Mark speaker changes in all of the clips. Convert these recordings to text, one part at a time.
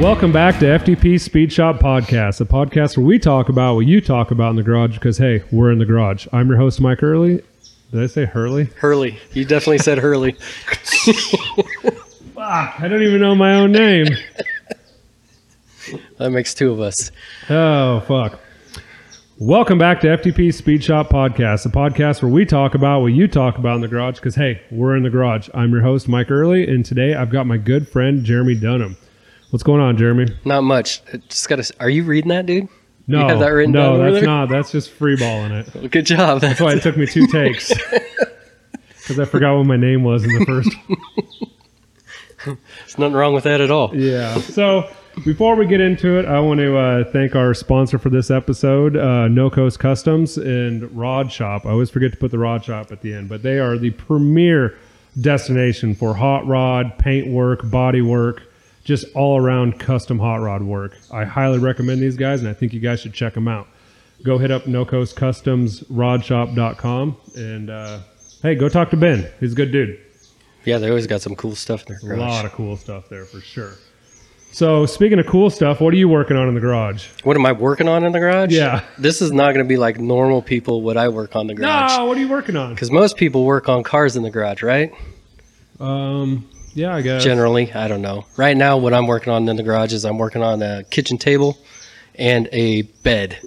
Speaker 1: Welcome back to FTP Speed Shop Podcast, a podcast where we talk about what you talk about in the garage because, hey, we're in the garage. I'm your host, Mike Hurley. Did I say Hurley?
Speaker 2: Hurley. You definitely said Hurley.
Speaker 1: Fuck, I don't even know my own name.
Speaker 2: That makes two of us.
Speaker 1: Oh, fuck. Welcome back to FTP Speed Shop Podcast, a podcast where we talk about what you talk about in the garage because, hey, we're in the garage. I'm your host, Mike Early, and today I've got my good friend, Jeremy Dunham. What's going on, Jeremy?
Speaker 2: Not much. I Just gotta. Are you reading that, dude?
Speaker 1: No,
Speaker 2: have that written down
Speaker 1: no,
Speaker 2: over
Speaker 1: that's
Speaker 2: there?
Speaker 1: not. That's just freeballing it.
Speaker 2: Good job.
Speaker 1: That's why it took me two takes because I forgot what my name was in the first.
Speaker 2: There's nothing wrong with that at all.
Speaker 1: yeah. So before we get into it, I want to uh, thank our sponsor for this episode, uh, No Coast Customs and Rod Shop. I always forget to put the Rod Shop at the end, but they are the premier destination for hot rod, paint work, body work, just all around custom hot rod work. I highly recommend these guys, and I think you guys should check them out. Go hit up No Coast Customs, rodshop.com, and uh, hey, go talk to Ben. He's a good dude.
Speaker 2: Yeah, they always got some cool stuff in their
Speaker 1: A lot
Speaker 2: garage.
Speaker 1: of cool stuff there for sure. So speaking of cool stuff, what are you working on in the garage?
Speaker 2: What am I working on in the garage?
Speaker 1: Yeah.
Speaker 2: This is not gonna be like normal people. What I work on the garage.
Speaker 1: No, what are you working on?
Speaker 2: Because most people work on cars in the garage, right?
Speaker 1: Um, yeah, I guess.
Speaker 2: Generally, I don't know. Right now, what I'm working on in the garage is I'm working on a kitchen table and a bed.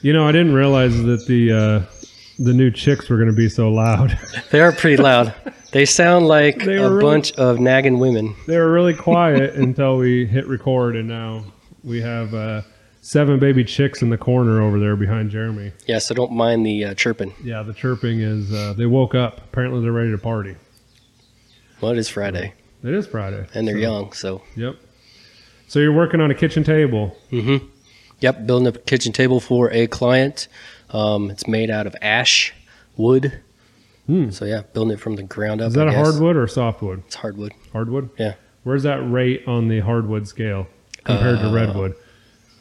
Speaker 1: You know, I didn't realize that the uh, the new chicks were going to be so loud.
Speaker 2: They are pretty loud. They sound like
Speaker 1: They
Speaker 2: a
Speaker 1: were really-
Speaker 2: bunch of nagging women.
Speaker 1: they were really quiet until we hit record, and now we have uh, seven baby chicks in the corner over there behind Jeremy.
Speaker 2: Yeah, so don't mind the uh, chirping.
Speaker 1: Yeah, the chirping is. Uh, they woke up. Apparently, they're ready to party.
Speaker 2: Well, it is Friday,
Speaker 1: It is Friday,
Speaker 2: and they're
Speaker 1: so-
Speaker 2: young, so
Speaker 1: Yep. So you're working on a kitchen table.
Speaker 2: Mm-hmm. Yep, building a kitchen table for a client. Um, it's made out of ash wood.
Speaker 1: Hmm.
Speaker 2: So yeah, building it from the ground up.
Speaker 1: Is that
Speaker 2: I
Speaker 1: a
Speaker 2: guess.
Speaker 1: hardwood or a softwood?
Speaker 2: It's hardwood.
Speaker 1: Hardwood?
Speaker 2: Yeah.
Speaker 1: Where's that rate on the hardwood scale compared
Speaker 2: Uh,
Speaker 1: to redwood?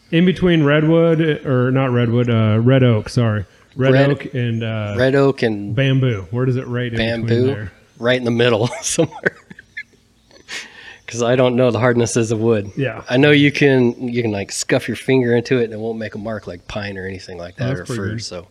Speaker 1: In between redwood, or not redwood, uh, red oak, sorry. Red,
Speaker 2: Red-
Speaker 1: oak and uh,
Speaker 2: Red oak and
Speaker 1: bamboo. Where does it rate in between
Speaker 2: bamboo,
Speaker 1: there?
Speaker 2: right in the middle somewhere. Because I don't know the hardnesses of wood.
Speaker 1: Yeah.
Speaker 2: I know you can you can like scuff your finger into it and it won't make a mark like pine or anything like that
Speaker 1: that's
Speaker 2: or
Speaker 1: pretty
Speaker 2: fir.
Speaker 1: good.
Speaker 2: So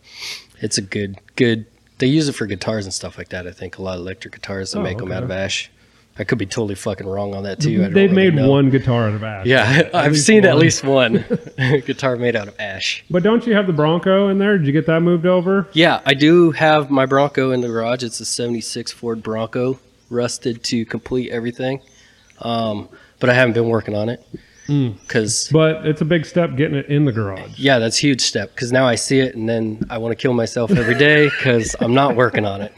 Speaker 2: it's a good good. They use it for guitars and stuff like that. I think a lot of electric guitars they
Speaker 1: Oh,
Speaker 2: make them out
Speaker 1: okay.
Speaker 2: of ash. I could be totally fucking wrong on that too. I don't
Speaker 1: They've
Speaker 2: really
Speaker 1: made
Speaker 2: know.
Speaker 1: one guitar out of ash.
Speaker 2: Yeah, I've
Speaker 1: least
Speaker 2: seen at
Speaker 1: one.
Speaker 2: least one guitar made out of ash.
Speaker 1: But don't you have the Bronco in there? Did you get that moved over?
Speaker 2: Yeah, I do have my Bronco in the garage. It's a 76 Ford Bronco, rusted to complete everything. Um, but I haven't been working on it
Speaker 1: Hmm.
Speaker 2: because,
Speaker 1: But it's a big step getting it in the garage.
Speaker 2: yeah, that's a huge step because now I see it and then I want to kill myself every day because I'm not working on it.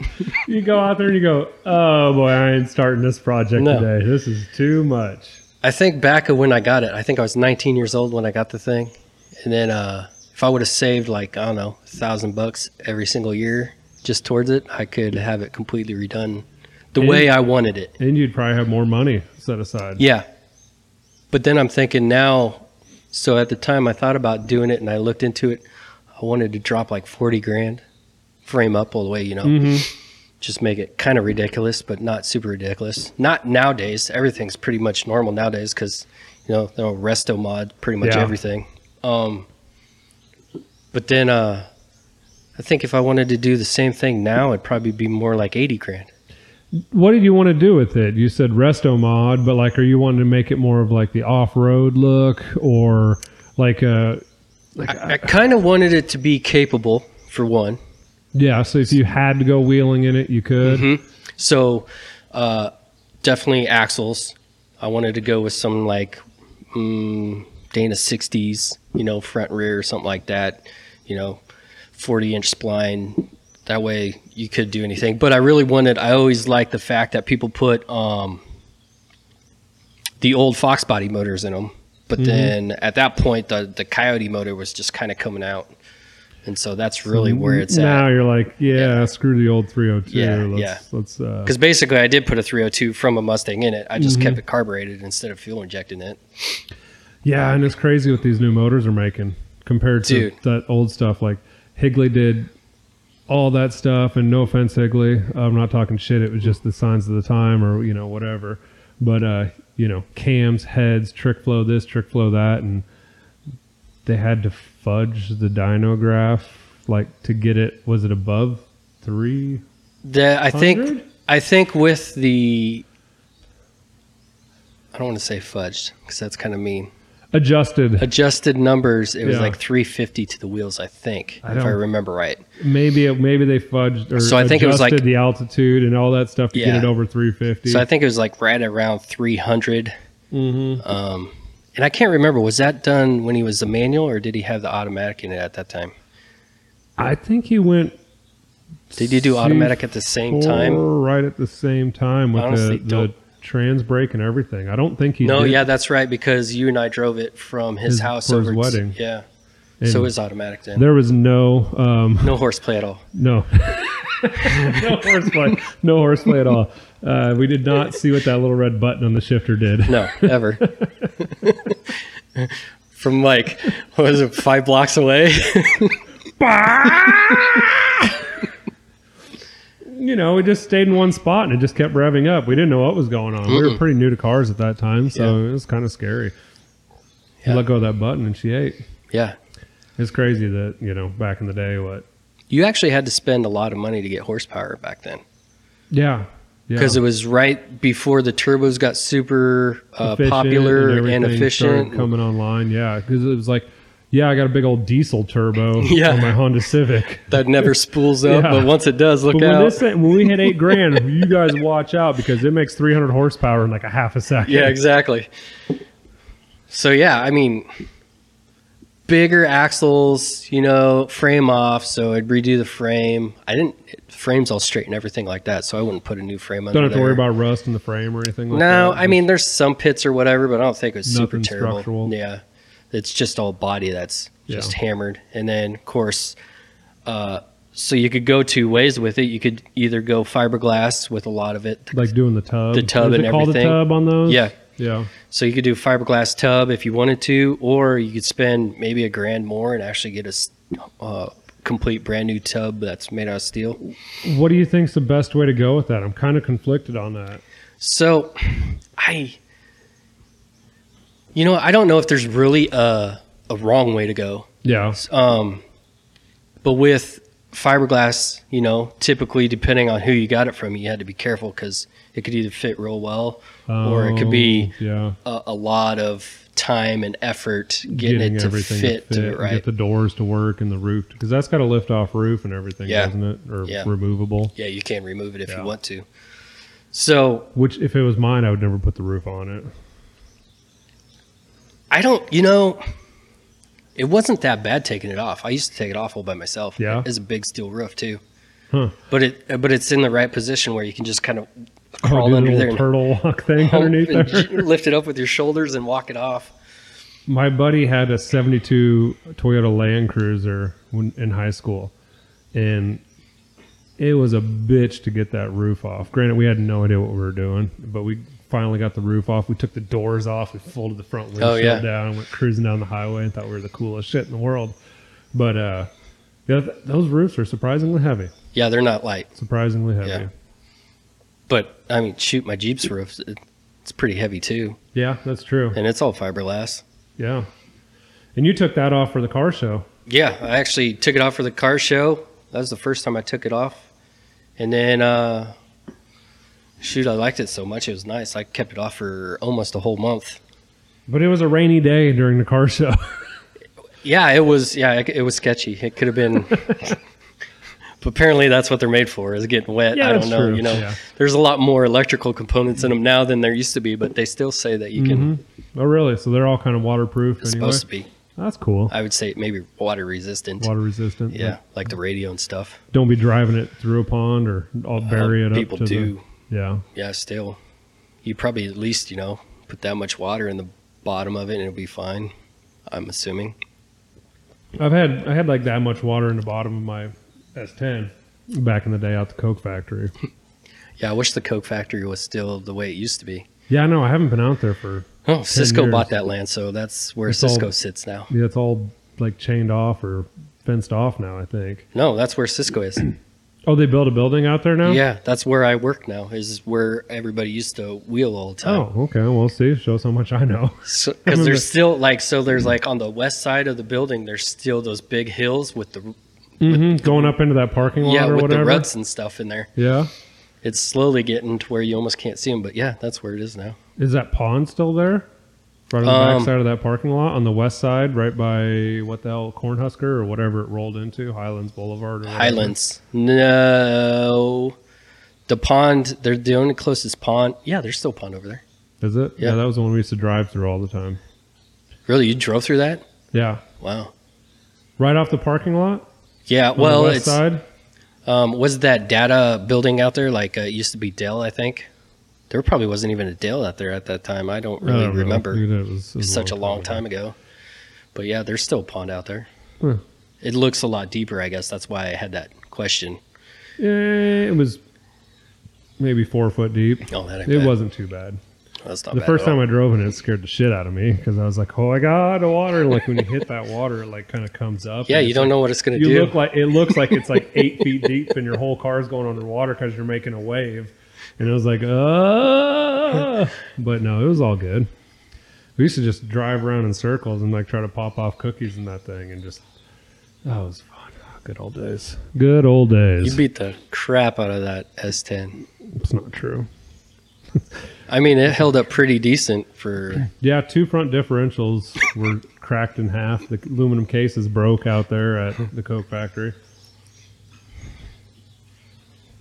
Speaker 1: You go out there and you go, oh boy, I ain't starting this project
Speaker 2: No.
Speaker 1: today. This is too much.
Speaker 2: I think back of when I got it, I think I was 19 years old when I got the thing. And then uh, if I would have saved like, I don't know, a thousand bucks every single year just towards it, I could have it completely redone the
Speaker 1: And-
Speaker 2: way I wanted it.
Speaker 1: And you'd probably have more money set aside.
Speaker 2: Yeah. But then I'm thinking now, so at the time I thought about doing it and I looked into it, I wanted to drop like 40 grand, frame up all the way, you know,
Speaker 1: hmm
Speaker 2: just make it kind of ridiculous, but not super ridiculous. Not nowadays. Everything's pretty much normal nowadays because, you know, they'll resto mod pretty much
Speaker 1: Yeah.
Speaker 2: everything. Um, but then uh, I think if I wanted to do the same thing now, it'd probably be more like 80 grand.
Speaker 1: What did you want to do with it? You said resto mod, but like, are you wanting to make it more of like the off road look or like uh, a
Speaker 2: I, I kind of wanted it to be capable, for one.
Speaker 1: yeah? So if you had to go wheeling in it, you could.
Speaker 2: Mm-hmm. So, uh, definitely axles. I wanted to go with some like mm, Dana 60s, you know, front rear or something like that, you know, 40 inch spline. That way you could do anything. But I really wanted, I always liked the fact that people put um, the old Fox body motors in them. But then at that point, the, the Coyote motor was just kind of coming out. And so that's really where
Speaker 1: Mm-hmm.
Speaker 2: it's at.
Speaker 1: now you're like, yeah, screw the old 302.
Speaker 2: Yeah,
Speaker 1: let's
Speaker 2: yeah.
Speaker 1: let's uh,
Speaker 2: Because basically, I did put a 302 from a Mustang in it. I just
Speaker 1: Mm-hmm.
Speaker 2: kept it carbureted instead of fuel injecting it.
Speaker 1: yeah, and it's crazy what these new motors are making compared to
Speaker 2: Dude.
Speaker 1: that old stuff. Like Higley did all that stuff, and no offense, Higley, I'm not talking shit. It was just the signs of the time, or you know, whatever. But uh, you know, cams, heads, trick flow this, trick flow that, and they had to fudge the dyno graph like to get it. Was it above three?
Speaker 2: The,
Speaker 1: Oh,
Speaker 2: I think
Speaker 1: 100?
Speaker 2: I think with the I don't want to say fudged because that's kind of mean.
Speaker 1: Adjusted.
Speaker 2: Adjusted numbers, it was
Speaker 1: Yeah.
Speaker 2: like 350 to the wheels, I think,
Speaker 1: I
Speaker 2: if I
Speaker 1: don't-
Speaker 2: remember right.
Speaker 1: Maybe it, maybe they fudged or
Speaker 2: So I think it was,
Speaker 1: adjusted
Speaker 2: like-
Speaker 1: the altitude and all that stuff to
Speaker 2: Yeah.
Speaker 1: get it over three fifty.
Speaker 2: So I think it was like right around 300.
Speaker 1: mm-hmm.
Speaker 2: Um, and I can't remember was that done when he was the manual or did he have the automatic in it at that time?
Speaker 1: I think he went.
Speaker 2: Did you do automatic at the same time?
Speaker 1: C4 Right at the same time with
Speaker 2: Honestly,
Speaker 1: the, the
Speaker 2: don't-
Speaker 1: trans brake and everything. I don't think he.
Speaker 2: No,
Speaker 1: did.
Speaker 2: yeah, that's right because you and I drove it from his,
Speaker 1: His-
Speaker 2: house
Speaker 1: for his
Speaker 2: over to-
Speaker 1: wedding.
Speaker 2: yeah.
Speaker 1: And
Speaker 2: so it was automatic then.
Speaker 1: there was no um,
Speaker 2: no horseplay at all.
Speaker 1: No. no horseplay. No horseplay at all. Uh, we did not see what that little red button on the shifter did.
Speaker 2: No, ever. From like, what was it, five blocks away?
Speaker 1: You know, we just stayed in one spot and it just kept revving up. We didn't know what was going on. We were pretty new to cars at that time, so it was kind of scary.
Speaker 2: Yeah.
Speaker 1: You let go of that button and she ate.
Speaker 2: yeah.
Speaker 1: It's crazy that, you know, back in the day, what?
Speaker 2: You actually had to spend a lot of money to get horsepower back then
Speaker 1: Yeah. Yeah.
Speaker 2: because it was right before the turbos got super uh,
Speaker 1: Efficient
Speaker 2: popular and,
Speaker 1: everything started
Speaker 2: efficient.
Speaker 1: Coming online. Yeah. Because it was like, yeah, I got a big old diesel turbo
Speaker 2: Yeah.
Speaker 1: on my Honda Civic.
Speaker 2: That never spools up,
Speaker 1: Yeah.
Speaker 2: but once it does, look
Speaker 1: But when
Speaker 2: out.
Speaker 1: this thing, when we hit eight grand, you guys watch out because it makes 300 horsepower in like a half a second.
Speaker 2: yeah, exactly. So yeah, I mean, bigger axles, you know, frame off. So I'd redo the frame. I didn't frames all straight and everything like that. So I wouldn't put a new frame under.
Speaker 1: Don't have to
Speaker 2: there.
Speaker 1: worry about rust in the frame or anything like that.
Speaker 2: No, I mean there's some pits or whatever, but I don't think it was super
Speaker 1: Nothing
Speaker 2: terrible.
Speaker 1: structural.
Speaker 2: Yeah, it's just all body that's just
Speaker 1: Yeah.
Speaker 2: hammered, and then of course, uh, so you could go two ways with it. You could either go fiberglass with a lot of it,
Speaker 1: like doing the tub.
Speaker 2: The tub
Speaker 1: Is
Speaker 2: and
Speaker 1: it called
Speaker 2: everything.
Speaker 1: a tub on those?
Speaker 2: yeah.
Speaker 1: Yeah.
Speaker 2: So you could do fiberglass tub if you wanted to, or you could spend maybe a grand more and actually get a s- uh, complete brand new tub that's made out of steel.
Speaker 1: What do you think's the best way to go with that? I'm kind of conflicted on that.
Speaker 2: So, I, you know, I don't know if there's really a a wrong way to go.
Speaker 1: Yeah.
Speaker 2: Um, but with fiberglass, you know, typically depending on who you got it from, you had to be careful because it could either fit real well Or it could be
Speaker 1: Um, yeah,
Speaker 2: a, a lot of time and effort getting, it to fit, to it
Speaker 1: and
Speaker 2: right.
Speaker 1: Get the doors to work and the roof because that's got a lift off roof and everything,
Speaker 2: Yeah.
Speaker 1: doesn't it? Or
Speaker 2: Yeah.
Speaker 1: removable.
Speaker 2: yeah, you can remove it if
Speaker 1: Yeah.
Speaker 2: you want to. So
Speaker 1: Which, if it was mine, I would never put the roof on it.
Speaker 2: I don't, you know, it wasn't that bad taking it off. I used to take it off all by myself.
Speaker 1: Yeah.
Speaker 2: it's a big steel roof too.
Speaker 1: Huh.
Speaker 2: But it, but it's in the right position where you can just kind of
Speaker 1: Or
Speaker 2: crawl
Speaker 1: do the
Speaker 2: under
Speaker 1: little
Speaker 2: there and
Speaker 1: turtle walk thing
Speaker 2: Hold-
Speaker 1: underneath
Speaker 2: and
Speaker 1: there.
Speaker 2: j- lift it up with your shoulders and walk it off.
Speaker 1: My buddy had a 72 Toyota Land Cruiser when, in high school, and it was a bitch to get that roof off. Granted, we had no idea what we were doing, but we finally got the roof off. We took the doors off, we folded the front windshield
Speaker 2: Oh, yeah.
Speaker 1: down, and went cruising down the highway and thought we were the coolest shit in the world. But uh, yeah, th- those roofs are surprisingly heavy.
Speaker 2: Yeah, they're not light,
Speaker 1: Surprisingly heavy.
Speaker 2: Yeah.
Speaker 1: Yeah,
Speaker 2: but I mean, shoot, my Jeep's roof, it- it's pretty heavy too,
Speaker 1: that's true.
Speaker 2: and it's all fiberglass.
Speaker 1: Yeah. And you took that off for the car show.
Speaker 2: Yeah, I actually took it off for the car show. That was the first time I took it off, and then uh, shoot, I liked it so much; it was nice. I kept it off for almost a whole month.
Speaker 1: But it was a rainy day during the car show.
Speaker 2: Yeah, it was. Yeah, it, it was sketchy. It could have been. But apparently that's what they're made for is getting wet.
Speaker 1: Yeah,
Speaker 2: I don't
Speaker 1: that's
Speaker 2: know.
Speaker 1: true.
Speaker 2: You know,
Speaker 1: Yeah.
Speaker 2: there's a lot more electrical components in them now than there used to be, but they still say that you can
Speaker 1: Oh, really? So they're all kind of waterproof
Speaker 2: It's
Speaker 1: anyway.
Speaker 2: supposed to be.
Speaker 1: That's cool.
Speaker 2: I would say maybe water resistant.
Speaker 1: Water resistant.
Speaker 2: Yeah,
Speaker 1: Like,
Speaker 2: like the radio and stuff.
Speaker 1: don't be driving it through a pond or I'll bury
Speaker 2: Uh,
Speaker 1: it up.
Speaker 2: people
Speaker 1: to the-
Speaker 2: do.
Speaker 1: yeah.
Speaker 2: Yeah, still, you probably at least you know put that much water in the bottom of it and it'll be fine. I'm assuming.
Speaker 1: I've had I had like that much water in the bottom of my S10 back in the day out the Coke factory.
Speaker 2: Yeah, I wish the Coke factory was still the way it used to be.
Speaker 1: Yeah, no, I haven't been out there for
Speaker 2: Oh, Cisco
Speaker 1: years.
Speaker 2: bought that land, so that's where
Speaker 1: It's
Speaker 2: Cisco
Speaker 1: all-
Speaker 2: sits now.
Speaker 1: yeah, it's all like chained off or fenced off now, I think.
Speaker 2: No, that's where Cisco is.
Speaker 1: Oh, they built a building out there now.
Speaker 2: Yeah, that's where I work now. Is where everybody used to wheel all the time.
Speaker 1: Oh, okay. Well, see, shows how much I know.
Speaker 2: because there's still like so there's like on the west side of the building there's still those big hills with the
Speaker 1: hmm Going up into that parking lot
Speaker 2: yeah
Speaker 1: or
Speaker 2: with
Speaker 1: whatever.
Speaker 2: the ruts and stuff in there
Speaker 1: Yeah.
Speaker 2: it's slowly getting to where you almost can't see them but yeah that's where it is now
Speaker 1: Is that pond still there? Right on the backside
Speaker 2: Um,
Speaker 1: back side of that parking lot on the west side, right by what the hell, Cornhusker or whatever it rolled into, Highlands Boulevard. Or whatever.
Speaker 2: highlands no the pond they're the only closest pond yeah there's still a pond over there
Speaker 1: Is it? Yeah.
Speaker 2: Yeah.
Speaker 1: that was the one we used to drive through all the time.
Speaker 2: really you drove through that
Speaker 1: Yeah.
Speaker 2: wow
Speaker 1: Right off the parking lot?
Speaker 2: yeah
Speaker 1: On
Speaker 2: well
Speaker 1: the west
Speaker 2: it's
Speaker 1: side?
Speaker 2: um was that data building out there like uh, it used to be dell i think there probably wasn't even a dell out there at that time i don't really
Speaker 1: I don't know.
Speaker 2: remember
Speaker 1: It was- it was
Speaker 2: It's such a long
Speaker 1: ago.
Speaker 2: time ago. But yeah, there's still a pond out there.
Speaker 1: Huh.
Speaker 2: It looks a lot deeper, I guess. That's why I had that question.
Speaker 1: Eh, it was maybe four foot deep.
Speaker 2: Oh, that I
Speaker 1: It
Speaker 2: bet.
Speaker 1: wasn't too bad.
Speaker 2: That's not
Speaker 1: the
Speaker 2: bad
Speaker 1: first
Speaker 2: at all.
Speaker 1: time I drove in it, it scared the shit out of me because I was like, "Oh my god, the water!" And like when you hit that water, it like kind of comes up.
Speaker 2: Yeah,
Speaker 1: and
Speaker 2: you
Speaker 1: it's
Speaker 2: don't know what it's going to
Speaker 1: you
Speaker 2: do.
Speaker 1: look like it looks like it's like eight feet deep and your whole car's going underwater because you're making a wave and it was like uh but no it was all good we used to just drive around in circles and like try to pop off cookies in that thing and just that was fun good old days good old days
Speaker 2: you beat the crap out of that S10.
Speaker 1: it's not true
Speaker 2: I mean, it held up pretty decent for.
Speaker 1: yeah two front differentials were cracked in half the aluminum cases broke out there at the coke factory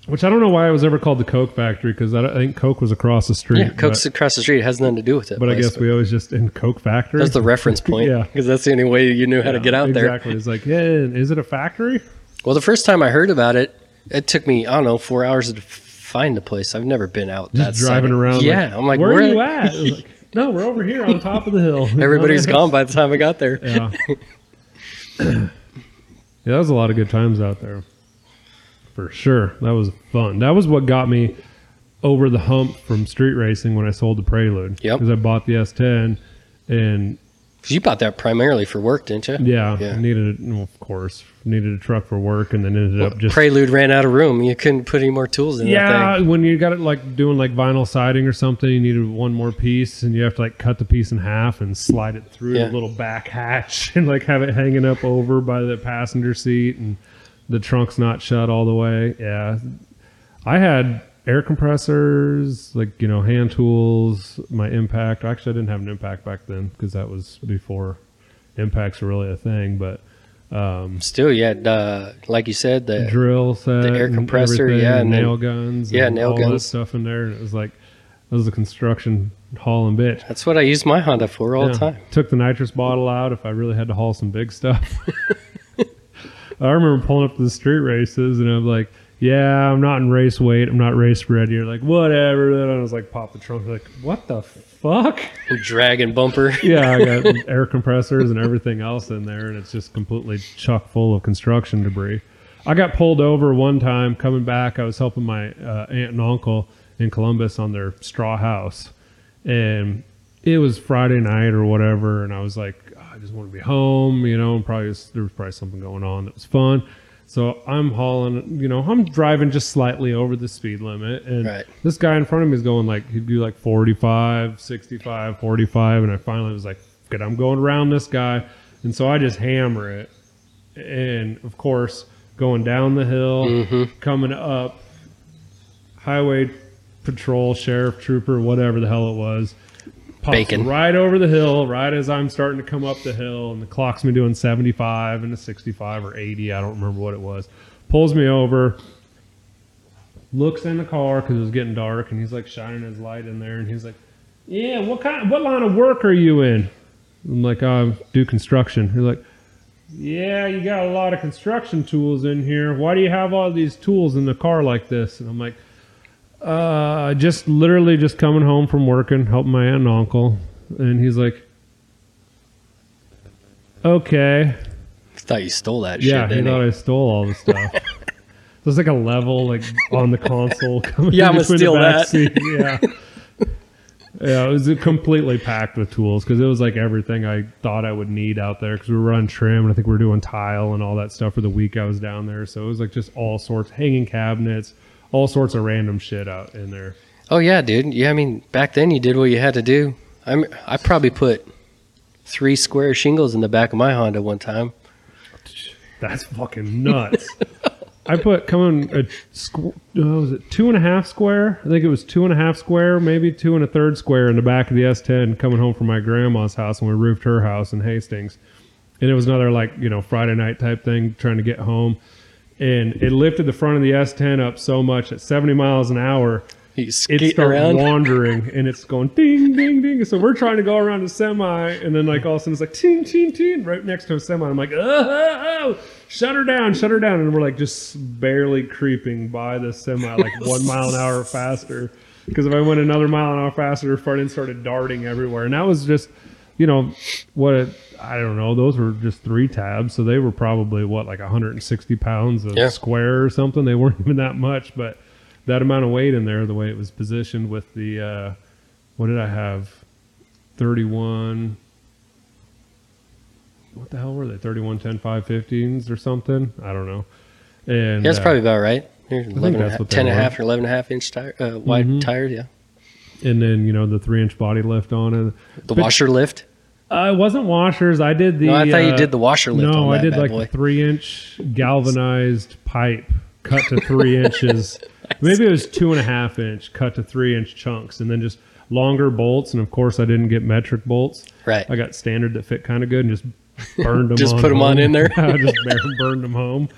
Speaker 1: which I don't know why it was ever called the Coke Factory because I, don't- I think Coke was across the street.
Speaker 2: Yeah, Coke's across the street It has nothing to do with it.
Speaker 1: But I guess we always just in Coke factory.
Speaker 2: That's the reference point.
Speaker 1: Yeah.
Speaker 2: Because that's the only way you knew how to get out
Speaker 1: exactly.
Speaker 2: there.
Speaker 1: It's like, yeah, is it a factory?
Speaker 2: Well, the first time I heard about it, it took me, I don't know, four hours to f- find the place. I've never been out that
Speaker 1: Just
Speaker 2: side.
Speaker 1: driving around.
Speaker 2: Yeah. I'm like,
Speaker 1: where, are you at? It's like, no, we're over here on top of the hill.
Speaker 2: Everybody's gone by the time I got there.
Speaker 1: Yeah. yeah, that was a lot of good times out there, for sure. That was fun. That was what got me over the hump from street racing when I sold the Prelude.
Speaker 2: Yep.
Speaker 1: Because I bought the S10, and
Speaker 2: 'Cause You bought that primarily for work, didn't you?
Speaker 1: yeah,
Speaker 2: Yeah.
Speaker 1: needed a, well, of course needed a truck for work, and then ended up just
Speaker 2: Prelude ran out of room. You couldn't put any more tools in that
Speaker 1: Yeah,
Speaker 2: thing.
Speaker 1: when you got it like doing like vinyl siding or something, you needed one more piece, and you have to like cut the piece in half and slide it through
Speaker 2: Yeah.
Speaker 1: the little back hatch and like have it hanging up over by the passenger seat, and the trunk's not shut all the way. Yeah, I had air compressors, like you know, hand tools, my impact. Actually, I didn't have an impact back then because that was before impacts were really a thing, but. Um,
Speaker 2: Still, you had, uh, like you said, the
Speaker 1: drill set,
Speaker 2: air
Speaker 1: and
Speaker 2: compressor,
Speaker 1: everything,
Speaker 2: yeah,
Speaker 1: and
Speaker 2: and then-
Speaker 1: nail guns,
Speaker 2: yeah,
Speaker 1: and
Speaker 2: nail
Speaker 1: all that
Speaker 2: guns.
Speaker 1: stuff in there. And it was like that was a construction hauling bitch
Speaker 2: that's what I used my Honda for all
Speaker 1: Yeah.
Speaker 2: the time.
Speaker 1: Took the nitrous bottle out if I really had to haul some big stuff. I remember pulling up to the street races, and I'm like. Yeah, I'm not in race weight. I'm not race ready. You're like, whatever. Then I was like, pop the trunk. Like, what the fuck?
Speaker 2: Dragon bumper.
Speaker 1: yeah, I got air compressors and everything else in there, and it's just completely chock full of construction debris. I got pulled over one time coming back. I was helping my uh, aunt and uncle in Columbus on their straw house, and it was Friday night or whatever. And I was like, "Oh, I just want to be home, you know. And probably there was probably something going on that was fun. So I'm hauling, you know, I'm driving just slightly over the speed limit, and
Speaker 2: Right.
Speaker 1: this guy in front of me is going like he'd do like 45 65 45 and i finally was like good i'm going around this guy and so i just hammer it and of course going down the hill coming up highway patrol sheriff trooper whatever the hell it was pops
Speaker 2: Bacon.
Speaker 1: right over the hill right as i'm starting to come up the hill and the clock's me doing 75 and a 65 or 80 i don't remember what it was pulls me over looks in the car because it was getting dark and he's like shining his light in there and he's like yeah what kind what line of work are you in i'm like i do construction he's like yeah you got a lot of construction tools in here why do you have all these tools in the car like this and i'm like uh just literally just coming home from working helping my aunt and uncle and he's like okay
Speaker 2: thought you stole that
Speaker 1: yeah,
Speaker 2: shit,
Speaker 1: he
Speaker 2: didn't
Speaker 1: thought
Speaker 2: you?
Speaker 1: I stole all the stuff. There's like a level like on the console coming.
Speaker 2: Yeah, I'ma
Speaker 1: between the
Speaker 2: steal
Speaker 1: back
Speaker 2: that.
Speaker 1: seat, Yeah. Yeah, it was completely packed with tools because it was like everything I thought I would need out there because we were on trim and I think we were doing tile and all that stuff for the week I was down there. So it was like just all sorts, hanging cabinets, all sorts of random shit out in there.
Speaker 2: Oh yeah, dude. Yeah, I mean, back then you did what you had to do. I'm I probably put three square shingles in the back of my Honda one time.
Speaker 1: That's fucking nuts. I put coming a squ- uh, was it two and a half square? I think it was two and a half square, maybe two and a third square in the back of the S10 coming home from my grandma's house when we roofed her house in Hastings. And it was another like you know Friday night type thing trying to get home, and it lifted the front of the S10 up so much at 70 miles an hour
Speaker 2: You skate
Speaker 1: it starts
Speaker 2: around.
Speaker 1: wandering and it's going ding ding ding. So we're trying to go around a semi, and then like all of a sudden it's like ting ting ting right next to a semi. I'm like, oh, oh, oh, shut her down, shut her down, and we're like just barely creeping by the semi like one mile an hour faster. Because if I went another mile an hour faster, her front end started darting everywhere, and that was just, you know, what it, I don't know. Those were just three tabs, so they were probably what like 160 pounds of
Speaker 2: Yeah.
Speaker 1: square or something. They weren't even that much, but that amount of weight in there, the way it was positioned with the, uh, what did I have? 31. What the hell were they? 31, 10, 515s or something? I don't know. And
Speaker 2: Yeah, that's
Speaker 1: uh,
Speaker 2: probably about right. You're 11 and a
Speaker 1: that's
Speaker 2: half,
Speaker 1: what they
Speaker 2: 10 and a
Speaker 1: were.
Speaker 2: half or 11 and a half inch tire, uh, wide
Speaker 1: Mhm.
Speaker 2: tires, yeah.
Speaker 1: and then you know the three inch body lift on it.
Speaker 2: The
Speaker 1: But-
Speaker 2: washer lift.
Speaker 1: Uh, it wasn't washers. I did the.
Speaker 2: no, I thought you
Speaker 1: uh,
Speaker 2: did the washer lift
Speaker 1: No,
Speaker 2: on that
Speaker 1: I did
Speaker 2: bad
Speaker 1: like
Speaker 2: boy.
Speaker 1: the three inch galvanized pipe cut to three inches. Maybe it was two and a half inch cut to three inch chunks, and then just longer bolts. And of course, I didn't get metric bolts.
Speaker 2: right.
Speaker 1: I got standard that fit kind of good and just burned them.
Speaker 2: Just
Speaker 1: on
Speaker 2: put 'em on
Speaker 1: home.
Speaker 2: in there?
Speaker 1: I just bur- burned them home.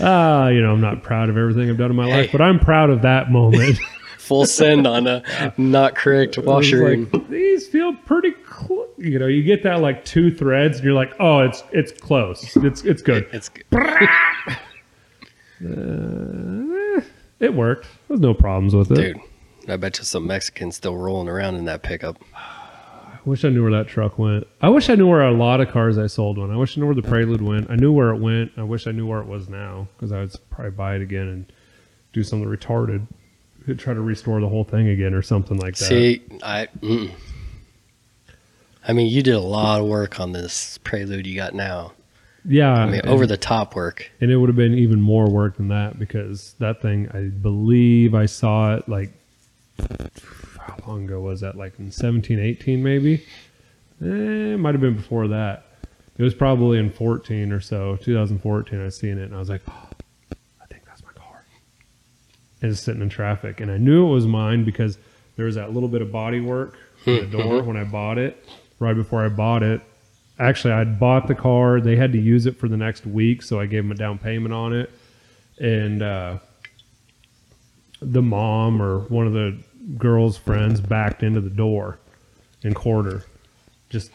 Speaker 1: Ah, you know, I'm not proud of everything I've done in my
Speaker 2: Hey.
Speaker 1: life, but I'm proud of that moment.
Speaker 2: Full send on a not correct
Speaker 1: It was
Speaker 2: washer. and-
Speaker 1: like, these feel pretty close. You know, you get that like two threads, and you're like, oh, it's it's close. It's it's good.
Speaker 2: it's good.
Speaker 1: It worked. There's no problems with it.
Speaker 2: Dude, I bet you some Mexicans still rolling around in that pickup.
Speaker 1: I wish I knew where that truck went. I wish I knew where a lot of cars I sold went. I wish I knew where the Prelude went. I knew where it went. I wish I knew where it was now because I would probably buy it again and do something retarded. Could Try to restore the whole thing again or something like that.
Speaker 2: See, I. Mm, I mean, you did a lot of work on this prelude you got now.
Speaker 1: yeah,
Speaker 2: I mean,
Speaker 1: and-
Speaker 2: over the top work.
Speaker 1: and it would have been even more work than that because that thing i believe i saw it like how long ago was that like in 17 18 maybe eh, it might have been before that it was probably in 14 or so 2014 i seen it and i was like "Oh, i think that's my car and it's sitting in traffic and i knew it was mine because there was that little bit of body work on the door when i bought it right before i bought it actually I'd bought the car. They had to use it for the next week, so I gave them a down payment on it. And uh, the mom or one of the girl's friends backed into the door and quarter, just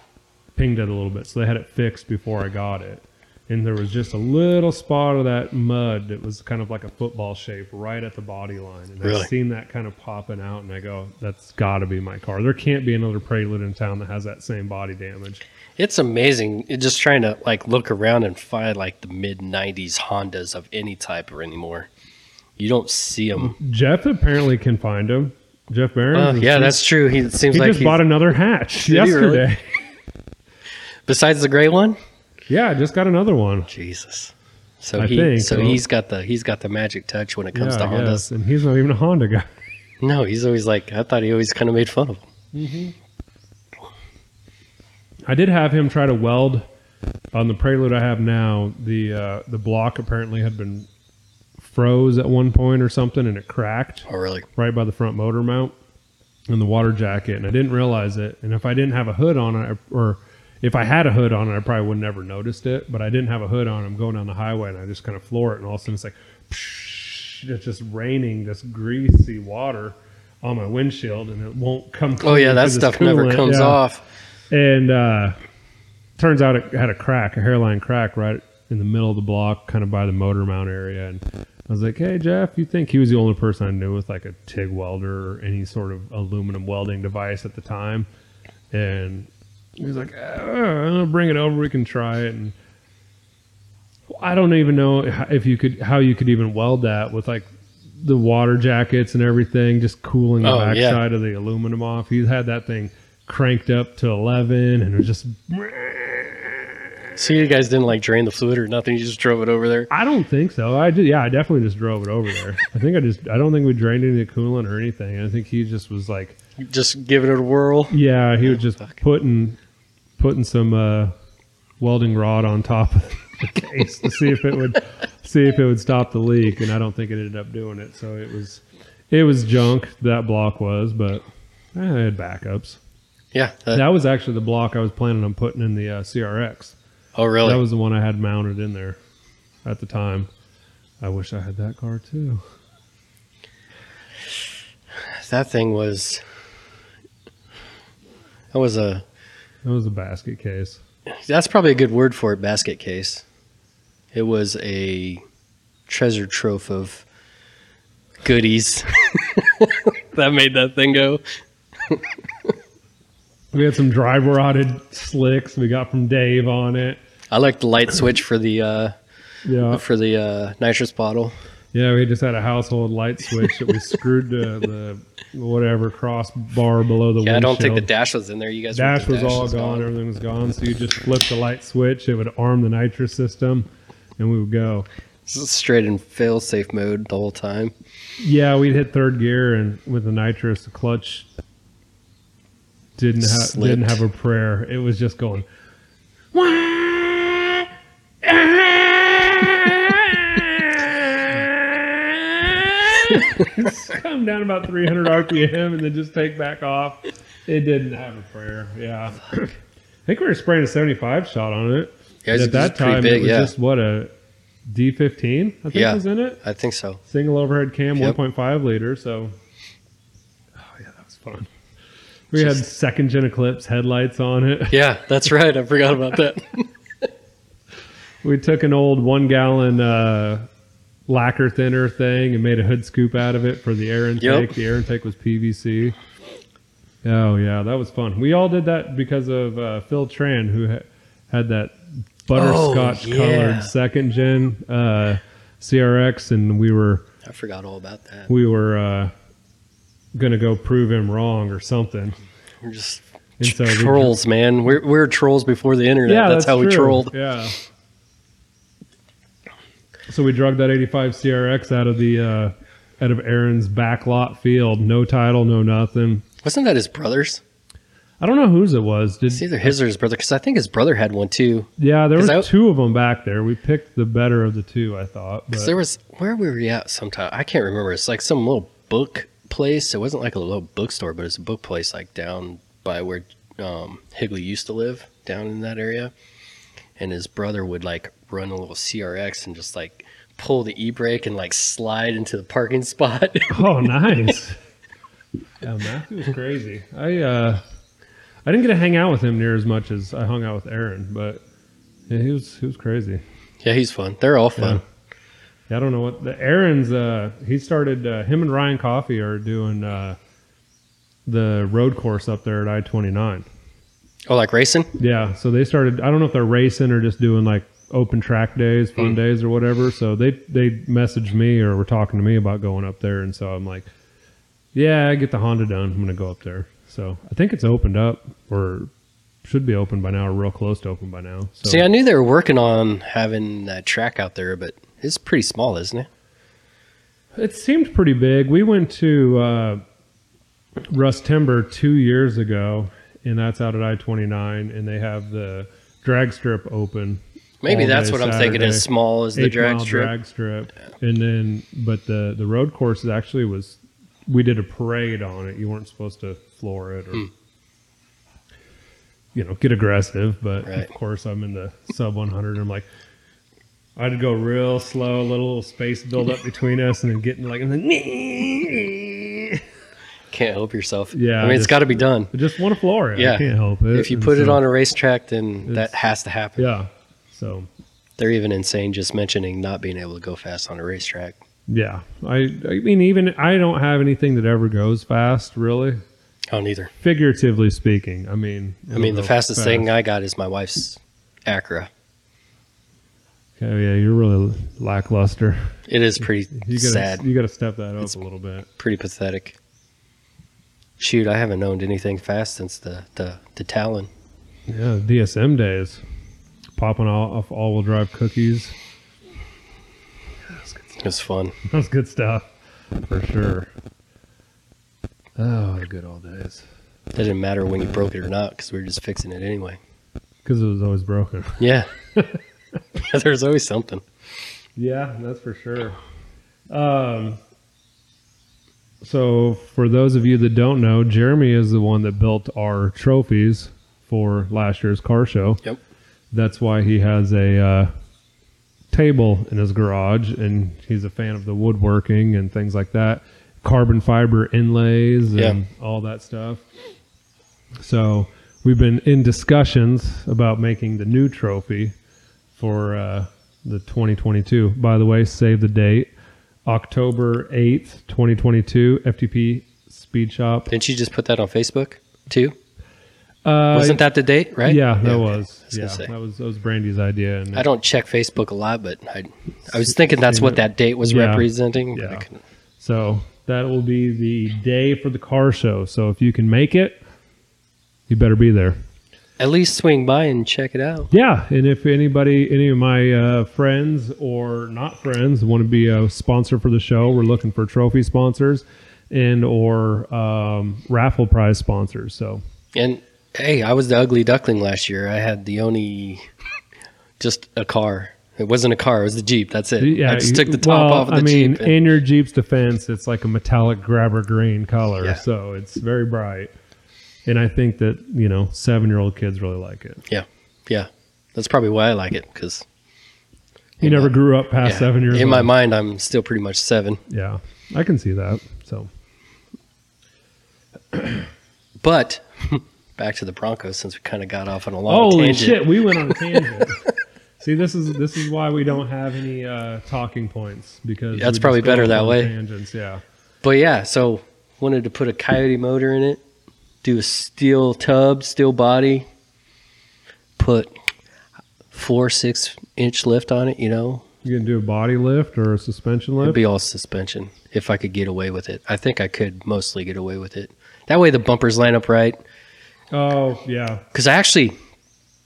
Speaker 1: pinged it a little bit. So they had it fixed before I got it. And there was just a little spot of that mud that was kind of like a football shape right at the body line. And
Speaker 2: Really?
Speaker 1: I've seen that kind of popping out, and I go, that's got to be my car. There can't be another Prelude in town that has that same body damage.
Speaker 2: It's amazing. It- just trying to like look around and find like the mid '90s Hondas of any type or anymore. You don't see them.
Speaker 1: Jeff apparently can find him. Jeff Barron.
Speaker 2: Uh, yeah, that's true. He it seems
Speaker 1: He
Speaker 2: like
Speaker 1: just
Speaker 2: he's-
Speaker 1: bought another hatch
Speaker 2: Did he really?
Speaker 1: yesterday.
Speaker 2: besides the gray one.
Speaker 1: Yeah, just got another one.
Speaker 2: Jesus. So
Speaker 1: I
Speaker 2: he
Speaker 1: think
Speaker 2: so
Speaker 1: so.
Speaker 2: he's got the he's got the magic touch when it comes
Speaker 1: yeah,
Speaker 2: to
Speaker 1: I
Speaker 2: Hondas.
Speaker 1: guess. and he's not even a Honda guy.
Speaker 2: No, he's always like I thought. He always kind of made fun of him.
Speaker 1: I did have him try to weld on the Prelude I have now. The uh, the block apparently had been froze at one point or something, and it cracked.
Speaker 2: Oh, really?
Speaker 1: right by the front motor mount and the water jacket and I didn't realize it and if I didn't have a hood on it or if I had a hood on it I probably would never noticed it but I didn't have a hood on I'm going down the highway and I just kind of floor it and all of a sudden it's like psh, it's just raining this greasy water on my windshield and it won't come
Speaker 2: Oh
Speaker 1: clean
Speaker 2: yeah, that
Speaker 1: 'cause it's
Speaker 2: stuff never
Speaker 1: coolant.
Speaker 2: comes
Speaker 1: Yeah.
Speaker 2: off.
Speaker 1: and uh turns out it had a crack a hairline crack right in the middle of the block kind of by the motor mount area and I was like, "Hey Jeff, you think he was the only person I knew with like a TIG welder or any sort of aluminum welding device at the time?" And he was like, "Uh, "Bring it over, we can try it." And I don't even know if you could how you could even weld that with like the water jackets and everything, just cooling the
Speaker 2: Oh, yeah.
Speaker 1: backside of the aluminum off. He had that thing cranked up to eleven, and it was just
Speaker 2: So you guys didn't like drain the fluid or nothing. You just drove it over there.
Speaker 1: I don't think so. I did. Yeah, I definitely just drove it over there. I think I just. I don't think we drained any of the coolant or anything. I think he just was like,
Speaker 2: Just giving it a whirl.
Speaker 1: yeah, he was just
Speaker 2: fuck.
Speaker 1: putting putting some uh, welding rod on top of the case to see if it would see if it would stop the leak. And I don't think it ended up doing it. So it was it was junk that block was, but eh, I had backups.
Speaker 2: Yeah. that-
Speaker 1: That was actually the block I was planning on putting in the uh, CRX.
Speaker 2: oh, really?
Speaker 1: That was the one I had mounted in there at the time. I wish I had that car too.
Speaker 2: that thing was. That was a.
Speaker 1: That was a basket case.
Speaker 2: That's probably a good word for it. Basket case. It was a treasure trove of goodies. that made that thing go.
Speaker 1: We had some dry rotted slicks we got from Dave on it.
Speaker 2: I like the light switch for the uh,
Speaker 1: Yeah,
Speaker 2: for the uh, nitrous bottle.
Speaker 1: yeah. We just had a household light switch that we screwed to the whatever crossbar below the
Speaker 2: Yeah, I don't think the
Speaker 1: windshield.
Speaker 2: dash was in there. You guys
Speaker 1: dash
Speaker 2: the
Speaker 1: was all gone.
Speaker 2: gone.
Speaker 1: Everything was gone. So you just flipped the light switch. It would arm the nitrous system, and we would go.
Speaker 2: straight in fail safe mode the whole time.
Speaker 1: Yeah, we'd hit third gear, and with the nitrous, the clutch didn't have
Speaker 2: Slipped.
Speaker 1: didn't have a prayer. It was just going. Come down about 300 RPM and then just take back off. It didn't have a prayer. Yeah, I think we were spraying a 75 shot on it.
Speaker 2: Yeah, it's-
Speaker 1: At that
Speaker 2: it's pretty
Speaker 1: time, it
Speaker 2: big,
Speaker 1: was
Speaker 2: yeah.
Speaker 1: just what a D15. I think
Speaker 2: Yeah.
Speaker 1: was in it
Speaker 2: I think so.
Speaker 1: single overhead cam,
Speaker 2: Yep.
Speaker 1: 1.5 liter. So, oh yeah, that was fun. We had
Speaker 2: Just-
Speaker 1: second gen Eclipse headlights on it.
Speaker 2: Yeah, that's right. I forgot about that.
Speaker 1: We took an old one gallon uh, lacquer thinner thing and made a hood scoop out of it for the air intake. The air intake was PVC. Oh yeah, that was fun. We all did that because of uh, Phil Tran, who ha- had that butterscotch
Speaker 2: Oh, yeah.
Speaker 1: colored second gen uh, CRX, and we were.
Speaker 2: I forgot all about that.
Speaker 1: we were uh, gonna go prove him wrong or something.
Speaker 2: We're just
Speaker 1: And so we-
Speaker 2: trolls, man. We're, we're trolls before the internet.
Speaker 1: yeah,
Speaker 2: that's, how we
Speaker 1: true.
Speaker 2: trolled.
Speaker 1: Yeah. So we drug that 85 CRX out of the uh, out of Aaron's backlot field. No title, no nothing.
Speaker 2: Wasn't that his brother's?
Speaker 1: I don't know whose it was. Did
Speaker 2: It's either his or his brother, because I think his brother had one too.
Speaker 1: yeah, there
Speaker 2: Is
Speaker 1: was
Speaker 2: that-
Speaker 1: two of them back there. We picked the better of the two, I thought.
Speaker 2: Because
Speaker 1: But
Speaker 2: there was where were we at sometime? I can't remember. It's like some little book place. It wasn't like a little bookstore, but it's a book place like down by where um, Higley used to live, down in that area. And his brother would like run a little CRX and just like pull the e brake and like slide into the parking spot.
Speaker 1: oh, nice. yeah, Matthew was crazy. I uh, I didn't get to hang out with him near as much as I hung out with Aaron, but yeah, he was he was crazy.
Speaker 2: yeah, he's fun. They're all fun.
Speaker 1: Yeah, I don't know what the Aaron's. Uh, he started. Uh, him and Ryan Coffey are doing uh, the road course up there at I twenty nine.
Speaker 2: Oh, like racing?
Speaker 1: Yeah, so they started. I don't know if they're racing or just doing like open track days,
Speaker 2: Hmm.
Speaker 1: fun days, or whatever. So they they messaged me or were talking to me about going up there, and so I'm like, yeah, I get the Honda done. I'm gonna go up there. So I think it's opened up or should be open by now or real close to open by now. So
Speaker 2: See, I knew they were working on having that track out there, but it's pretty small, isn't it?
Speaker 1: It seemed pretty big. We went to uh, Rust Timber two years ago, and that's out at I twenty nine, and they have the drag strip open.
Speaker 2: Maybe
Speaker 1: all
Speaker 2: that's
Speaker 1: day
Speaker 2: what I'm thinking.
Speaker 1: Saturday.
Speaker 2: As small as the
Speaker 1: Eight
Speaker 2: drag
Speaker 1: mile
Speaker 2: strip.
Speaker 1: drag strip, and then but the the road course is actually was we did a parade on it. You weren't supposed to floor it or.
Speaker 2: Hmm.
Speaker 1: You know, get aggressive, but
Speaker 2: Right.
Speaker 1: of course I'm in the sub 100. And I'm like, I'd go real slow, a little space build up between us, and then getting like, and then
Speaker 2: Can't help yourself.
Speaker 1: Yeah,
Speaker 2: I mean, it's
Speaker 1: just-
Speaker 2: got to be done.
Speaker 1: I just want to floor it. I
Speaker 2: Yeah.
Speaker 1: can't help it.
Speaker 2: if you
Speaker 1: And
Speaker 2: put it
Speaker 1: so-
Speaker 2: on a racetrack, then that
Speaker 1: It's-
Speaker 2: has to happen.
Speaker 1: yeah. So
Speaker 2: They're even insane just mentioning not being able to go fast on a racetrack.
Speaker 1: yeah, I I mean even I don't have anything that ever goes fast, really,
Speaker 2: Oh, neither.
Speaker 1: figuratively speaking. I mean,
Speaker 2: I mean, the fastest thing I got is my wife's Acura.
Speaker 1: Oh yeah, you're really lackluster.
Speaker 2: It is pretty
Speaker 1: You gotta
Speaker 2: sad,
Speaker 1: you gotta step that up
Speaker 2: It's-
Speaker 1: a little bit.
Speaker 2: pretty pathetic. Shoot, I haven't owned anything fast since the the, the Talon.
Speaker 1: Yeah, DSM days, popping all, off all-wheel drive cookies.
Speaker 2: It was fun.
Speaker 1: That's good stuff for sure. Oh, the good old days.
Speaker 2: It didn't matter when you broke it or not because we were just fixing it anyway.
Speaker 1: Because it was always broken.
Speaker 2: Yeah. There's always something.
Speaker 1: Yeah, that's for sure. Um, so, for those of you that don't know, Jeremy is the one that built our trophies for last year's car show.
Speaker 2: Yep.
Speaker 1: That's why he has a uh, table in his garage, and he's a fan of the woodworking and things like that, carbon fiber inlays and all that stuff. So, we've been in discussions about making the new trophy for uh, the 2022. By the way, save the date. October 8th, 2022, FTP Speed Shop.
Speaker 2: Didn't you just put that on Facebook too?
Speaker 1: Uh,
Speaker 2: Wasn't that the date, right?
Speaker 1: Yeah, that
Speaker 2: okay.
Speaker 1: was.
Speaker 2: was
Speaker 1: yeah,
Speaker 2: gonna say.
Speaker 1: that was that was Brandy's idea. And
Speaker 2: I don't check Facebook a lot, but I, I was thinking that's what that date was
Speaker 1: Yeah.
Speaker 2: representing. but I
Speaker 1: Yeah.
Speaker 2: couldn't-
Speaker 1: so that will be the day for the car show. So if you can make it, you better be there.
Speaker 2: At least swing by and check it out.
Speaker 1: Yeah, and if anybody, any of my uh, friends or not friends, want to be a sponsor for the show, we're looking for trophy sponsors and or um, raffle prize sponsors. So
Speaker 2: And hey, I was the ugly duckling last year. I had the only just a car. It wasn't a car. It was the Jeep. That's it. I just took the top
Speaker 1: well,
Speaker 2: off of the
Speaker 1: I mean,
Speaker 2: Jeep. and-
Speaker 1: in your Jeep's defense, it's like a metallic grabber green color,
Speaker 2: Yeah.
Speaker 1: so it's very bright. And I think that you know, seven-year-old kids really like it.
Speaker 2: yeah, that's probably why I like it because
Speaker 1: You never grew up past seven years.
Speaker 2: in my
Speaker 1: old.
Speaker 2: mind, I'm still pretty much seven.
Speaker 1: yeah, I can see that. So
Speaker 2: But back to the Bronco since we kind of got off on a long
Speaker 1: holy
Speaker 2: tangent.
Speaker 1: shit, we went on a tangent. see, this is this is why we don't have any uh, talking points because
Speaker 2: That's
Speaker 1: we
Speaker 2: probably
Speaker 1: just go
Speaker 2: better
Speaker 1: off
Speaker 2: that
Speaker 1: on
Speaker 2: way.
Speaker 1: Tangents, yeah.
Speaker 2: But yeah, so wanted to put a coyote motor in it, do a steel tub, steel body, put four six inch lift on it. You know,
Speaker 1: You gonna do a body lift or a suspension
Speaker 2: it'd
Speaker 1: lift?
Speaker 2: be all suspension if I could get away with it. I think I could mostly get away with it. That way the bumpers line up right.
Speaker 1: oh yeah,
Speaker 2: Because I actually,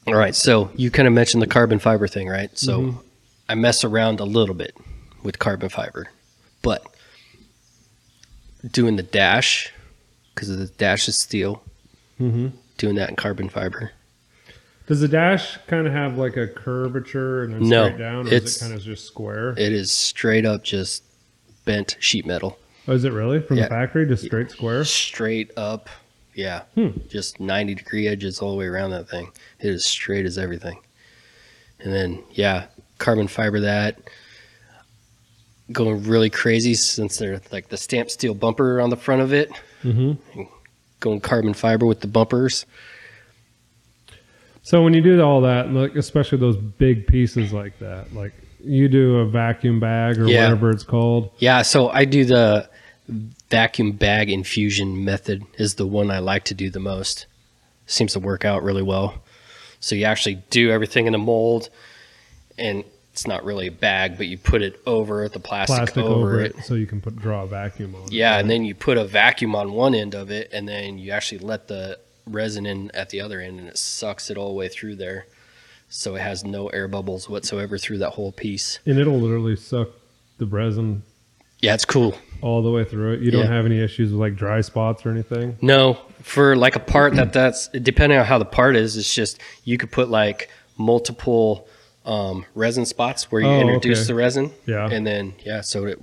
Speaker 2: all right, so you kind of mentioned the carbon fiber thing, right? So I mess around a little bit with carbon fiber, but doing the dash, because the dash is steel,
Speaker 1: mm-hmm.
Speaker 2: doing that in carbon fiber.
Speaker 1: Does the dash kind of have like a curvature and then
Speaker 2: No,
Speaker 1: straight down, or
Speaker 2: it's-
Speaker 1: is it kind of just square?
Speaker 2: It is straight up just bent sheet metal.
Speaker 1: oh, is it really from
Speaker 2: Yeah.
Speaker 1: the factory, just straight square?
Speaker 2: Straight up, yeah.
Speaker 1: Hmm.
Speaker 2: Just 90 degree edges all the way around that thing. It is straight as everything. And then, yeah, carbon fiber that. Going really crazy since they're like the stamped steel bumper on the front of it.
Speaker 1: Mm-hmm.
Speaker 2: Going carbon fiber with the bumpers.
Speaker 1: So when you do all that, and like especially those big pieces like that, like you do a vacuum bag or
Speaker 2: Yeah.
Speaker 1: whatever it's called.
Speaker 2: Yeah, so I do the vacuum bag infusion method is the one I like to do the most. Seems to work out really well. So you actually do everything in a mold and it's not really a bag, but you put it over the plastic,
Speaker 1: Plastic
Speaker 2: over, it.
Speaker 1: so you can put draw a vacuum on. it.
Speaker 2: Yeah, and then you put a vacuum on one end of it and then you actually let the resin in at the other end and it sucks it all the way through there. So it has no air bubbles whatsoever through that whole piece.
Speaker 1: and it'll literally suck the resin
Speaker 2: Yeah, it's cool.
Speaker 1: all the way through it. You don't
Speaker 2: Yeah.
Speaker 1: have any issues with like dry spots or anything.
Speaker 2: No, for like a part that that's depending on how the part is, it's just you could put like multiple um, resin spots where you
Speaker 1: Oh,
Speaker 2: introduce
Speaker 1: okay.
Speaker 2: the resin,
Speaker 1: Yeah.
Speaker 2: and then yeah, so it,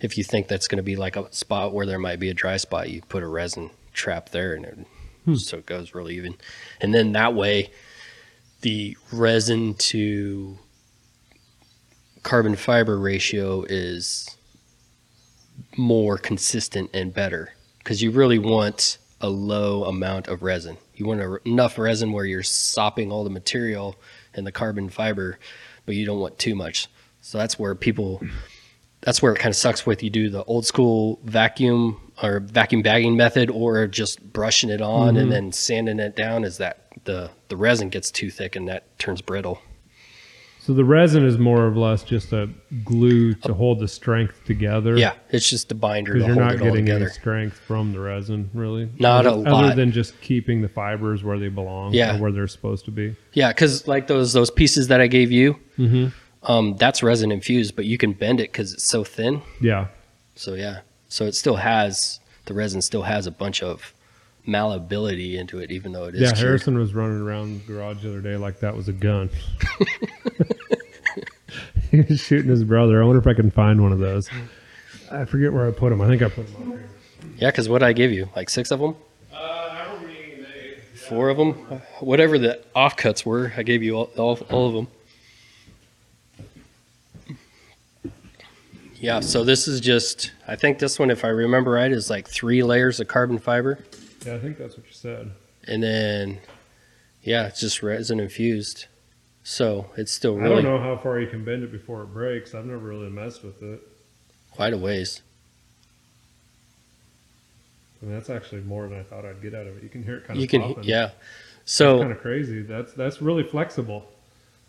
Speaker 2: if you think that's going to be like a spot where there might be a dry spot, you put a resin trap there, and it, so it goes really even, and then that way, the resin to carbon fiber ratio is more consistent and better because you really want a low amount of resin. You want a, enough resin where you're sopping all the material and the carbon fiber, but you don't want too much. So that's where people, that's where it kind of sucks with you do the old school vacuum or vacuum bagging method or just brushing it on
Speaker 1: Mm-hmm.
Speaker 2: and then sanding it down is that the, the resin gets too thick and that turns brittle.
Speaker 1: So the resin is more or less just a glue to hold the strength together.
Speaker 2: Yeah, it's just the binder to
Speaker 1: Because you're
Speaker 2: hold
Speaker 1: not
Speaker 2: it all
Speaker 1: getting any
Speaker 2: together.
Speaker 1: strength from the resin, really.
Speaker 2: Not a
Speaker 1: other, Other
Speaker 2: lot.
Speaker 1: than just keeping the fibers where they belong,
Speaker 2: Yeah.
Speaker 1: or where they're supposed to be.
Speaker 2: Yeah, because like those those pieces that I gave you,
Speaker 1: Mm-hmm.
Speaker 2: um, that's resin infused, but you can bend it because it's so thin.
Speaker 1: Yeah,
Speaker 2: So yeah, so it still has the resin still has a bunch of malleability into it, even though it is
Speaker 1: yeah.
Speaker 2: cured.
Speaker 1: Harrison was running around the garage the other day like that was a gun. he was shooting his brother. I wonder if I can find one of those. I forget where I put them. I think I put them on here.
Speaker 2: Yeah, because what I gave you, like six of them,
Speaker 1: Uh, however many they-
Speaker 2: four of them, whatever the offcuts were, I gave you all all, all of them. Yeah, so this is just, I think this one, if I remember right, is like three layers of carbon fiber.
Speaker 1: Yeah, I think that's what you said.
Speaker 2: and then yeah, it's just resin infused. So it's still
Speaker 1: I don't
Speaker 2: really
Speaker 1: know how far you can bend it before it breaks. I've never really messed with it.
Speaker 2: quite a ways.
Speaker 1: I mean, that's actually more than I thought I'd get out of it. You can hear it kind of
Speaker 2: You can
Speaker 1: popping.
Speaker 2: yeah. So
Speaker 1: kind of crazy. That's that's really flexible.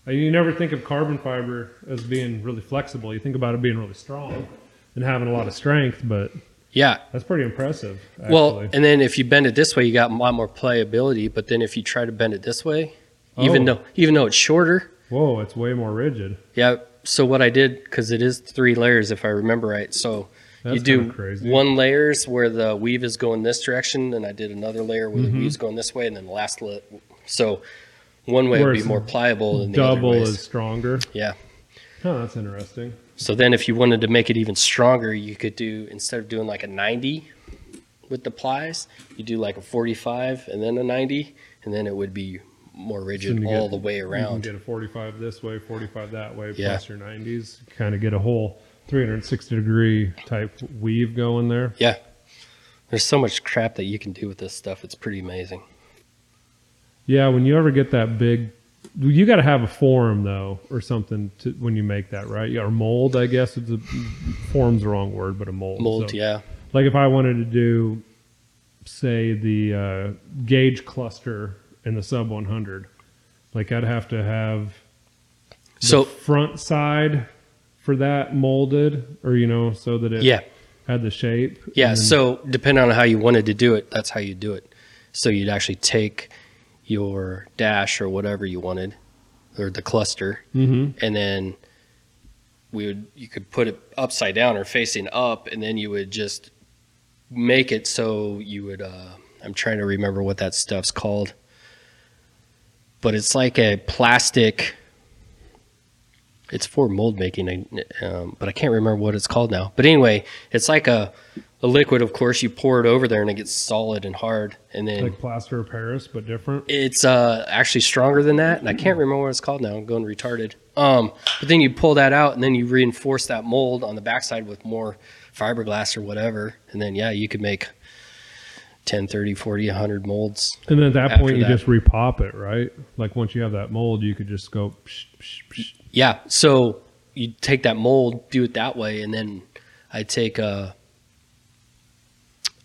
Speaker 1: I mean, you never think of carbon fiber as being really flexible. You think about it being really strong and having a lot of strength, but
Speaker 2: yeah,
Speaker 1: that's pretty impressive. Actually.
Speaker 2: well, and then if you bend it this way, you got a lot more playability. But then if you try to bend it this way, even
Speaker 1: Oh.
Speaker 2: though even though it's shorter,
Speaker 1: whoa, it's way more rigid.
Speaker 2: yeah. So what I did because it is three layers, if I remember right. So
Speaker 1: That's
Speaker 2: you do
Speaker 1: kinda crazy.
Speaker 2: one layers where the weave is going this direction, and I did another layer where
Speaker 1: Mm-hmm.
Speaker 2: the weave's going this way, and then the last la- so one way
Speaker 1: Where
Speaker 2: would be
Speaker 1: it's
Speaker 2: more pliable than the
Speaker 1: double
Speaker 2: other ways.
Speaker 1: is stronger.
Speaker 2: yeah.
Speaker 1: Oh, that's interesting.
Speaker 2: So then if you wanted to make it even stronger, you could do instead of doing like a 90 with the plies, you do like a 45 and then a 90 and then it would be more rigid
Speaker 1: Shouldn't you
Speaker 2: all
Speaker 1: get-
Speaker 2: the way
Speaker 1: You can
Speaker 2: around.
Speaker 1: get a 45 this way, 45 that way,
Speaker 2: Yeah.
Speaker 1: plus your 90s. Kind of get a whole 360 degree type weave going there.
Speaker 2: There's so much crap that you can do with this stuff. It's pretty amazing.
Speaker 1: Yeah, when you ever get that big, you got to have a form though, or something to, when you make that, right? Yeah, or mold, I guess. It's a, form's the wrong word, but a mold.
Speaker 2: Mold,
Speaker 1: So,
Speaker 2: yeah.
Speaker 1: Like if I wanted to do, say, the uh, gauge cluster in the sub 100, like I'd have to have the
Speaker 2: So
Speaker 1: front side for that molded, or you know, so that it
Speaker 2: yeah.
Speaker 1: had the shape.
Speaker 2: Yeah,
Speaker 1: and then-
Speaker 2: so depending on how you wanted to do it, that's how you do it. So you'd actually take your dash or whatever you wanted or the cluster
Speaker 1: Mhm.
Speaker 2: and then we would you could put it upside down or facing up and then you would just make it so you would uh i'm trying to remember what that stuff's called but it's like a plastic it's for mold making I- um, but i can't remember what it's called now but anyway it's like a a liquid of course you pour it over there and it gets solid and hard and then
Speaker 1: like plaster of Paris, but different.
Speaker 2: it's uh, actually stronger than that, and I can't remember what it's called now. I'm going retarded. Um, but then you pull that out, and then you reinforce that mold on the backside with more fiberglass or whatever, and then yeah, you could make 10, 30, 40, 100 molds.
Speaker 1: And then at that
Speaker 2: after
Speaker 1: point, you
Speaker 2: that.
Speaker 1: just repop it, right? Like once you have that mold, you could just go. Psh, psh, psh.
Speaker 2: Yeah, so you take that mold, do it that way, and then I take a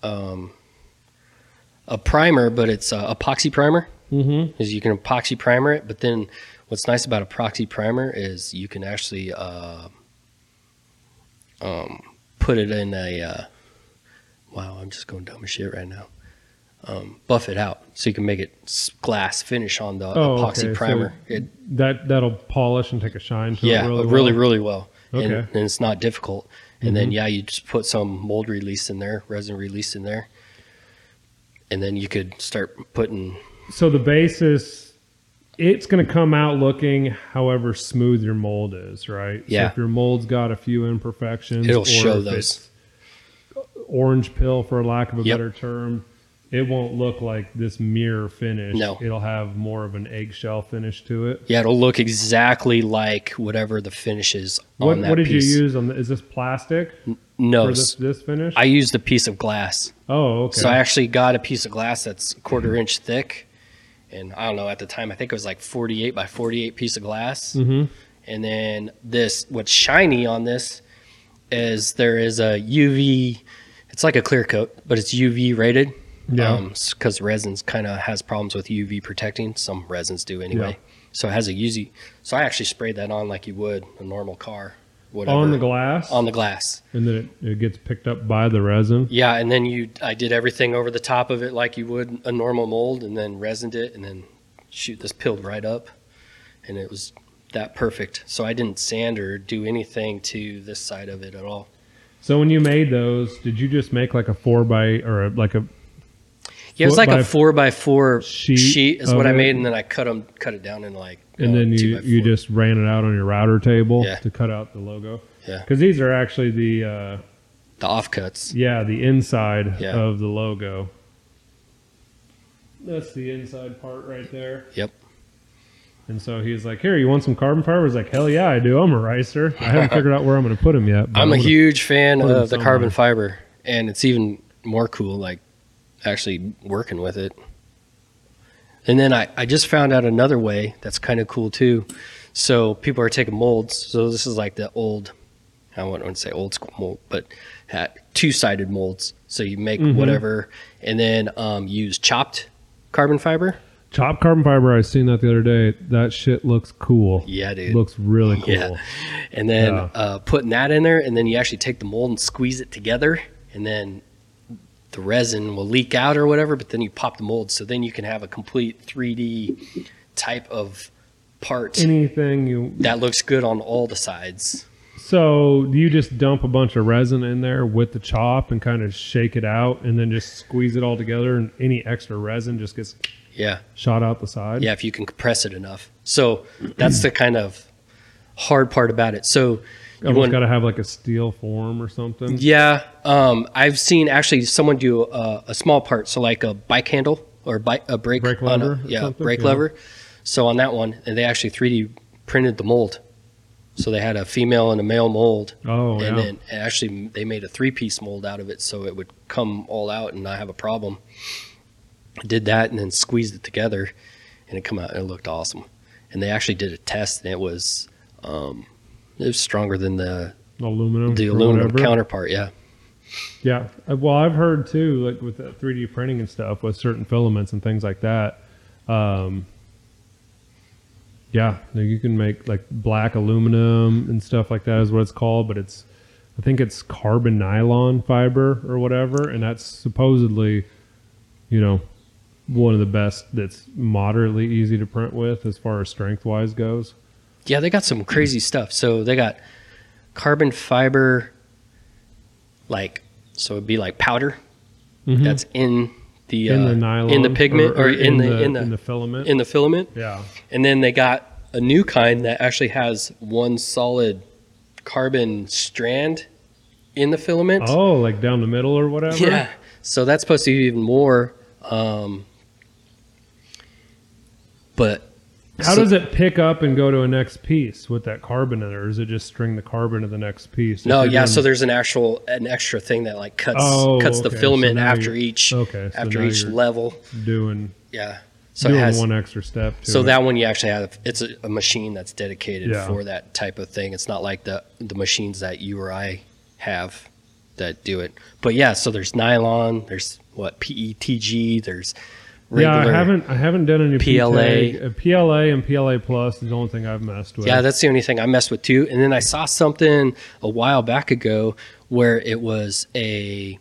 Speaker 2: um, a primer, but it's uh epoxy primer.
Speaker 1: Mm-hmm.
Speaker 2: is you can epoxy primer it, but then what's nice about epoxy primer is you can actually uh, um, put it in a. Uh, wow, I'm just going dumb as shit right now. Um, buff it out so you can make it s- glass finish on the
Speaker 1: Oh,
Speaker 2: epoxy
Speaker 1: okay, so
Speaker 2: primer. it,
Speaker 1: That that'll polish and take a shine to
Speaker 2: yeah,
Speaker 1: it really.
Speaker 2: really, really,
Speaker 1: well.
Speaker 2: well. And,
Speaker 1: Okay. Mm-hmm.
Speaker 2: and it's not difficult. And then yeah, you just put some mold release in there, resin release in there, and then you could start putting
Speaker 1: So the basis, it's going to come out looking however smooth your mold is, right?
Speaker 2: Yeah.
Speaker 1: So if your mold's got a few imperfections,
Speaker 2: It'll
Speaker 1: or
Speaker 2: show
Speaker 1: if
Speaker 2: those.
Speaker 1: it's Orange pill, for lack of a
Speaker 2: Yep.
Speaker 1: better term, it won't look like this mirror finish.
Speaker 2: No.
Speaker 1: it'll have more of an eggshell finish to it.
Speaker 2: Yeah, it'll look exactly like whatever the finish is
Speaker 1: What,
Speaker 2: on that
Speaker 1: what did
Speaker 2: piece.
Speaker 1: you use on? The, is this plastic
Speaker 2: No,
Speaker 1: for this,
Speaker 2: s-
Speaker 1: this finish?
Speaker 2: I used a piece of glass.
Speaker 1: oh, okay.
Speaker 2: So I actually got a piece of glass that's a quarter inch thick, and I don't know at the time I think it was like forty eight by forty eight piece of glass.
Speaker 1: mm-hmm.
Speaker 2: And then this, what's shiny on this, is there is a UV. It's like a clear coat, but it's UV rated.
Speaker 1: Yeah.
Speaker 2: um, because resins kind of has problems with UV protecting. Some resins do anyway. So it has a Uzi. So I actually sprayed that on like you would a normal car, whatever. Um,
Speaker 1: on the glass,
Speaker 2: On the glass.
Speaker 1: and then it, it gets picked up by the resin.
Speaker 2: Yeah, and then you, I did everything over the top of it like you would a normal mold, and then resined it, and then shoot, this peeled right up, and it was that perfect. So I didn't sand or do anything to this side of it at all.
Speaker 1: So when you made those, did you just make like a four by or a, like a
Speaker 2: Yeah, it was
Speaker 1: Foot
Speaker 2: like
Speaker 1: by
Speaker 2: a four by four
Speaker 1: sheet
Speaker 2: sheet, is what
Speaker 1: of
Speaker 2: I
Speaker 1: it?
Speaker 2: made, and then I cut 'em- cut it down in like.
Speaker 1: and
Speaker 2: uh,
Speaker 1: then
Speaker 2: two
Speaker 1: you
Speaker 2: by
Speaker 1: you
Speaker 2: four.
Speaker 1: just ran it out on your router table
Speaker 2: Yeah.
Speaker 1: to cut out the logo?
Speaker 2: Yeah.
Speaker 1: because these are actually the uh,
Speaker 2: the offcuts.
Speaker 1: yeah the inside
Speaker 2: Yeah.
Speaker 1: of the logo. That's the inside part right there.
Speaker 2: Yep.
Speaker 1: And so he's like, "Here, you want some carbon fiber?" I was like, "Hell yeah, I do. I'm a ricer. I haven't figured out where I'm going to put him yet." but
Speaker 2: I'm a
Speaker 1: gonna-
Speaker 2: huge fan
Speaker 1: put 'em
Speaker 2: of the carbon
Speaker 1: somewhere.
Speaker 2: fiber, and it's even more cool, like actually working with it. And then I, I just found out another way that's kind of cool too. So people are taking molds. So this is like the old, I wouldn't say old school mold, but two sided molds. So you make
Speaker 1: Mhm.
Speaker 2: whatever, and then um, use chopped carbon fiber.
Speaker 1: Chopped carbon fiber. I seen that the other day. That shit looks cool.
Speaker 2: Yeah, dude.
Speaker 1: It looks really cool.
Speaker 2: Yeah. and then
Speaker 1: Yeah.
Speaker 2: uh, putting that in there, and then you actually take the mold and squeeze it together, and then the resin will leak out or whatever. But then you pop the mold, so then you can have a complete 3D type of part
Speaker 1: Anything you
Speaker 2: that looks good on all the sides.
Speaker 1: so do you just dump a bunch of resin in there with the chop and kind of shake it out and then just squeeze it all together and any extra resin just gets
Speaker 2: Yeah,
Speaker 1: shot out the side.
Speaker 2: yeah, if you can compress it enough. So that's the kind of hard part about it. So you
Speaker 1: Almost
Speaker 2: want
Speaker 1: got to have like a steel form or something.
Speaker 2: Yeah, um, I've seen actually someone do uh, a, a small part, so like a bike handle or a bike, a brake,
Speaker 1: Brake
Speaker 2: on a-
Speaker 1: lever or
Speaker 2: yeah,
Speaker 1: something,
Speaker 2: brake
Speaker 1: yeah.
Speaker 2: lever. So on that one, and they actually 3D printed the mold. So they had a female and a male mold,
Speaker 1: Oh
Speaker 2: and
Speaker 1: yeah.
Speaker 2: then and actually they made a three-piece mold out of it, so it would come all out and not have a problem. I did that and then squeezed it together, and it come out. and It looked awesome, and they actually did a test, and it was um, it was stronger than the
Speaker 1: aluminum.
Speaker 2: the
Speaker 1: or
Speaker 2: aluminum
Speaker 1: whatever.
Speaker 2: counterpart. Yeah.
Speaker 1: Yeah. Uh, Well, I've heard too, like with that 3D printing and stuff, with certain filaments and things like that. Um, yeah, no, you can make like black aluminum and stuff like that is what it's called, but it's, I think it's carbon nylon fiber or whatever, and that's supposedly, you know, one of the best that's moderately easy to print with as far as strength wise goes.
Speaker 2: Yeah, they got some crazy stuff. So they got carbon fiber, like so it'd be like powder that's in the uh,
Speaker 1: Mm-hmm. in the nylon,
Speaker 2: in the pigment or, in, the, in the
Speaker 1: in the filament.
Speaker 2: in the filament,
Speaker 1: yeah,
Speaker 2: and then they got a new kind that actually has one solid carbon strand in the filament.
Speaker 1: oh, like down the middle or whatever.
Speaker 2: Yeah. So that's supposed to be even more. Um, but
Speaker 1: How
Speaker 2: So-
Speaker 1: does it pick up and go to a next piece with that carbon in it, or is it just string the carbon to the next piece?
Speaker 2: No,
Speaker 1: If you're
Speaker 2: yeah. So
Speaker 1: doing-
Speaker 2: there's an actual an extra thing that like cuts
Speaker 1: Oh,
Speaker 2: cuts
Speaker 1: okay,
Speaker 2: the
Speaker 1: so
Speaker 2: filament
Speaker 1: now
Speaker 2: after
Speaker 1: you're-
Speaker 2: each
Speaker 1: okay. So
Speaker 2: after
Speaker 1: now
Speaker 2: each
Speaker 1: you're
Speaker 2: level.
Speaker 1: doing
Speaker 2: Yeah. So
Speaker 1: doing
Speaker 2: it has
Speaker 1: one extra step. To
Speaker 2: so
Speaker 1: it.
Speaker 2: that one you actually have it's a, a machine that's dedicated
Speaker 1: Yeah.
Speaker 2: for that type of thing. It's not like the the machines that you or I have that do it. But yeah, so there's nylon, there's what PETG, there's regular.
Speaker 1: yeah, I haven't I haven't done any
Speaker 2: PLA.
Speaker 1: PTA. Uh, PLA and PLA plus is the only thing I've messed with.
Speaker 2: Yeah, that's the only thing I messed with too. And then I saw something a while back ago where it was a,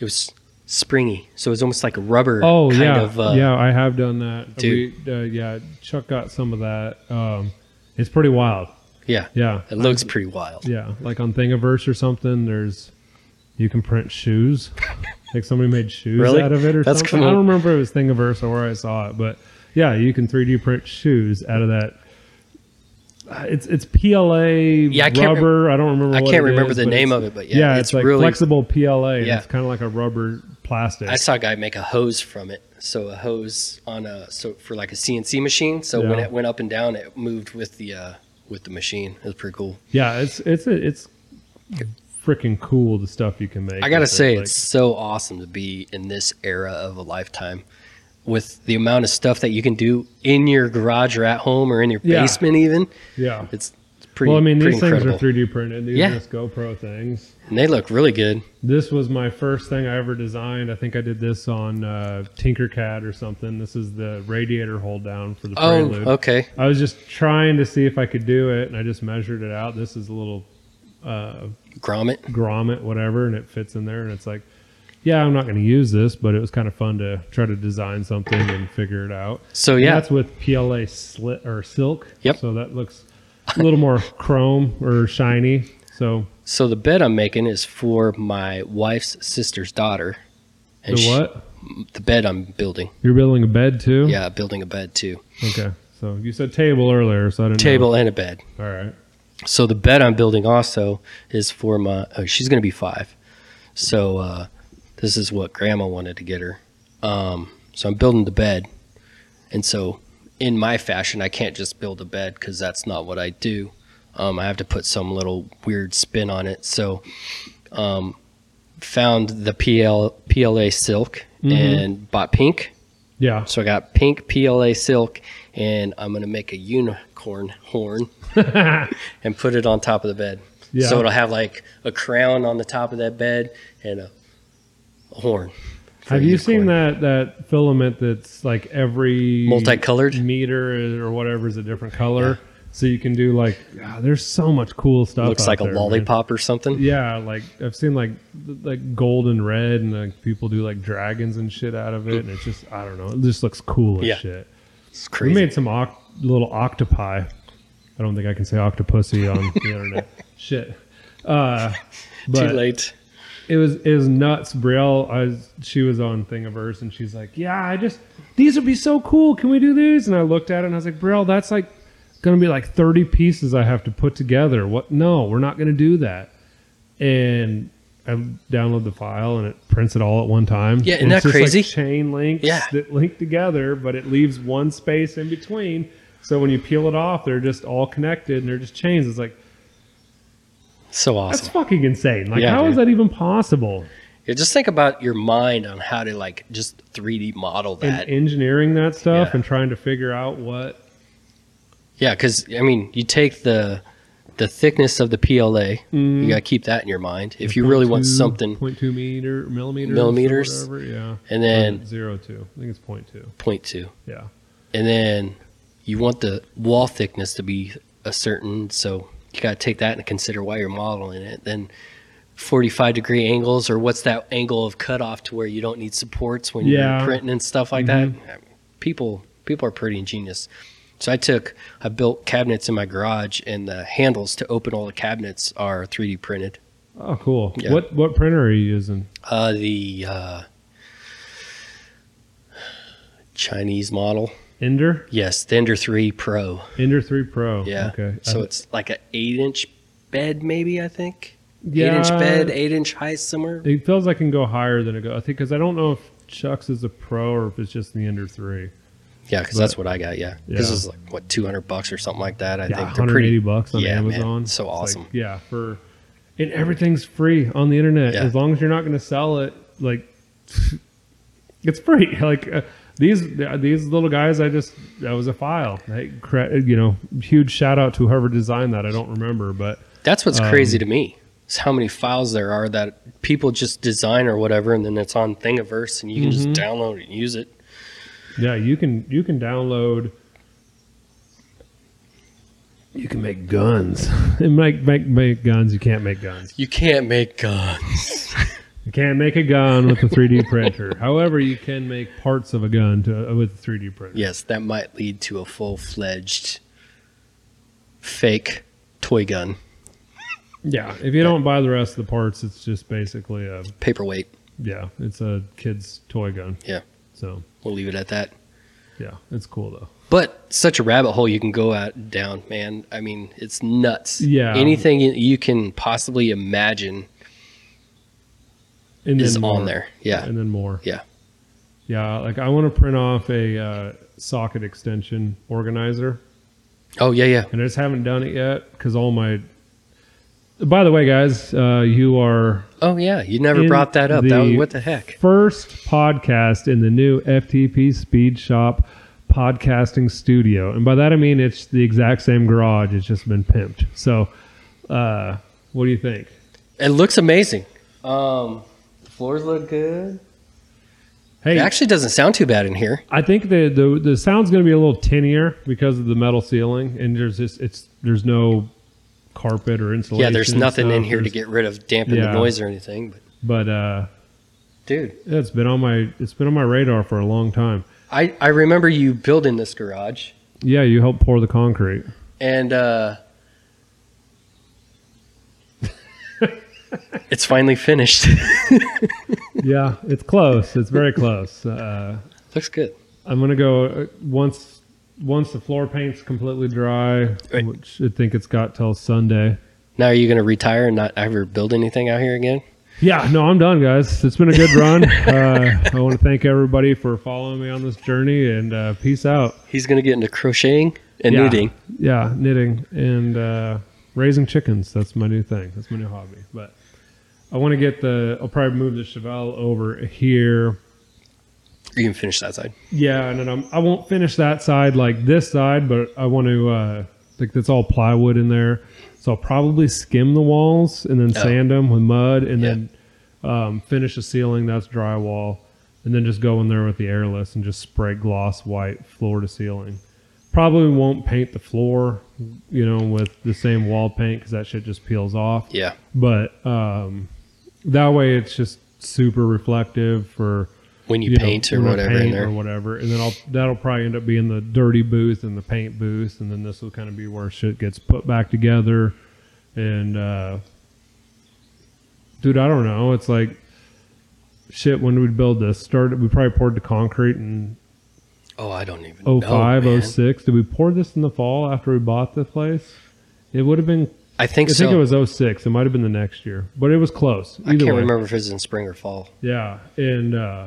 Speaker 2: it was springy, so it was almost like a rubber.
Speaker 1: oh
Speaker 2: kind
Speaker 1: yeah,
Speaker 2: of, uh,
Speaker 1: yeah, I have done that.
Speaker 2: Dude.
Speaker 1: We, uh, yeah, Chuck got some of that. Um, it's pretty wild.
Speaker 2: yeah.
Speaker 1: Yeah,
Speaker 2: It looks pretty wild.
Speaker 1: Yeah, like on Thingiverse or something. There's you can print shoes. like somebody made shoes
Speaker 2: Really?
Speaker 1: out of it or
Speaker 2: That's
Speaker 1: something.
Speaker 2: cool.
Speaker 1: I don't remember if it was Thingiverse or where I saw it, but yeah, you can 3D print shoes out of that. Uh, It's it's PLA
Speaker 2: I can't rem-
Speaker 1: rubber. I don't remember.
Speaker 2: I
Speaker 1: what
Speaker 2: can't
Speaker 1: it
Speaker 2: remember
Speaker 1: is,
Speaker 2: the
Speaker 1: but
Speaker 2: name
Speaker 1: it's-
Speaker 2: of it, but yeah,
Speaker 1: Yeah, it's, like
Speaker 2: really.
Speaker 1: flexible PLA. and
Speaker 2: Yeah.
Speaker 1: it's kind of like a rubber plastic.
Speaker 2: I saw a guy make a hose from it. So a hose on a so for like a CNC machine. So when
Speaker 1: Yeah.
Speaker 2: it went up and down, it moved with the uh, with the machine. It was pretty cool.
Speaker 1: yeah, it's it's it's freaking cool the stuff you can make.
Speaker 2: I gotta
Speaker 1: with it,
Speaker 2: say,
Speaker 1: like-
Speaker 2: it's so awesome to be in this era of a lifetime with the amount of stuff that you can do in your garage or at home or in your
Speaker 1: Yeah.
Speaker 2: basement, even.
Speaker 1: yeah.
Speaker 2: It's, it's pretty.
Speaker 1: well, I mean,
Speaker 2: pretty
Speaker 1: these things
Speaker 2: incredible.
Speaker 1: are 3D printed. These
Speaker 2: Yeah.
Speaker 1: are just GoPro things.
Speaker 2: and they look really good.
Speaker 1: This was my first thing I ever designed. I think I did this on uh, Tinkercad or something. This is the radiator hold down for the
Speaker 2: Oh,
Speaker 1: Prelude.
Speaker 2: okay.
Speaker 1: I was just trying to see if I could do it, and I just measured it out. This is a little uh,
Speaker 2: Grommet.
Speaker 1: grommet, whatever, and it fits in there. And it's like, yeah, I'm not going to use this, but it was kind of fun to try to design something and figure it out.
Speaker 2: So
Speaker 1: And
Speaker 2: yeah,
Speaker 1: that's with PLA slit or silk.
Speaker 2: Yep.
Speaker 1: So that looks a little more chrome or shiny. So
Speaker 2: so the bed I'm making is for my wife's sister's daughter.
Speaker 1: the
Speaker 2: she-
Speaker 1: what?
Speaker 2: the bed I'm building.
Speaker 1: You're building a bed too?
Speaker 2: Yeah, building a bed too.
Speaker 1: Okay. So you said table earlier, so I didn't know.
Speaker 2: Table and a bed.
Speaker 1: All right.
Speaker 2: So the bed I'm building also is for my. Oh, she's going to be five. So uh, this is what Grandma wanted to get her. Um, so I'm building the bed, and so in my fashion, I can't just build a bed because that's not what I do. Um, I have to put some little weird spin on it. So um, found the PL, PLA silk
Speaker 1: Mhm.
Speaker 2: Mm-hmm. and bought pink.
Speaker 1: Yeah.
Speaker 2: So I got pink PLA silk, and I'm gonna make a unicorn horn and put it on top of the bed.
Speaker 1: Yeah.
Speaker 2: So it'll have like a crown on the top of that bed and a, a horn. for
Speaker 1: Have
Speaker 2: a
Speaker 1: you seen
Speaker 2: unicorn.
Speaker 1: that that filament that's like every
Speaker 2: Multicolored.
Speaker 1: meter or whatever is a different color? So you can do like ah, there's so much cool stuff.
Speaker 2: Looks
Speaker 1: out
Speaker 2: like
Speaker 1: there,
Speaker 2: a
Speaker 1: man.
Speaker 2: lollipop or something.
Speaker 1: Yeah, like I've seen like like gold and red, and like people do like dragons and shit out of it, and it's just I don't know, it just looks cool as
Speaker 2: Yeah.
Speaker 1: shit.
Speaker 2: It's
Speaker 1: We
Speaker 2: crazy.
Speaker 1: made some oc- little octopi. I don't think I can say octopussy on the internet. Shit. Uh,
Speaker 2: Too
Speaker 1: but
Speaker 2: late.
Speaker 1: it was it was nuts. Brielle, I was, she was on Thingiverse, and she's like, "Yeah, I just these would be so cool. Can we do these?" And I looked at it, and I was like, "Brielle, that's like going to be like thirty pieces I have to put together. What? No, we're not going to do that." And I download the file, and it prints it all at one time.
Speaker 2: Yeah, isn't
Speaker 1: And it's
Speaker 2: that
Speaker 1: just, like,
Speaker 2: crazy?
Speaker 1: chain links
Speaker 2: Yeah.
Speaker 1: that link together, but it leaves one space in between. So when you peel it off, they're just all connected, and they're just chains. It's like
Speaker 2: So
Speaker 1: that's
Speaker 2: awesome.
Speaker 1: fucking insane. Like, how is
Speaker 2: Yeah, dude.
Speaker 1: that even possible?
Speaker 2: Yeah, just think about your mind on how to like just 3D model that.
Speaker 1: and engineering that stuff
Speaker 2: Yeah.
Speaker 1: and trying to figure out what
Speaker 2: Yeah, because I mean, you take the the thickness of the PLA.
Speaker 1: Mm.
Speaker 2: You got to keep that in your mind if you really want
Speaker 1: 0.2
Speaker 2: something.
Speaker 1: 0.2 meter millimeters or
Speaker 2: Millimeters.
Speaker 1: whatever, yeah
Speaker 2: And then
Speaker 1: Or zero two i think it's point two
Speaker 2: point two.
Speaker 1: Yeah.
Speaker 2: And then you want the wall thickness to be a certain, so you got to take that and consider while you're modeling it. Then 45 degree angles, or what's that angle of cutoff to where you don't need supports when
Speaker 1: Yeah. Mm-hmm.
Speaker 2: you're printing and stuff like that. People, people are pretty ingenious. So I took, I built cabinets in my garage, and the handles to open all the cabinets are 3D printed.
Speaker 1: Oh, cool
Speaker 2: Yeah.
Speaker 1: what what printer are you using
Speaker 2: Uh, the uh, Chinese model,
Speaker 1: ender
Speaker 2: yes, the Ender 3 Pro.
Speaker 1: ender 3 pro
Speaker 2: Yeah.
Speaker 1: okay
Speaker 2: So
Speaker 1: Uh,
Speaker 2: it's like an eight inch bed, maybe, I think. Eight
Speaker 1: yeah,
Speaker 2: inch bed, eight inch high somewhere.
Speaker 1: it feels like it can go higher than it go i think because i don't know if chucks is a pro or if it's just the ender 3
Speaker 2: Yeah, because that's what I got. Yeah. This
Speaker 1: Yeah.
Speaker 2: is like, what, 200 bucks or something like that. I
Speaker 1: yeah
Speaker 2: think they're
Speaker 1: 180
Speaker 2: pretty.
Speaker 1: bucks on
Speaker 2: yeah, man.
Speaker 1: amazon
Speaker 2: So
Speaker 1: It's
Speaker 2: awesome.
Speaker 1: like, yeah for and everything's free on the internet
Speaker 2: Yeah.
Speaker 1: as long as you're not going to sell it like it's free like uh, these these little guys i just that was a file I, cre- you know huge shout out to whoever designed that i don't remember but
Speaker 2: That's what's
Speaker 1: Um,
Speaker 2: crazy to me is how many files there are that people just design or whatever, and then it's on Thingiverse, and you can
Speaker 1: Mhm.
Speaker 2: just download it and use it.
Speaker 1: yeah you can you can download you can make guns and make make make guns you can't make guns
Speaker 2: You can't make guns.
Speaker 1: You can't make a gun with a 3D printer. However, you can make parts of a gun to, uh, with a 3D printer.
Speaker 2: yes, that might lead to a full fledged fake toy gun,
Speaker 1: Yeah. If you don't buy the rest of the parts, it's just basically a
Speaker 2: paperweight.
Speaker 1: yeah, it's a kid's toy gun.
Speaker 2: Yeah.
Speaker 1: So
Speaker 2: We'll leave it at that.
Speaker 1: yeah, it's cool though.
Speaker 2: But such a rabbit hole you can go out down, man. I mean, it's nuts.
Speaker 1: Yeah.
Speaker 2: Anything you- you can possibly imagine
Speaker 1: And
Speaker 2: is
Speaker 1: more.
Speaker 2: on there. Yeah.
Speaker 1: And then more.
Speaker 2: Yeah.
Speaker 1: Yeah. Like I want to print off a uh, socket extension organizer.
Speaker 2: Oh yeah, yeah.
Speaker 1: and I just haven't done it yet because all my. By the way, guys, uh, you are
Speaker 2: Oh yeah. You never
Speaker 1: In
Speaker 2: brought that up. that was
Speaker 1: the-
Speaker 2: what the heck.
Speaker 1: first podcast in the new FTP Speed Shop podcasting studio, and by that I mean it's the exact same garage. It's just been pimped. So, uh, what do you think?
Speaker 2: It looks amazing. Um, the floors look good.
Speaker 1: Hey,
Speaker 2: It actually doesn't sound too bad in here.
Speaker 1: I think the the, the sound's going to be a little tinier because of the metal ceiling, and there's just it's there's no carpet or insulation.
Speaker 2: Yeah, there's nothing in
Speaker 1: stuff.
Speaker 2: here to
Speaker 1: There's-
Speaker 2: get rid of, dampen
Speaker 1: Yeah.
Speaker 2: the noise or anything. But
Speaker 1: But uh,
Speaker 2: dude,
Speaker 1: yeah, it's been on my it's been on my radar for a long time.
Speaker 2: I, I remember you building this garage,
Speaker 1: Yeah, you helped pour the concrete.
Speaker 2: and uh, it's finally finished.
Speaker 1: yeah, it's close. It's very close. Uh,
Speaker 2: looks good.
Speaker 1: I'm gonna go uh, once once the floor paint's completely dry,
Speaker 2: Right.
Speaker 1: which I think it's got till Sunday.
Speaker 2: Now, are you going to retire and not ever build anything out here again?
Speaker 1: Yeah, no, I'm done, guys. It's been a good run. uh, I want to thank everybody for following me on this journey, and uh, peace out.
Speaker 2: He's going to get into crocheting and
Speaker 1: Yeah.
Speaker 2: knitting.
Speaker 1: Yeah, knitting and uh, raising chickens. That's my new thing. That's my new hobby. But I want to get the. I'll probably move the Chevelle over here.
Speaker 2: You can finish that side.
Speaker 1: Yeah, and then I'm, I won't finish that side like this side, but I want to uh, like that's all plywood in there, so I'll probably skim the walls and then
Speaker 2: Oh.
Speaker 1: sand them with mud, and
Speaker 2: Yeah.
Speaker 1: then um, finish the ceiling. That's drywall, and then just go in there with the airless and just spray gloss white floor to ceiling. Probably won't paint the floor, you know, with the same wall paint because that shit just peels off
Speaker 2: Yeah.
Speaker 1: but um, that way it's just super reflective for
Speaker 2: When you
Speaker 1: know,
Speaker 2: paint or
Speaker 1: when I
Speaker 2: whatever in
Speaker 1: paint
Speaker 2: there.
Speaker 1: or whatever, and then I'll, that'll probably end up being the dirty booth and the paint booth, and then this will kind of be where shit gets put back together, and uh, dude, I don't know, it's like shit. When did we build this? Started we probably poured the concrete in
Speaker 2: Oh, I don't even know.
Speaker 1: 05,
Speaker 2: man.
Speaker 1: 06. Did we pour this in the fall after we bought the place? It would have been
Speaker 2: I think
Speaker 1: I
Speaker 2: so.
Speaker 1: think it was 06. It might have been the next year, but it was close. Either
Speaker 2: I can't
Speaker 1: way.
Speaker 2: remember if it was in spring or fall.
Speaker 1: Yeah, and uh,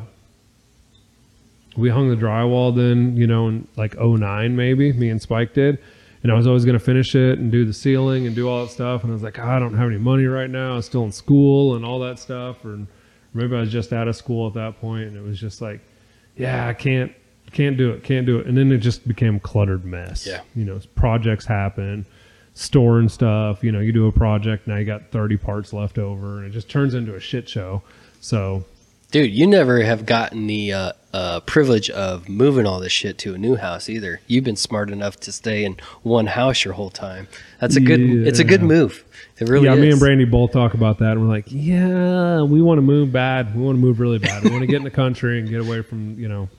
Speaker 1: we hung the drywall then, you know, in like 09 maybe, me and Spike did. And I was always going to finish it and do the ceiling and do all that stuff. And I was like, "Ah, I don't have any money right now. I was still in school and all that stuff. Or maybe I was just out of school at that point, And it was just like, yeah, I can't, can't do it, can't do it. And then it just became a cluttered mess.
Speaker 2: Yeah.
Speaker 1: You know, projects happen, storing stuff. You know, you do a project, now you got 30 parts left over. And it just turns into a shit show. So
Speaker 2: Dude, you never have gotten the uh, uh, privilege of moving all this shit to a new house either. You've been smart enough to stay in one house your whole time. That's a good. It's a good
Speaker 1: Yeah.
Speaker 2: move. It really
Speaker 1: yeah,
Speaker 2: is.
Speaker 1: me and Brandy both talk about that, and we're like, yeah, we want to move bad. We want to move really bad. We want to get in the country and get away from you know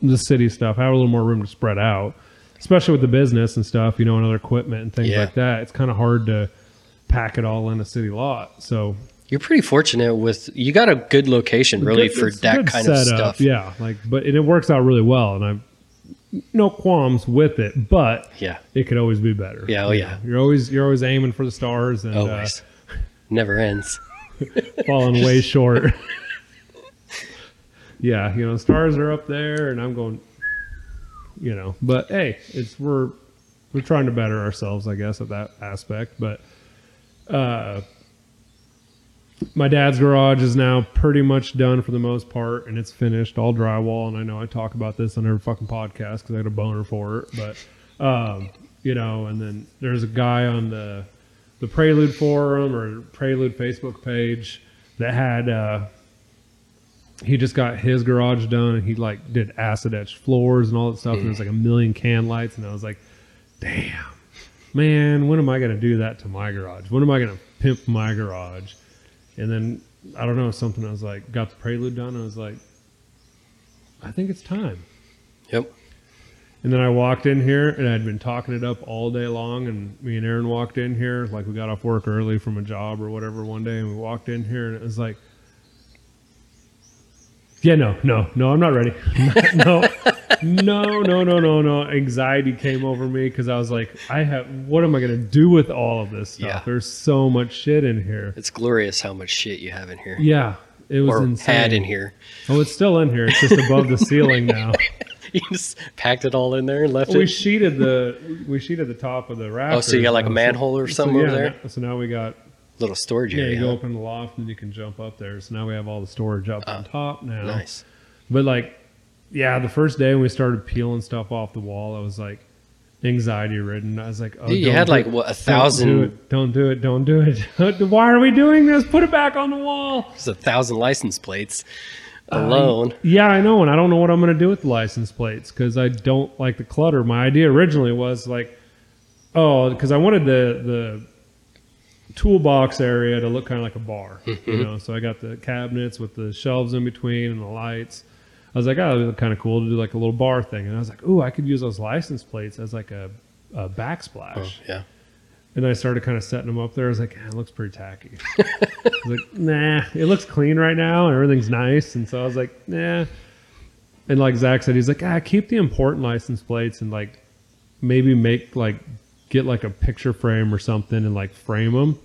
Speaker 1: the city stuff. Have a little more room to spread out, especially with the business and stuff. You know, and other equipment and things
Speaker 2: Yeah.
Speaker 1: like that. It's kind of hard to pack it all in a city lot. So
Speaker 2: You're pretty fortunate with. You got a good location really
Speaker 1: good-
Speaker 2: for
Speaker 1: it's
Speaker 2: that
Speaker 1: good
Speaker 2: kind of
Speaker 1: setup,
Speaker 2: stuff.
Speaker 1: Yeah, like, but and it works out really well, and I've no qualms with it. But
Speaker 2: Yeah.
Speaker 1: it could always be better.
Speaker 2: Yeah, oh,
Speaker 1: You
Speaker 2: yeah.
Speaker 1: know, You're always you're always aiming for the stars and uh,
Speaker 2: Always. Never ends.
Speaker 1: falling way short. yeah, you know, stars are up there, and I'm going, you know, but hey, it's we're we're trying to better ourselves, I guess, at that aspect. But uh, my dad's garage is now pretty much done for the most part, and it's finished, all drywall. And I know I talk about this on every fucking podcast because I had a boner for it, but um, you know, and then there's a guy on the the Prelude forum or Prelude Facebook page that had uh he just got his garage done and he like did acid etched floors and all that stuff and there's like a million can lights and I was like, damn, man, when am I gonna do that to my garage? When am I gonna pimp my garage? And then I don't know something I was like got the Prelude done. I was like, I think it's time.
Speaker 2: Yep.
Speaker 1: And then I walked in here and I'd been talking it up all day long. And me and Aaron walked in here, like we got off work early from a job or whatever one day. And we walked in here and it was like, yeah, no, no, no, I'm not ready. no, no, no, no, no, no. Anxiety came over me because I was like, I have, what am I going to do with all of this stuff?
Speaker 2: Yeah.
Speaker 1: There's so much shit in here.
Speaker 2: It's glorious how much shit you have in here.
Speaker 1: Yeah. It was
Speaker 2: or
Speaker 1: insane.
Speaker 2: had in here.
Speaker 1: Oh, it's still in here. It's just above the ceiling now.
Speaker 2: you just packed it all in there and left
Speaker 1: we
Speaker 2: it.
Speaker 1: sheeted the we sheeted the top of the rafters.
Speaker 2: Oh, so you got like a
Speaker 1: now,
Speaker 2: manhole or something
Speaker 1: yeah,
Speaker 2: over there?
Speaker 1: now- so now we got
Speaker 2: Little storage
Speaker 1: yeah, you
Speaker 2: area.
Speaker 1: go
Speaker 2: huh?
Speaker 1: open the
Speaker 2: Oh,
Speaker 1: loft and you can jump up there. So now we have all the storage up on top now.
Speaker 2: Nice.
Speaker 1: But like yeah, the first day when we started peeling stuff off the wall, I was like anxiety ridden. I was like, oh,
Speaker 2: Dude, you
Speaker 1: don't
Speaker 2: had
Speaker 1: do
Speaker 2: like
Speaker 1: it.
Speaker 2: what a
Speaker 1: Don't do
Speaker 2: thousand.
Speaker 1: it. Don't do it. Don't do it. Why are we doing this? Put it back on the wall.
Speaker 2: It was a thousand license plates alone.
Speaker 1: Yeah, I know, and I don't know what I'm going to do with the license plates because I don't like the clutter. My idea originally was like, oh, because I wanted the the toolbox area to look kind of like a bar, you know. So I got the cabinets with the shelves in between and the lights. I was like, oh, that'd look kind of cool to do like a little bar thing. And I was like, ooh, I could use those license plates as like a, a backsplash.
Speaker 2: Oh, yeah.
Speaker 1: And I started kind of setting them up there. I was like, "Ah, it looks pretty tacky. I was like, nah, it looks clean right now and everything's nice. And so I was like, nah. And like Zach said, he's like, ah, keep the important license plates and like maybe make like get like a picture frame or something and like frame them.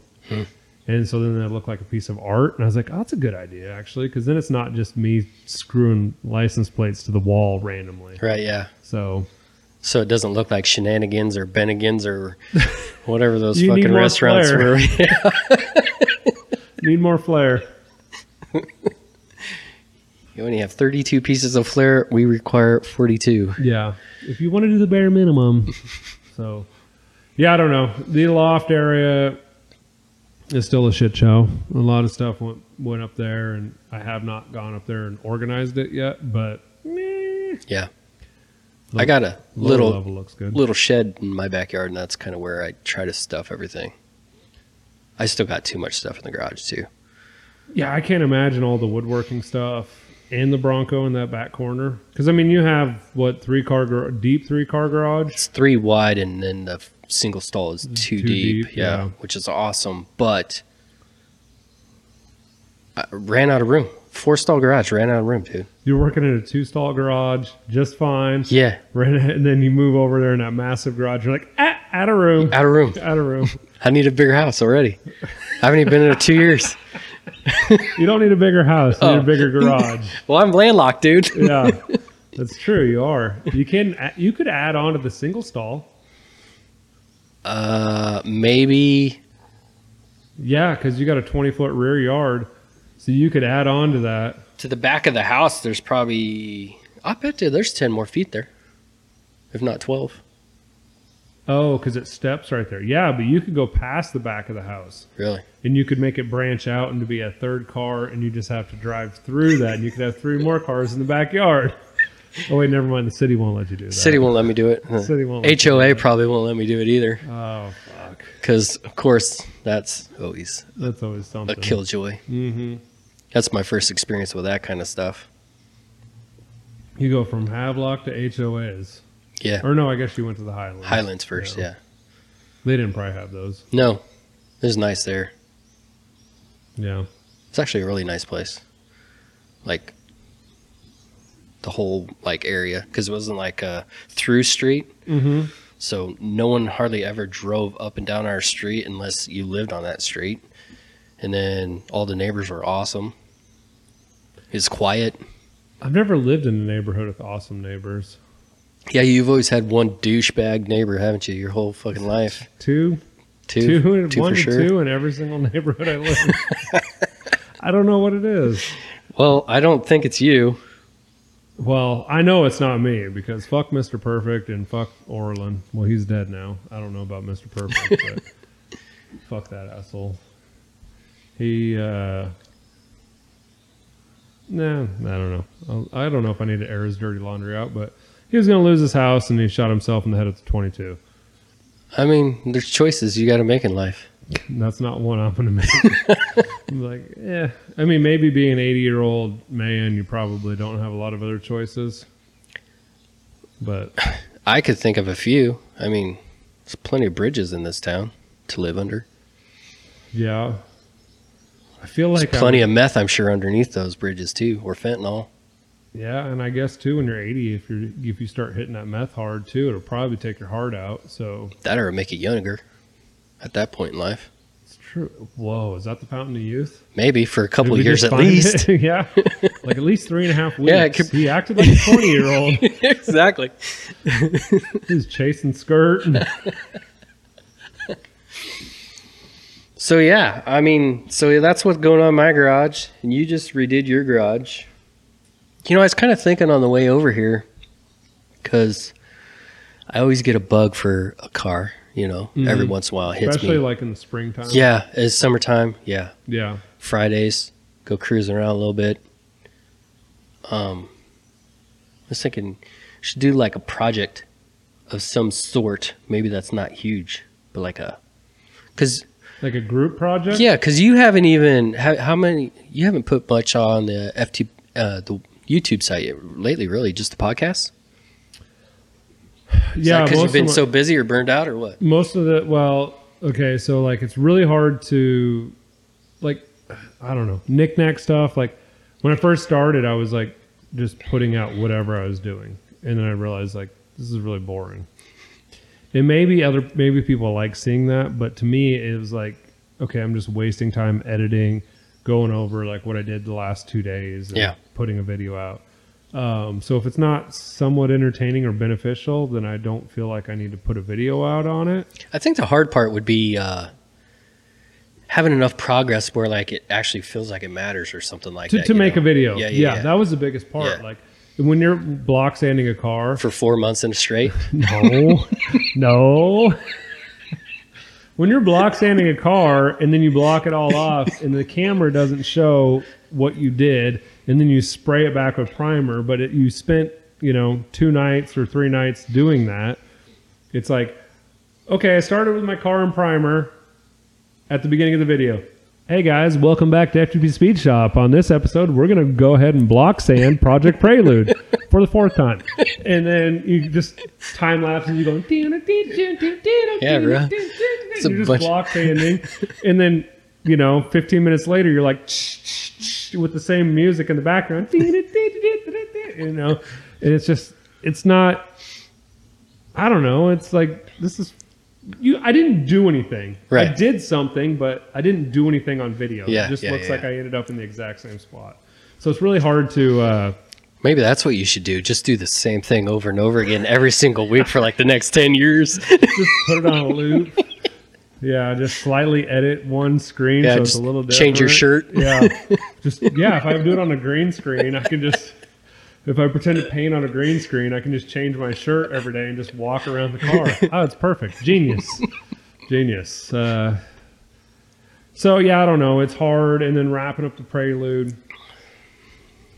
Speaker 1: And so then they look like a piece of art. And I was like, oh, that's a good idea actually. Cause then it's not just me screwing license plates to the wall randomly.
Speaker 2: Right. Yeah.
Speaker 1: So
Speaker 2: So it doesn't look like shenanigans or Bennigan's or whatever those
Speaker 1: You need
Speaker 2: fucking
Speaker 1: more
Speaker 2: restaurants
Speaker 1: flair.
Speaker 2: were.
Speaker 1: need more flair.
Speaker 2: you only have 32 pieces of flair. We require 42.
Speaker 1: Yeah. If you want to do the bare minimum. so, yeah, I don't know. The loft area is still a shit show. A lot of stuff went went up there, and I have not gone up there and organized it yet. But meh,
Speaker 2: Yeah. I got a little
Speaker 1: level looks good.
Speaker 2: little shed in my backyard, and that's kind of where I try to stuff everything. I still got too much stuff in the garage too.
Speaker 1: Yeah, I can't imagine all the woodworking stuff and the Bronco in that back corner. Because I mean, you have what three car gar- deep three car garage.
Speaker 2: It's three wide, and then the f- single stall is too, Mm, deep.
Speaker 1: deep,
Speaker 2: yeah,
Speaker 1: yeah.
Speaker 2: which is awesome, but I ran out of room. Four stall garage ran out of room, dude.
Speaker 1: You're working in a two stall garage just fine.
Speaker 2: Yeah,
Speaker 1: Right, and then you move over there in that massive garage. You're like, ah, out of room.
Speaker 2: out of room.
Speaker 1: out of room.
Speaker 2: I need a bigger house already. I haven't even been in it two years.
Speaker 1: You don't need a bigger house. You need
Speaker 2: Oh.
Speaker 1: a bigger garage.
Speaker 2: Well, I'm landlocked, dude.
Speaker 1: Yeah, that's true. You are. You can. You could add on to the single stall.
Speaker 2: Uh, maybe
Speaker 1: Yeah, because you got a twenty foot rear yard, so you could add on to that.
Speaker 2: to the back of the house. There's probably I bet you there's ten more feet there, if not twelve.
Speaker 1: Oh, because it steps right there. Yeah, but you could go past the back of the house,
Speaker 2: Really?
Speaker 1: and you could make it branch out into be a third car, and you just have to drive through that, and you could have three more cars in the backyard. Oh wait, never mind. The city won't let you do that.
Speaker 2: City won't let me do it. Huh.
Speaker 1: City won't. let you do
Speaker 2: HOA
Speaker 1: that.
Speaker 2: probably won't let me do it either,
Speaker 1: Oh fuck,
Speaker 2: because of course that's always
Speaker 1: that's always
Speaker 2: a
Speaker 1: something.
Speaker 2: killjoy.
Speaker 1: Mm-hmm.
Speaker 2: That's my first experience with that kind of stuff.
Speaker 1: You go from Havelock to HOAs.
Speaker 2: Yeah.
Speaker 1: Or no, I guess you went to the Highlands.
Speaker 2: Highlands first, yeah.
Speaker 1: They didn't probably have those.
Speaker 2: No, it was nice there.
Speaker 1: Yeah.
Speaker 2: It's actually a really nice place. Like the whole like area, because it wasn't like a through street,
Speaker 1: Mm-hmm.
Speaker 2: so no one hardly ever drove up and down our street unless you lived on that street. And then all the neighbors were awesome. It's quiet.
Speaker 1: I've never lived in a neighborhood with awesome neighbors.
Speaker 2: Yeah, you've always had one douchebag neighbor, haven't you? Your whole fucking life.
Speaker 1: Two,
Speaker 2: Two,
Speaker 1: two, and one
Speaker 2: for
Speaker 1: to
Speaker 2: sure.
Speaker 1: two in every single neighborhood I live. in. I don't know what it is.
Speaker 2: Well, I don't think it's you.
Speaker 1: Well, I know it's not me because fuck Mr. Perfect and fuck Orlin. Well, he's dead now. I don't know about Mr. Perfect, but fuck that asshole. He, uh, nah, I don't know. I'll- I don't know if I need to air his dirty laundry out, but he was going to lose his house and he shot himself in the head at the 22.
Speaker 2: I mean, there's choices you got to make in life.
Speaker 1: And that's not one I'm going to make. I'm like, yeah. I mean, maybe being an 80 year old man, you probably don't have a lot of other choices. But
Speaker 2: I could think of a few. I mean, there's plenty of bridges in this town to live under.
Speaker 1: Yeah. I feel
Speaker 2: There's
Speaker 1: like I-
Speaker 2: plenty of meth, I'm sure, underneath those bridges too, or fentanyl.
Speaker 1: yeah, and I guess too when you're 80, if you are if you start hitting that meth hard too, it'll probably take your heart out. So
Speaker 2: That or make you younger at that point in life.
Speaker 1: it's true. Whoa, is that the fountain of youth?
Speaker 2: Maybe for a
Speaker 1: Did
Speaker 2: couple
Speaker 1: we
Speaker 2: years
Speaker 1: just
Speaker 2: at
Speaker 1: find
Speaker 2: least.
Speaker 1: it? yeah, like at least three and a half weeks.
Speaker 2: Yeah, it could-
Speaker 1: he acted like a 20 year old.
Speaker 2: exactly.
Speaker 1: He was chasing skirt. and-
Speaker 2: So yeah, I mean, so that's what's going on in my garage, and you just redid your garage. You know, I was kind of thinking on the way over here because I always get a bug for a car. You know, every once in a while it hits
Speaker 1: Especially
Speaker 2: me.
Speaker 1: like in the springtime.
Speaker 2: yeah, it's summertime. Yeah,
Speaker 1: Yeah.
Speaker 2: Fridays, go cruising around a little bit. Um, I was thinking should do like a project of some sort. Maybe that's not huge, but like a because
Speaker 1: Like a group project.
Speaker 2: yeah, because you haven't even how, how many you haven't put much on the FT uh, the YouTube site yet, lately. Really, just the podcast. Is
Speaker 1: Yeah.
Speaker 2: because
Speaker 1: most
Speaker 2: you've
Speaker 1: of
Speaker 2: been
Speaker 1: my-
Speaker 2: so busy or burned out or what?
Speaker 1: most of the well okay so like it's really hard to like i don't know knickknack stuff like when i first started i was like just putting out whatever i was doing and then i realized like this is really boring and maybe other maybe people like seeing that but to me it was like okay i'm just wasting time editing going over like what i did the last two days and
Speaker 2: Yeah.
Speaker 1: putting a video out um, so if it's not somewhat entertaining or beneficial then i don't feel like i need to put a video out on it
Speaker 2: I think the hard part would be uh, having enough progress where like it actually feels like it matters or something like
Speaker 1: to,
Speaker 2: that.
Speaker 1: to
Speaker 2: you
Speaker 1: make
Speaker 2: know?
Speaker 1: a video.
Speaker 2: Yeah, yeah, yeah.
Speaker 1: that was the biggest part.
Speaker 2: Yeah.
Speaker 1: Like when you're block sanding a car.
Speaker 2: for four months in a straight.
Speaker 1: No, no. When you're block sanding a car and then you block it all off and the camera doesn't show what you did and then you spray it back with primer, but it, you spent you know two nights or three nights doing that. It's like, okay, I started with my car and primer at the beginning of the video. Hey guys, welcome back to FTP Speed Shop. On this episode, we're going to go ahead and block sand Project Prelude for the fourth time. And then you just time lapse and you go, yeah,
Speaker 2: Yeah, bro.
Speaker 1: You're
Speaker 2: a
Speaker 1: just
Speaker 2: bunch-
Speaker 1: block sanding. And then, you know, 15 minutes later, you're like, with the same music in the background. You know, and it's just, it's not, I don't know. It's like, this is you I didn't do anything. I
Speaker 2: Right.
Speaker 1: did something, but I didn't do anything on video.
Speaker 2: Yeah,
Speaker 1: it just
Speaker 2: yeah,
Speaker 1: looks
Speaker 2: yeah,
Speaker 1: like
Speaker 2: yeah.
Speaker 1: I ended up in the exact same spot. So it's really hard to uh,
Speaker 2: Maybe that's what you should do. Just do the same thing over and over again every single week for like the next ten years.
Speaker 1: just put it on a loop. Yeah, just slightly edit one screen
Speaker 2: Yeah,
Speaker 1: so it's a
Speaker 2: just
Speaker 1: little different.
Speaker 2: change your shirt.
Speaker 1: Yeah. just yeah, if I do it on a green screen, I can just if I pretend to paint on a green screen, I can just change my shirt every day and just walk around the car. oh, it's perfect. Genius. Genius. Uh, so yeah, I don't know. It's hard and then wrapping up the prelude.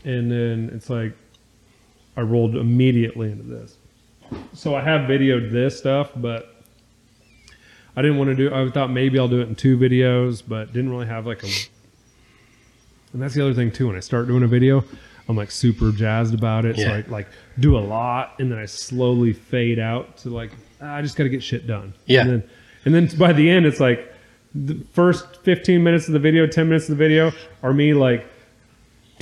Speaker 1: And then it's like I rolled immediately into this. So I have videoed this stuff, but I didn't want to do. I thought maybe I'll do it in two videos, but didn't really have like a. And that's the other thing too. When I start doing a video, I'm like super jazzed about it.
Speaker 2: Yeah.
Speaker 1: So I like do a lot, and then I slowly fade out to like "Ah, I just got to get shit done.
Speaker 2: Yeah.
Speaker 1: And then, and then by the end, it's like the first 15 minutes of the video, 10 minutes of the video are me like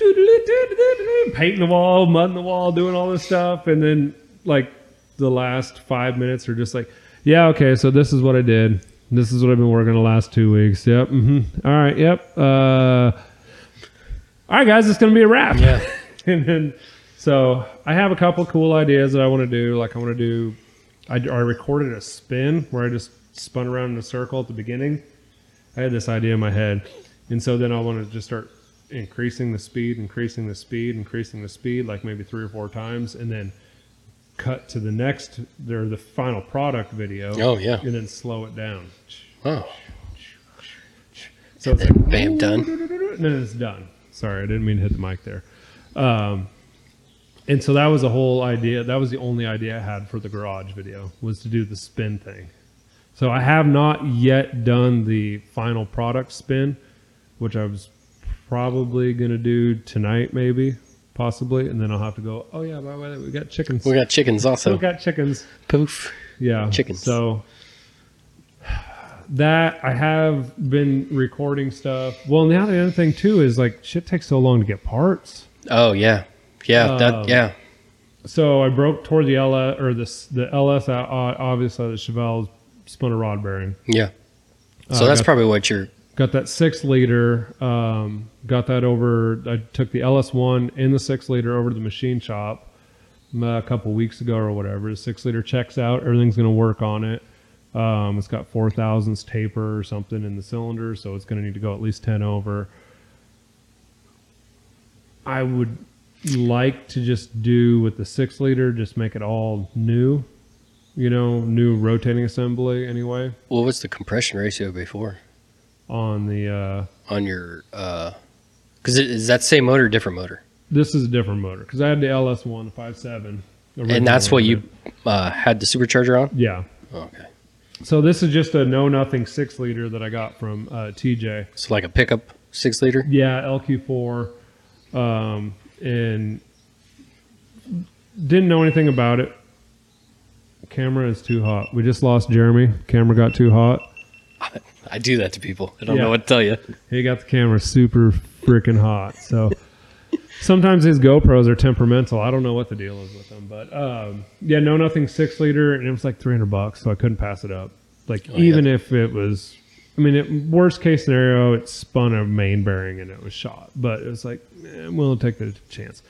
Speaker 1: doo-doo-doo-doo-doo-doo-doo, painting the wall, mudding the wall, doing all this stuff. And then like the last five minutes are just like, yeah, okay, so this is what I did. This is what I've been working the last two weeks. Yep. hmm All right. Yep. Uh, all right, guys, it's going to be a wrap.
Speaker 2: Yeah.
Speaker 1: and then, so I have a couple cool ideas that I want to do. Like, I want to do, I, I recorded a spin where I just spun around in a circle at the beginning. I had this idea in my head. And so then I want to just start increasing the speed, increasing the speed, increasing the speed, like maybe three or four times, and then cut to the next, or the final product video,
Speaker 2: oh yeah.
Speaker 1: and then slow it down.
Speaker 2: Oh.
Speaker 1: So it's like,
Speaker 2: Bam done.
Speaker 1: and then it's done. Sorry, I didn't mean to hit the mic there. Um, and so that was a whole idea. That was the only idea I had for the garage video was to do the spin thing. So I have not yet done the final product spin, which I was probably gonna do tonight, maybe, possibly, and then I'll have to go. Oh yeah, by the way, we got chickens.
Speaker 2: We got chickens
Speaker 1: Still
Speaker 2: also.
Speaker 1: got chickens.
Speaker 2: Poof.
Speaker 1: Yeah.
Speaker 2: Chickens.
Speaker 1: So that I have been recording stuff. Well, now the other thing too is like shit takes so long to get parts.
Speaker 2: Oh yeah. Yeah.
Speaker 1: Um,
Speaker 2: that yeah.
Speaker 1: So I broke tore the LS or the s- the LS out, uh, obviously the Chevelle spun a rod bearing.
Speaker 2: Yeah. So
Speaker 1: Uh,
Speaker 2: that's
Speaker 1: got-
Speaker 2: probably what you're
Speaker 1: got that six liter um, got that over i took the ls1 and the six liter over to the machine shop um, a couple weeks ago or whatever the six liter checks out everything's going to work on it um, it's got four thousandths taper or something in the cylinder so it's going to need to go at least 10 over i would like to just do with the six liter, just make it all new? You know, new rotating assembly anyway
Speaker 2: What was the compression ratio before
Speaker 1: on the. Uh,
Speaker 2: on your? Because it is that same motor, different motor,
Speaker 1: this is a different motor because I had the LS1 57.
Speaker 2: and that's what you uh, had the supercharger on. Oh,
Speaker 1: Yeah.
Speaker 2: Okay,
Speaker 1: So this is just a no nothing six liter that I got from uh, TJ.
Speaker 2: so like a pickup six liter.
Speaker 1: Yeah, LQ4, um, and didn't know anything about it. Camera is too hot. We just lost Jeremy. Camera got too hot.
Speaker 2: I do that to people. I don't
Speaker 1: Yeah.
Speaker 2: know what to tell you.
Speaker 1: He got the camera super freaking hot. So sometimes these GoPros are temperamental. I don't know what the deal is with them, but um, yeah, no nothing six liter, and it was like three hundred bucks, so I couldn't pass it up. Like
Speaker 2: Oh, yeah.
Speaker 1: even if it was, I mean, it, worst case scenario, it spun a main bearing and it was shot, but it was like eh, I'm willing to take the chance.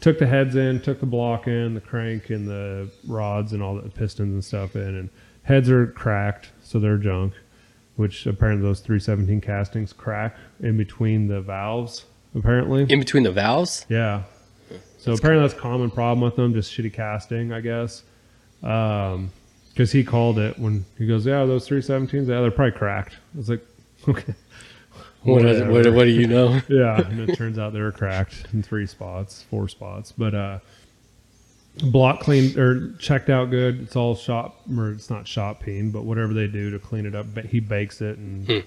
Speaker 1: Took the heads in, took the block in, the crank and the rods and all the pistons and stuff in, and heads are cracked, so they're junk which apparently those 317 castings crack in between the valves, apparently.
Speaker 2: In between the valves,
Speaker 1: Yeah. So apparently that's a common problem with them, just shitty casting, I guess. Because he called it when he goes, yeah, those 317s, yeah, they're probably cracked. I was like, okay.
Speaker 2: what, is- what,
Speaker 1: Whatever.
Speaker 2: what do you know?
Speaker 1: Yeah, and it turns out they were cracked in three spots, four spots. But uh, block cleaned or checked out good. It's all shop, or it's not shop peen, but whatever they do to clean it up. ba- He bakes it and
Speaker 2: Hmm.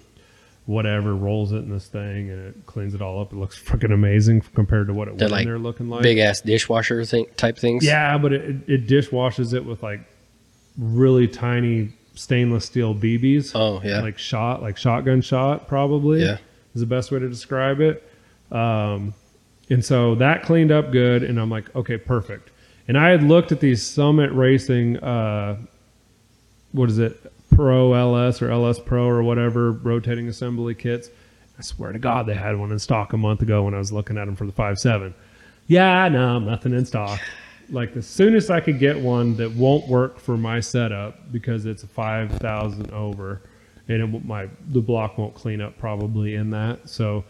Speaker 1: whatever, rolls it in this thing, and it cleans it all up. It looks freaking amazing compared to what it
Speaker 2: They're
Speaker 1: was
Speaker 2: like
Speaker 1: in there looking like.
Speaker 2: Big ass dishwasher thing, type things.
Speaker 1: Yeah, but it, it dishwashes it with like really tiny stainless steel BBs
Speaker 2: Oh yeah.
Speaker 1: like shot, like shotgun shot, probably.
Speaker 2: Yeah.
Speaker 1: is the best way to describe it. Um, and so that cleaned up good, and I'm like, okay, perfect. And I had looked at these Summit Racing, uh, what is it, Pro LS or LS Pro or whatever rotating assembly kits. I swear to God, they had one in stock a month ago when I was looking at them for the five seven. Yeah, no, nothing in stock. Like as soon as I could get one that won't work for my setup because it's a five thousand over, and it, won't- my the block won't clean up probably in that. So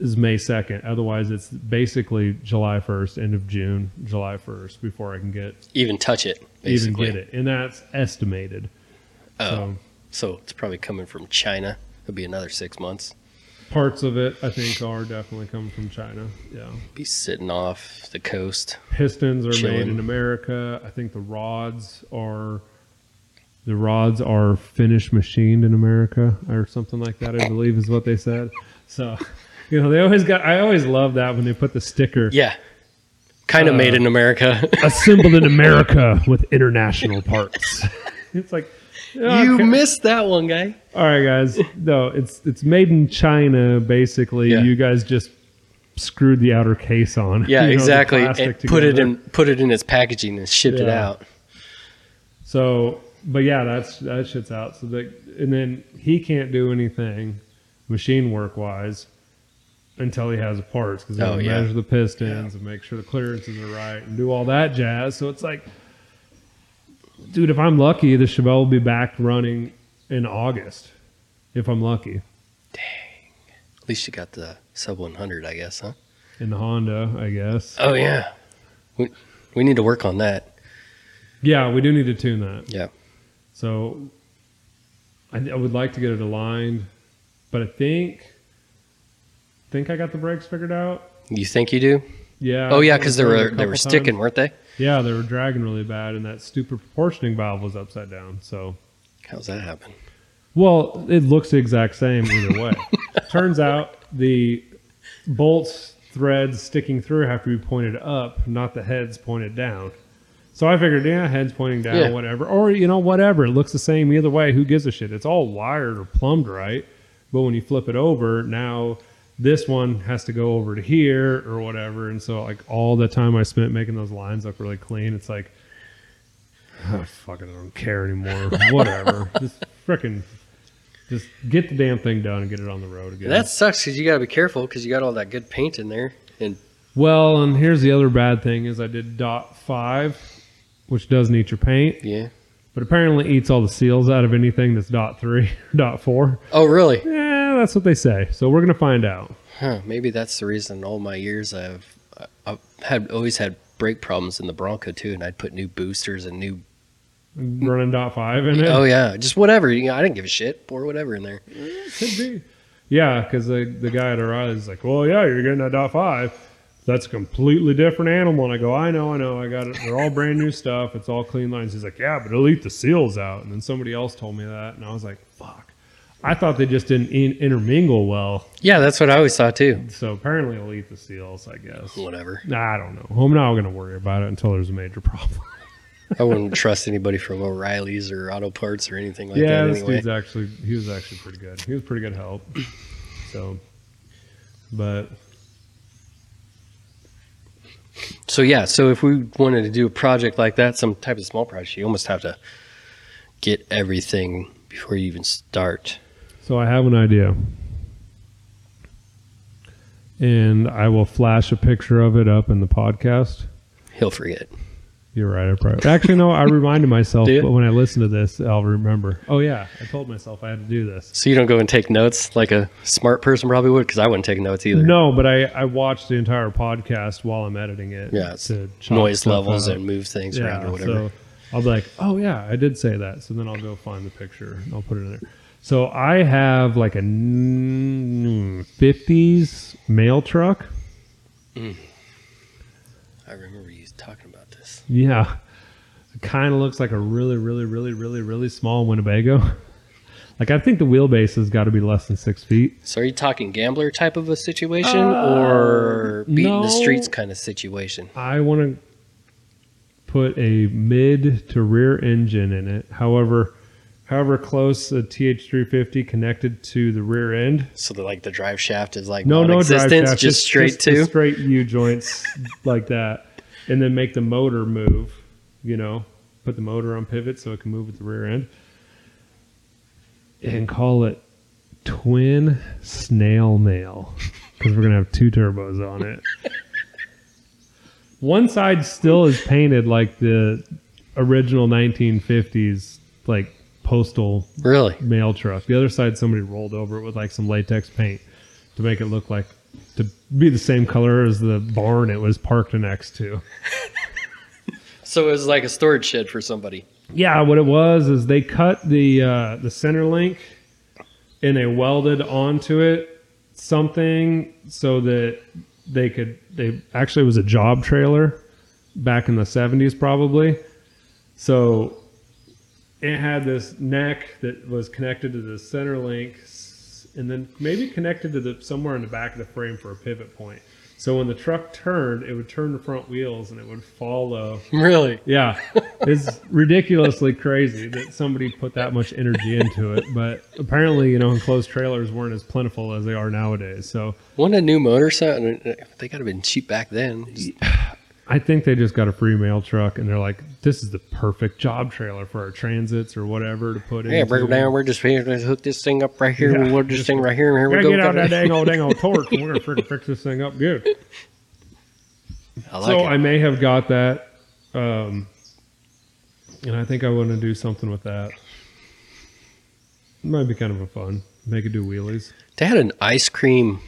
Speaker 1: is May second. Otherwise, it's basically July first, end of June, July first before I can get
Speaker 2: Even touch it. Basically.
Speaker 1: even get it, and that's estimated.
Speaker 2: Oh.
Speaker 1: So
Speaker 2: So it's probably coming from China. It'll be another six months.
Speaker 1: parts of it, I think, are definitely coming from China. Yeah.
Speaker 2: Be sitting off the coast.
Speaker 1: pistons are made
Speaker 2: Chilling.
Speaker 1: in America. I think the rods are the rods are finished machined in America or something like that. I believe is what they said. So, you know, they always got. I always love that when they put the sticker
Speaker 2: Yeah. Kind of made in America.
Speaker 1: assembled in America with international parts. it's like
Speaker 2: you
Speaker 1: okay.
Speaker 2: missed that one, guy.
Speaker 1: All right, guys. No, it's it's made in China. Basically,
Speaker 2: Yeah.
Speaker 1: you guys just screwed the outer case on. you
Speaker 2: Yeah,
Speaker 1: know, the
Speaker 2: exactly.
Speaker 1: plastic
Speaker 2: And put it
Speaker 1: together.
Speaker 2: in put it in its packaging and shipped it
Speaker 1: Yeah.
Speaker 2: out.
Speaker 1: So, but yeah, that's that shit's out. So that, and then he can't do anything machine work wise until he has parts because he
Speaker 2: Oh,
Speaker 1: has to
Speaker 2: yeah.
Speaker 1: measure the pistons and make sure the clearances are right and do all that jazz. So it's like, dude, if I'm lucky, the Chevelle will be back running in August. If I'm lucky,
Speaker 2: At least you got the sub 100, I guess, huh?
Speaker 1: in the Honda, I guess.
Speaker 2: Oh yeah. We we need to work on that.
Speaker 1: Yeah, we do need to tune that.
Speaker 2: Yeah.
Speaker 1: So I, I would like to get it aligned, but I think think I got the brakes figured out.
Speaker 2: You think you do?
Speaker 1: Yeah.
Speaker 2: Oh yeah,
Speaker 1: I
Speaker 2: because they
Speaker 1: went through it
Speaker 2: were
Speaker 1: Uh, a
Speaker 2: they were
Speaker 1: couple
Speaker 2: sticking,
Speaker 1: times.
Speaker 2: weren't they?
Speaker 1: Yeah, they were dragging really bad, and that stupid proportioning valve was upside down. So
Speaker 2: How's that happen?
Speaker 1: well, it looks the exact same either way. Turns out the bolts threads sticking through have to be pointed up, not the heads pointed down. So I figured, yeah, heads pointing down,
Speaker 2: Yeah.
Speaker 1: whatever, or you know, whatever. It looks the same either way. Who gives a shit? It's all wired or plumbed right. But when you flip it over, now this one has to go over to here or whatever. And so, like all the time I spent making those lines look really clean, it's like, oh, fuck it, I don't care anymore. whatever, just frickin' just get the damn thing done and get it on the road again.
Speaker 2: That sucks because you gotta be careful because you got all that good paint in there.
Speaker 1: Well, and here's the other bad thing is I did dot five, which doesn't eat your paint,
Speaker 2: Yeah.
Speaker 1: but apparently eats all the seals out of anything that's dot three, dot four.
Speaker 2: Oh really?
Speaker 1: Yeah, that's what they say. So we're gonna find out.
Speaker 2: Huh, maybe that's the reason all my years I've I had always had brake problems in the Bronco too, and I'd put new boosters and new
Speaker 1: running dot five in it.
Speaker 2: oh yeah, just whatever. You know, I didn't give a shit. Pour whatever in there.
Speaker 1: Could be. Yeah, because the, the guy at O'Reilly's is like, well, yeah, you're getting a dot five. That's a completely different animal. And I go, I know, I know. I got it. They're all brand new stuff. It's all clean lines. He's like, yeah, but it'll eat the seals out. And then somebody else told me that. And I was like, fuck. I thought they just didn't in- intermingle well.
Speaker 2: Yeah, that's what I always thought too.
Speaker 1: So apparently it'll eat the seals, I guess.
Speaker 2: Whatever.
Speaker 1: Nah, I don't know. I'm not going to worry about it until there's a major problem.
Speaker 2: I wouldn't trust anybody from O'Reilly's or Auto Parts or anything like
Speaker 1: yeah,
Speaker 2: that.
Speaker 1: this
Speaker 2: Anyway,
Speaker 1: dude's actually, he was actually pretty good. He was pretty good help. So, but
Speaker 2: so yeah, so if we wanted to do a project like that, some type of small project, you almost have to get everything before you even start.
Speaker 1: So I have an idea. And I will flash a picture of it up in the podcast.
Speaker 2: He'll forget.
Speaker 1: You're right. I probably actually no. I reminded myself
Speaker 2: Do you?
Speaker 1: but when I listen to this, I'll remember. Oh yeah, I told myself I had to do this.
Speaker 2: So you don't go and take notes like a smart person probably would, because I wouldn't take notes either.
Speaker 1: No, but I I watched the entire podcast while I'm editing it.
Speaker 2: Yeah, it's
Speaker 1: to chop
Speaker 2: Noise
Speaker 1: stuff
Speaker 2: levels
Speaker 1: out.
Speaker 2: and move things around or whatever.
Speaker 1: So I'll be like, oh yeah, I did say that. So then I'll go find the picture and I'll put it in there. So I have like a n- 50s mail truck.
Speaker 2: I remember you talking about this.
Speaker 1: Yeah. It kind of looks like a really, really, really, really, really small Winnebago. Like I think the wheelbase has got to be less than six feet.
Speaker 2: So are you talking gambler type of a situation
Speaker 1: Uh,
Speaker 2: or beating
Speaker 1: no.
Speaker 2: the streets kind of situation?
Speaker 1: I want to put a mid to rear engine in it. However, however close a TH350 connected to the rear end.
Speaker 2: So the like the drive shaft is like
Speaker 1: No, no drive
Speaker 2: non-existent,
Speaker 1: shaft,
Speaker 2: just straight
Speaker 1: just the
Speaker 2: to.
Speaker 1: straight U joints like that, and then make the motor move. You know, put the motor on pivot so it can move at the rear end, and call it twin snail mail because we're gonna have two turbos on it. One side still is painted like the original 1950s, like postal
Speaker 2: Really?
Speaker 1: mail truck. The other side, somebody rolled over it with like some latex paint to make it look like to be the same color as the barn it was parked next to.
Speaker 2: So it was like a storage shed for somebody.
Speaker 1: Yeah, what it was is they cut the uh, the center link and they welded onto it something so that they could. They actually it was a job trailer back in the seventies, probably. So it had this neck that was connected to the center link, s- and then maybe connected to the somewhere in the back of the frame for a pivot point. So when the truck turned, it would turn the front wheels and it would follow
Speaker 2: Really?
Speaker 1: yeah, it's ridiculously crazy that somebody put that much energy into it. But apparently, you know, enclosed trailers weren't as plentiful as they are nowadays. So
Speaker 2: One a new motor set? They got to have been cheap back then. Just-
Speaker 1: I think they just got a free mail truck, and they're like, "This is the perfect job trailer for our transits or whatever to put in."
Speaker 2: yeah, break them down. We're just here. Let's hook this thing up right here.
Speaker 1: Yeah.
Speaker 2: We'll hook this thing right here. And here we
Speaker 1: Gotta
Speaker 2: go.
Speaker 1: get out that
Speaker 2: I
Speaker 1: dang old dang old torque, and we're gonna freaking fix this thing up good.
Speaker 2: like
Speaker 1: so
Speaker 2: it.
Speaker 1: I may have got that, um, and I think I want to do something with that. Might be kind of a fun. Make it do wheelies.
Speaker 2: They had an ice cream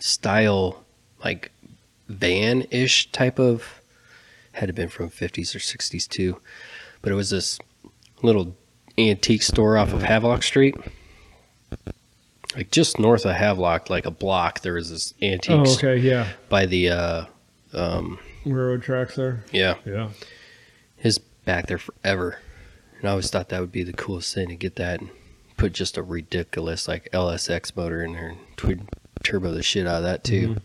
Speaker 2: style, like van ish type of. Had it been from fifties or sixties too, but it was this little antique store off of Havelock Street, like just north of Havelock, like a block. There was this antique
Speaker 1: Oh,
Speaker 2: s-
Speaker 1: okay, yeah.
Speaker 2: by the, uh, um,
Speaker 1: Railroad tracks there.
Speaker 2: yeah,
Speaker 1: Yeah.
Speaker 2: his back there forever. And I always thought that would be the coolest thing to get that and put just a ridiculous like LSX motor in there and twid turbo the shit out of that
Speaker 1: Mm-hmm.
Speaker 2: too.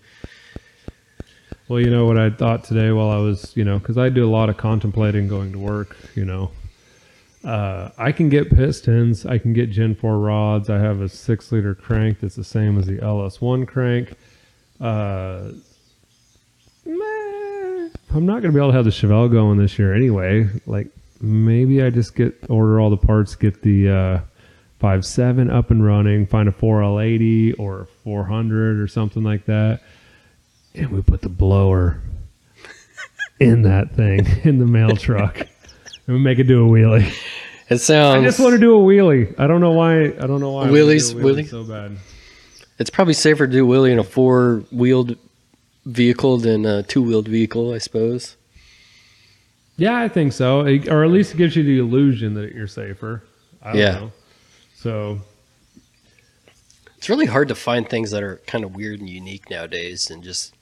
Speaker 1: Well, you know what I thought today while I was, you know, because I do a lot of contemplating going to work, you know. Uh, I can get pistons. I can get Gen 4 rods. I have a six liter crank that's the same as the LS1 crank. Uh, meh, I'm not going to be able to have the Chevelle going this year anyway. Like, maybe I just get order all the parts, get the uh, 5.7 up and running, find a 4L80 or a 400 or something like that and we put the blower in that thing in the mail truck and we make it do a wheelie.
Speaker 2: It sounds.
Speaker 1: I just want to do a wheelie. I don't know why. I don't know why. I wanna do a
Speaker 2: Wheelies,
Speaker 1: wheelie
Speaker 2: wheelie?
Speaker 1: so bad.
Speaker 2: It's probably safer to do wheelie in a four wheeled vehicle than a two wheeled vehicle, I suppose.
Speaker 1: Yeah, I think so. It- Or at least it gives you the illusion that you're safer. I don't
Speaker 2: Yeah.
Speaker 1: know. So
Speaker 2: It's really hard to find things that are kind of weird and unique nowadays, and just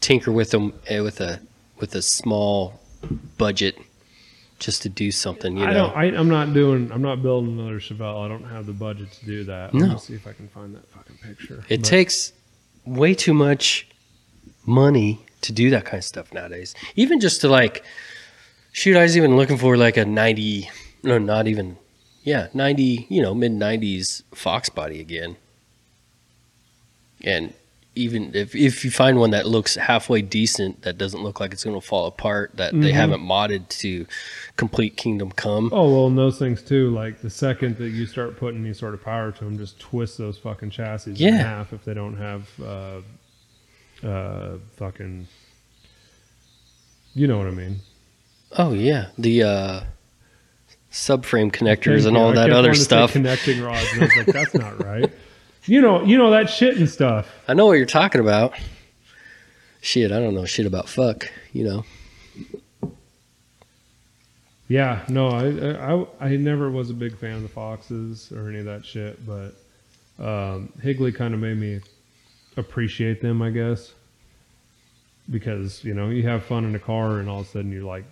Speaker 2: tinker with them eh, with a with a small budget just to do something. You
Speaker 1: I
Speaker 2: know,
Speaker 1: don't. I, I'm not doing. I'm not building another Chevelle. I don't have the budget to do that.
Speaker 2: No.
Speaker 1: Let me see if I can find that fucking picture.
Speaker 2: it
Speaker 1: But-
Speaker 2: takes way too much money to do that kind of stuff nowadays. Even just to like, shoot, I was even looking for like a ninety, no, not even, yeah, ninety, you know, mid nineties Fox body again. And even if if you find one that looks halfway decent, that doesn't look like it's going to fall apart, that they
Speaker 1: Mhm.
Speaker 2: haven't modded to complete Kingdom Come.
Speaker 1: Oh well, and those things too. Like the second that you start putting any sort of power to them, just twist those fucking chassis in
Speaker 2: Yeah.
Speaker 1: half if they don't have uh, uh, fucking. You know what I mean?
Speaker 2: Oh yeah, the uh, subframe connectors
Speaker 1: Thank
Speaker 2: and
Speaker 1: you.
Speaker 2: all
Speaker 1: I
Speaker 2: that
Speaker 1: kept
Speaker 2: other
Speaker 1: wanting to say
Speaker 2: stuff.
Speaker 1: Connecting rods. And I was like, that's not right. You know, you know that shit and stuff.
Speaker 2: I know what you're talking about. Shit, I don't know shit about fuck, you know.
Speaker 1: Yeah, no, I, I I never was a big fan of the foxes or any of that shit, but um, Higley kind of made me appreciate them, I guess, because you know you have fun in a car and all of a sudden you like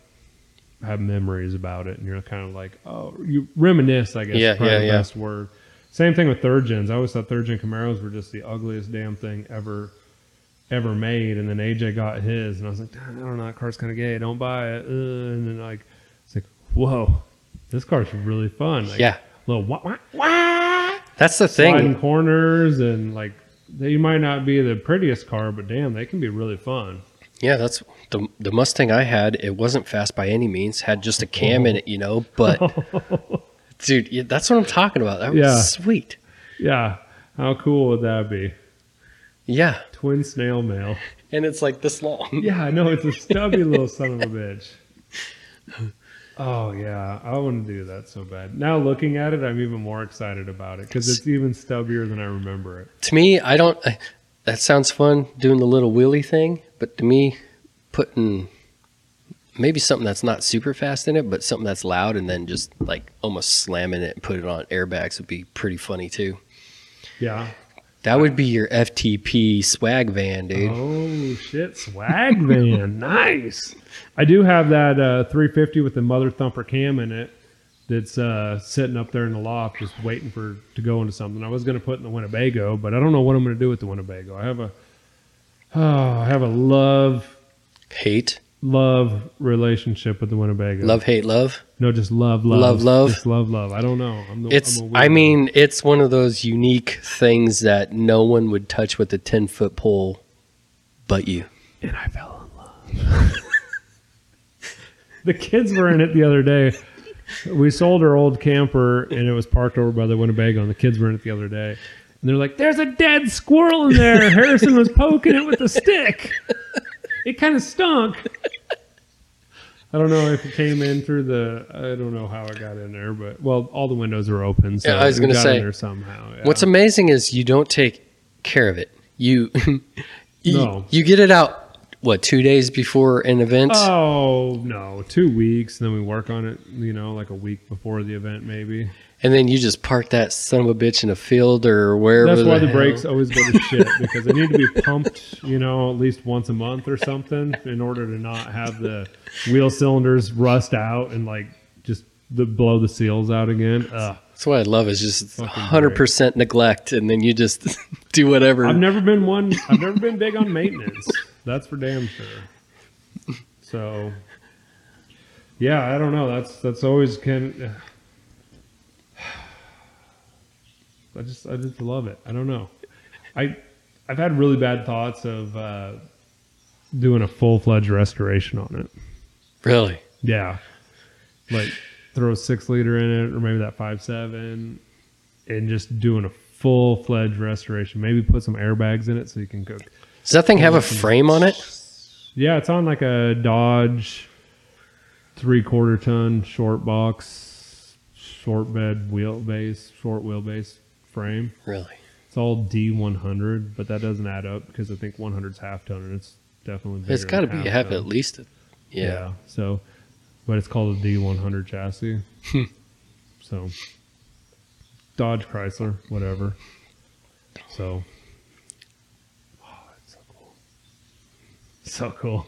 Speaker 1: have memories about it, and you're kind of like, oh, you reminisce, I guess. is
Speaker 2: Yeah,
Speaker 1: probably
Speaker 2: yeah,
Speaker 1: the
Speaker 2: yeah.
Speaker 1: Best word. Same thing with third gens. I always thought third gen Camaros were just the ugliest damn thing ever. Ever made, and then AJ got his, and I was like, "Damn, I don't know, that car's kind of gay. Don't buy it. Uh, and then like, it's like, whoa, this car's really fun. Like,
Speaker 2: yeah.
Speaker 1: Little wah, wah, wah,
Speaker 2: That's the
Speaker 1: sliding
Speaker 2: thing.
Speaker 1: corners and like they might not be the prettiest car, but damn, they can be really fun.
Speaker 2: Yeah, that's the the Mustang I had, it wasn't fast by any means, had just a cam in it, you know, but dude, yeah, that's what I'm talking about. That was
Speaker 1: Oh. Yeah.
Speaker 2: sweet.
Speaker 1: yeah. How cool would that be?
Speaker 2: Yeah.
Speaker 1: Twin snail mail.
Speaker 2: And it's like this long.
Speaker 1: Yeah, I know it's a stubby little son of a bitch. Oh yeah, I want to do that so bad. Now looking at it, I'm even more excited about it because it's even stubbier than I remember it.
Speaker 2: to me, I don't I, that sounds fun doing the little wheelie thing, but to me putting maybe something that's not super fast in it, but something that's loud and then just like almost slamming it and put it on airbags would be pretty funny too.
Speaker 1: Yeah.
Speaker 2: That would be your FTP swag van, dude.
Speaker 1: Oh shit, swag van, nice. I do have that uh, 350 with the mother thumper cam in it. That's uh, sitting up there in the loft, just waiting for to go into something. I was going to put in the Winnebago, but I don't know what I'm going to do with the Winnebago. I have a, oh, I have a love
Speaker 2: Hate,
Speaker 1: love relationship with the Winnebago.
Speaker 2: love, hate, love.
Speaker 1: no, just love, love,
Speaker 2: Love, love.
Speaker 1: just love, love. I don't know. I'm the,
Speaker 2: It's,
Speaker 1: I'm a
Speaker 2: I
Speaker 1: weirdo.
Speaker 2: mean, it's one of those unique things that no one would touch with a 10 foot pole but you.
Speaker 1: and I fell in love. the kids were in it the other day. We sold our old camper and it was parked over by the Winnebago, and the kids were in it the other day. And they're like, "There's a dead squirrel in there." Harrison was poking it with a stick. It kind of stunk. I don't know if it came in through the. I don't know how it got in there, but well, all the windows were open, so
Speaker 2: Yeah, I was
Speaker 1: it
Speaker 2: gonna
Speaker 1: got
Speaker 2: say,
Speaker 1: in there somehow. yeah.
Speaker 2: What's amazing is you don't take care of it. You, you,
Speaker 1: No.
Speaker 2: you get it out, what, two days before an event?
Speaker 1: Oh no, two weeks, and then we work on it. You know, like a week before the event, maybe.
Speaker 2: and then you just park that son of a bitch in a field or wherever.
Speaker 1: That's why the
Speaker 2: hell-
Speaker 1: brakes always go to shit because they need to be pumped. You know, at least once a month or something in order to not have the wheel cylinders rust out and like just the blow the seals out again. Ugh.
Speaker 2: That's what I love is just
Speaker 1: Fucking
Speaker 2: 100% neglect. And then you just do whatever.
Speaker 1: I've never been one. I've never been big on maintenance. That's for damn sure. So, yeah, I don't know. That's that's always can. I just I just love it. I don't know. I I've had really bad thoughts of uh, doing a full fledged restoration on it.
Speaker 2: really?
Speaker 1: Yeah. Like throw a six liter in it or maybe that five seven and just doing a full fledged restoration. Maybe put some airbags in it so you can cook.
Speaker 2: Does that thing have a frame on it?
Speaker 1: Yeah, it's on like a Dodge three quarter ton short box, short bed wheelbase, short wheelbase frame.
Speaker 2: Really?
Speaker 1: It's all D100, but that doesn't add up because I think 100's half ton and it's definitely.
Speaker 2: It's
Speaker 1: bigger
Speaker 2: got to
Speaker 1: than
Speaker 2: be
Speaker 1: half
Speaker 2: have
Speaker 1: now.
Speaker 2: at least. A, yeah.
Speaker 1: So, but it's called a D100 chassis. so, Dodge Chrysler, whatever. So, oh, that's so cool. So cool.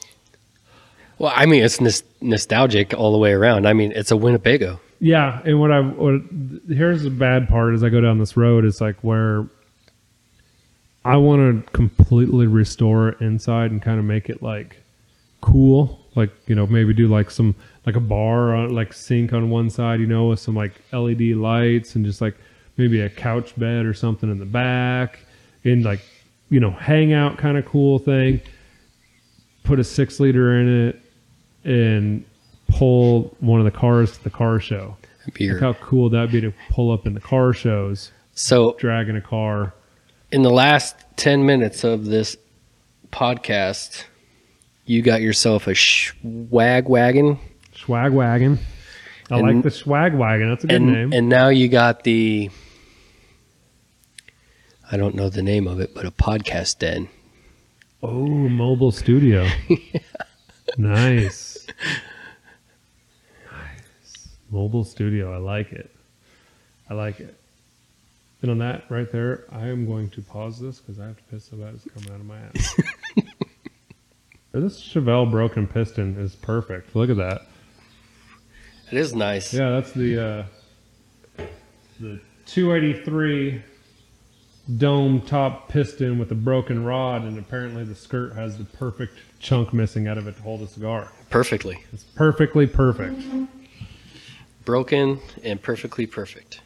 Speaker 2: Well, I mean, it's nos- nostalgic all the way around. I mean, it's a Winnebago.
Speaker 1: Yeah, and what I what here's the bad part as I go down this road is like where I want to completely restore it inside and kind of make it like cool, like you know maybe do like some like a bar on like sink on one side, you know, with some like LED lights and just like maybe a couch bed or something in the back, and like you know hangout kind of cool thing. Put a six liter in it and pull one of the cars to the car show.
Speaker 2: Beer.
Speaker 1: Like how cool that'd be to pull up in the car shows,
Speaker 2: So,
Speaker 1: dragging a car.
Speaker 2: in the last 10 minutes of this podcast, you got yourself a swag wagon.
Speaker 1: Swag wagon. I
Speaker 2: And-
Speaker 1: like the swag wagon. That's a good
Speaker 2: and,
Speaker 1: name.
Speaker 2: and now you got the, I don't know the name of it, but a podcast den.
Speaker 1: oh, mobile studio. nice. Nice. Mobile studio. I like it. I like it. And on that right there, I am going to pause this because I have to piss so bad it's coming out of my ass. this Chevelle broken piston is perfect. Look at that.
Speaker 2: It is nice.
Speaker 1: Yeah, that's the uh, the 283 dome top piston with a broken rod, and apparently the skirt has the perfect chunk missing out of it to hold a cigar.
Speaker 2: Perfectly.
Speaker 1: It's perfectly perfect.
Speaker 2: Broken and perfectly perfect.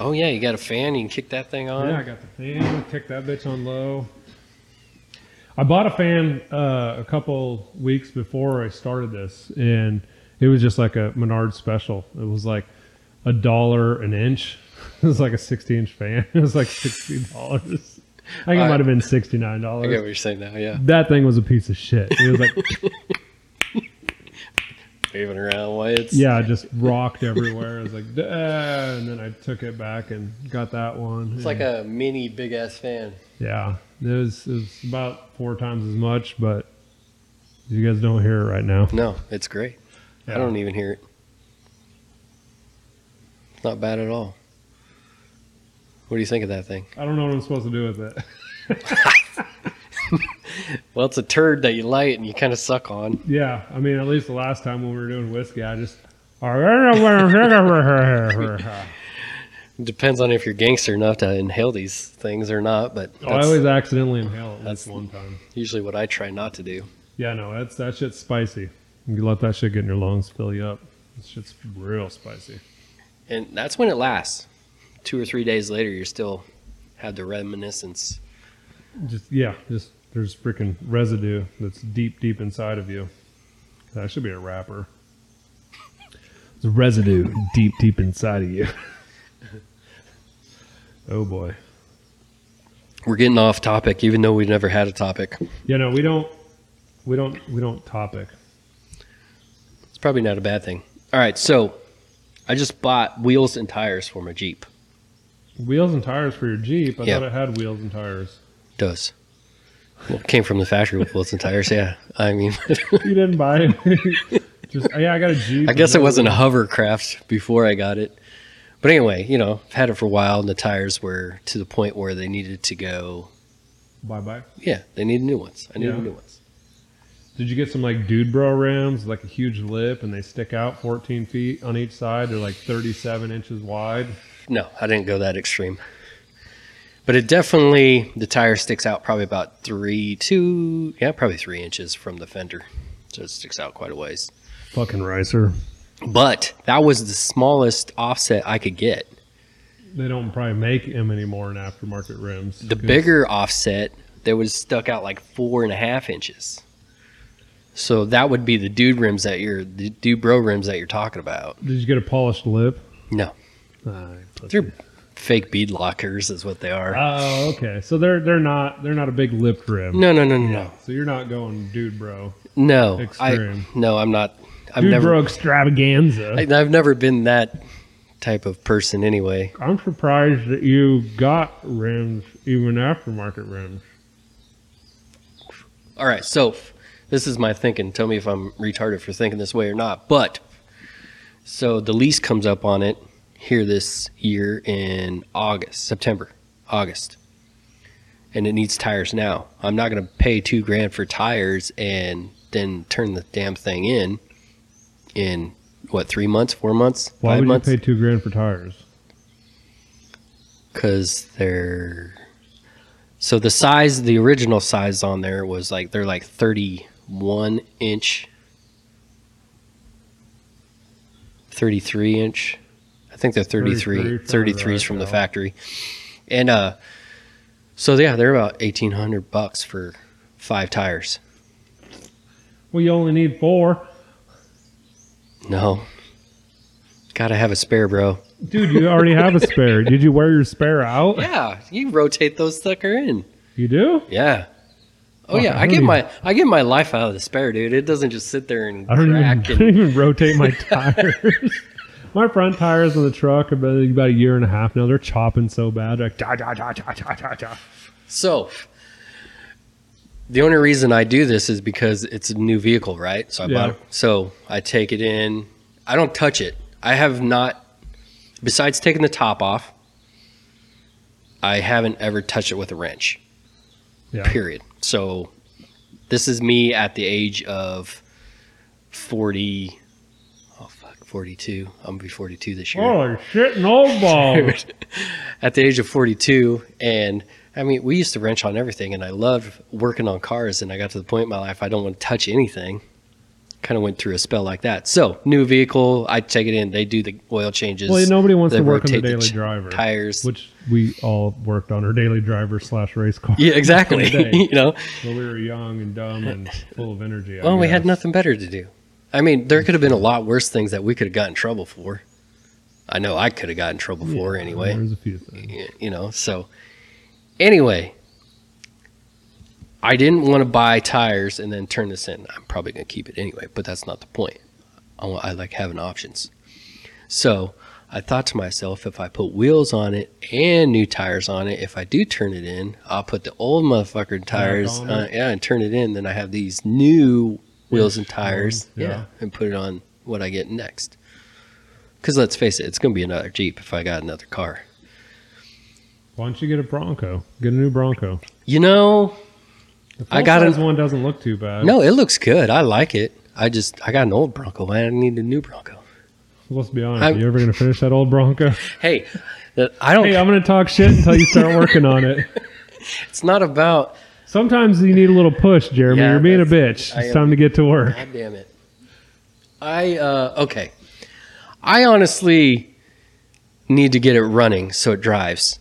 Speaker 2: Oh, yeah. You got a fan. You can kick that thing on.
Speaker 1: Yeah, I got the fan. Kick that bitch on low. I bought a fan uh, a couple weeks before I started this, and it was just like a Menard special. It was like a dollar an inch. It was like a sixty-inch fan. It was like sixty dollars. I think it
Speaker 2: I-
Speaker 1: might have been sixty-nine
Speaker 2: I get
Speaker 1: dollars.
Speaker 2: what you're saying now. Yeah.
Speaker 1: That thing was a piece of shit. It was like,
Speaker 2: Waving around. Why it's.
Speaker 1: yeah, it just rocked everywhere. It was like, "Duh," and then I took it back and got that one.
Speaker 2: It's like a mini big ass fan.
Speaker 1: Yeah, it was, it was about four times as much, but you guys don't hear it right now.
Speaker 2: No, it's great. I don't even hear it. It's not bad at all. What do you think of that thing?
Speaker 1: I don't know what I'm supposed to do with it.
Speaker 2: Well, it's a turd that you light and you kind of suck on.
Speaker 1: Yeah, I mean, at least the last time when we were doing whiskey, I just. I
Speaker 2: It depends on if you're gangster enough to inhale these things or not, but that's
Speaker 1: Oh, always accidentally inhale it. That's
Speaker 2: that's-
Speaker 1: one time.
Speaker 2: usually what I try not to do.
Speaker 1: Yeah, no, that's that shit's spicy. You let that shit get in your lungs, fill you up. This shit's real spicy.
Speaker 2: And that's when it lasts. Two or three days later, you still have the reminiscence.
Speaker 1: Just yeah, just there's freaking residue that's deep, deep inside of you. That should be a rapper. There's residue deep, deep inside of you. oh boy.
Speaker 2: We're getting off topic, even though we never had a topic.
Speaker 1: Yeah, no, we don't, we don't, we don't topic.
Speaker 2: It's probably not a bad thing. All right, so I just bought wheels and tires for my Jeep.
Speaker 1: Wheels and tires for your Jeep. I
Speaker 2: Yeah.
Speaker 1: thought it had wheels and tires.
Speaker 2: does. Well, it came from the factory with wheels and tires. Yeah, I mean,
Speaker 1: You didn't buy it. Just yeah, I got a Jeep.
Speaker 2: I guess it
Speaker 1: and no-
Speaker 2: wasn't a hovercraft before I got it. But anyway, you know, I've had it for a while, and the tires were to the point where they needed to go.
Speaker 1: Bye bye.
Speaker 2: Yeah, they needed new ones. I needed
Speaker 1: Yeah.
Speaker 2: new ones.
Speaker 1: Did you get some like dude bro rims, like a huge lip, and they stick out 14 feet on each side? They're like 37 inches wide.
Speaker 2: No, I didn't go that extreme. But it definitely the tire sticks out probably about three, two, yeah, probably three inches from the fender, so it sticks out quite a ways.
Speaker 1: Fucking ricer.
Speaker 2: But that was the smallest offset I could get.
Speaker 1: They don't probably make them anymore in aftermarket rims.
Speaker 2: the bigger offset there was stuck out like four and a half inches so that would be the dude rims that you're the dude bro rims that you're talking about
Speaker 1: Did you get a polished lip?
Speaker 2: no
Speaker 1: Uh,
Speaker 2: they're fake bead lockers is what they are
Speaker 1: oh, okay. So they're they're not they're not a big lipped rim.
Speaker 2: no no no no
Speaker 1: So you're not going dude bro.
Speaker 2: no no I,
Speaker 1: Extreme.
Speaker 2: no i'm not i've
Speaker 1: Dude
Speaker 2: never
Speaker 1: bro extravaganza.
Speaker 2: I, i've never been that type of person anyway
Speaker 1: I'm surprised that you got rims, even aftermarket rims.
Speaker 2: all right, so this is my thinking. Tell me if I'm retarded for thinking this way or not. But so the lease comes up on it here this year in August, September, August, and it needs tires now. I'm not going to pay two grand for tires and then turn the damn thing in in what three months, four months,
Speaker 1: Why
Speaker 2: five
Speaker 1: would
Speaker 2: months
Speaker 1: you pay two grand for tires?
Speaker 2: because they're so the size the original size on there was like they're like 31 inch 33 inch i think they're 33
Speaker 1: 33 sounds
Speaker 2: 33 is
Speaker 1: right,
Speaker 2: from the
Speaker 1: yeah.
Speaker 2: factory and uh so yeah they're about 1800 bucks for five tires
Speaker 1: Well, you only need four,
Speaker 2: no gotta have a spare bro
Speaker 1: dude. You already have a spare. Did you wear your spare out?
Speaker 2: yeah you rotate those sucker in
Speaker 1: You do?
Speaker 2: Yeah. Oh
Speaker 1: Fuck,
Speaker 2: yeah,
Speaker 1: I
Speaker 2: I
Speaker 1: don't
Speaker 2: get
Speaker 1: even-
Speaker 2: my I get my life out of the spare, dude. It doesn't just sit there and
Speaker 1: I don't even, I
Speaker 2: crack.
Speaker 1: don't
Speaker 2: and,
Speaker 1: even rotate my tires. my front tires on the truck have been about a year and a half now. They're chopping so bad. Like, da, da, da, da, da, da, da.
Speaker 2: so the only reason I do this is because it's a new vehicle, right? So I
Speaker 1: Yeah.
Speaker 2: bought it. So I take it in. I don't touch it. I have not besides taking the top off, I haven't ever touched it with a wrench.
Speaker 1: Yeah.
Speaker 2: Period. So this is me at the age of 40 Oh fuck, 42. I'm going to be 42 this year.
Speaker 1: Holy Oh, shit, no balls.
Speaker 2: at the age of 42 and i mean we used to wrench on everything and i loved working on cars and i got to the point in my life i don't want to touch anything kind of went through a spell like that so new vehicle i take it in they do the oil changes
Speaker 1: Well, nobody wants
Speaker 2: they
Speaker 1: to work on the
Speaker 2: rotate
Speaker 1: daily
Speaker 2: ch-
Speaker 1: driver,
Speaker 2: tires
Speaker 1: which we all worked on our daily driver slash race car.
Speaker 2: yeah
Speaker 1: back in the
Speaker 2: exactly
Speaker 1: day,
Speaker 2: you know
Speaker 1: when we were young and dumb and full of energy. I
Speaker 2: well we had
Speaker 1: guess.
Speaker 2: nothing better to do i mean there could have been a lot worse things that we could have got in trouble for i know i could have got in trouble for anyway
Speaker 1: There's a few things.
Speaker 2: y- you know so anyway i didn't want to buy tires and then turn this in i'm probably going to keep it anyway but that's not the point i, want, I like having options so i thought to myself if i put wheels on it and new tires on it if i do turn it in i'll put the old motherfucker tires
Speaker 1: on
Speaker 2: uh, yeah and turn it in then i have these new wheels and tires
Speaker 1: Yeah.
Speaker 2: yeah. and put it on what i get next because let's face it it's going to be another jeep if i got another car
Speaker 1: Why don't you get a Bronco? Get a new Bronco.
Speaker 2: You know,
Speaker 1: The
Speaker 2: I got
Speaker 1: full-size
Speaker 2: an-
Speaker 1: one. Doesn't look too bad.
Speaker 2: no, it looks good. I like it. I just I got an old Bronco. I need a new Bronco.
Speaker 1: Let's be honest.
Speaker 2: I'm-
Speaker 1: you ever gonna finish that old Bronco?
Speaker 2: Hey, that- I don't.
Speaker 1: hey, I'm gonna talk shit until you start working on it.
Speaker 2: it's not about.
Speaker 1: Sometimes you need a little push, Jeremy.
Speaker 2: Yeah,
Speaker 1: You're being a bitch.
Speaker 2: I
Speaker 1: It's
Speaker 2: am.
Speaker 1: time to get to work.
Speaker 2: God damn it. I uh, okay. I honestly need to get it running so it drives,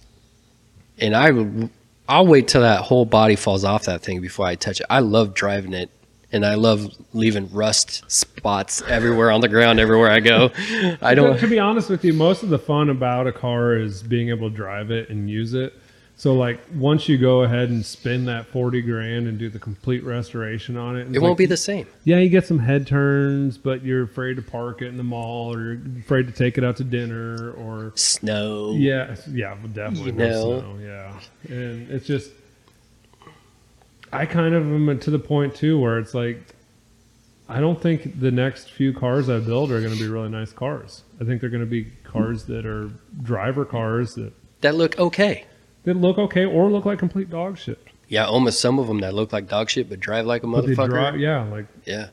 Speaker 2: and I will- I'll wait till that whole body falls off that thing before I touch it. I love driving it. And I love leaving rust spots everywhere on the ground, everywhere I go.
Speaker 1: To-
Speaker 2: I don't.
Speaker 1: to be honest with you, most of the fun about a car is being able to drive it and use it. So like once you go ahead and spend that forty grand and do the complete restoration on it, and
Speaker 2: It
Speaker 1: it's
Speaker 2: won't be
Speaker 1: like,
Speaker 2: the same.
Speaker 1: yeah, you get some head turns, but you're afraid to park it in the mall or you're afraid to take it out to dinner or
Speaker 2: Snow.
Speaker 1: yeah, yeah, definitely no
Speaker 2: You know.
Speaker 1: snow, yeah, and it's just I kind of am to the point too where it's like I don't think the next few cars I build are going to be really nice cars. I think they're going to be cars that are driver cars that
Speaker 2: that look okay.
Speaker 1: that look okay or look like complete dog shit.
Speaker 2: Yeah, almost some of them that look like dog shit but drive like a
Speaker 1: But they
Speaker 2: motherfucker.
Speaker 1: drive, yeah, like
Speaker 2: Yeah.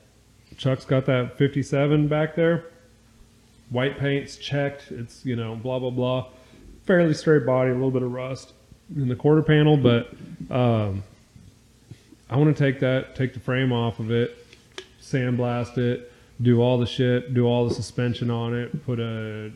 Speaker 1: Chuck's got that 57 back there. White paint's checked. It's, you know, blah, blah, blah. Fairly straight body, a little bit of rust in the quarter panel, but um, I want to take that, take the frame off of it, sandblast it, do all the shit, do all the suspension on it, put a.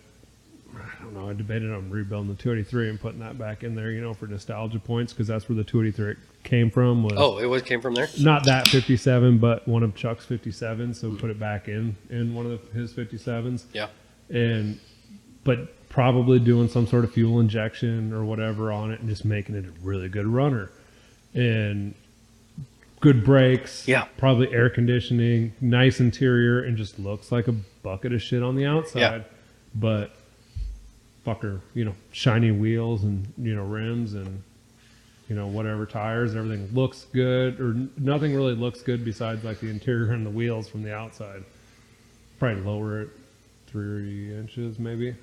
Speaker 1: I don't know. I debated on rebuilding the 283 and putting that back in there, you know, for nostalgia points because that's where the 283 came from. Was
Speaker 2: Oh, it was came from there.
Speaker 1: not that 57, but one of Chuck's 57s. So put it back in in one of his 57s.
Speaker 2: Yeah.
Speaker 1: And but probably doing some sort of fuel injection or whatever on it, and just making it a really good runner, and good brakes.
Speaker 2: Yeah.
Speaker 1: Probably air conditioning, nice interior, and just looks like a bucket of shit on the outside.
Speaker 2: Yeah.
Speaker 1: But fucker, you know, shiny wheels and you know rims and you know whatever tires everything looks good or n- nothing really looks good besides like the interior and the wheels from the outside probably lower it three inches maybe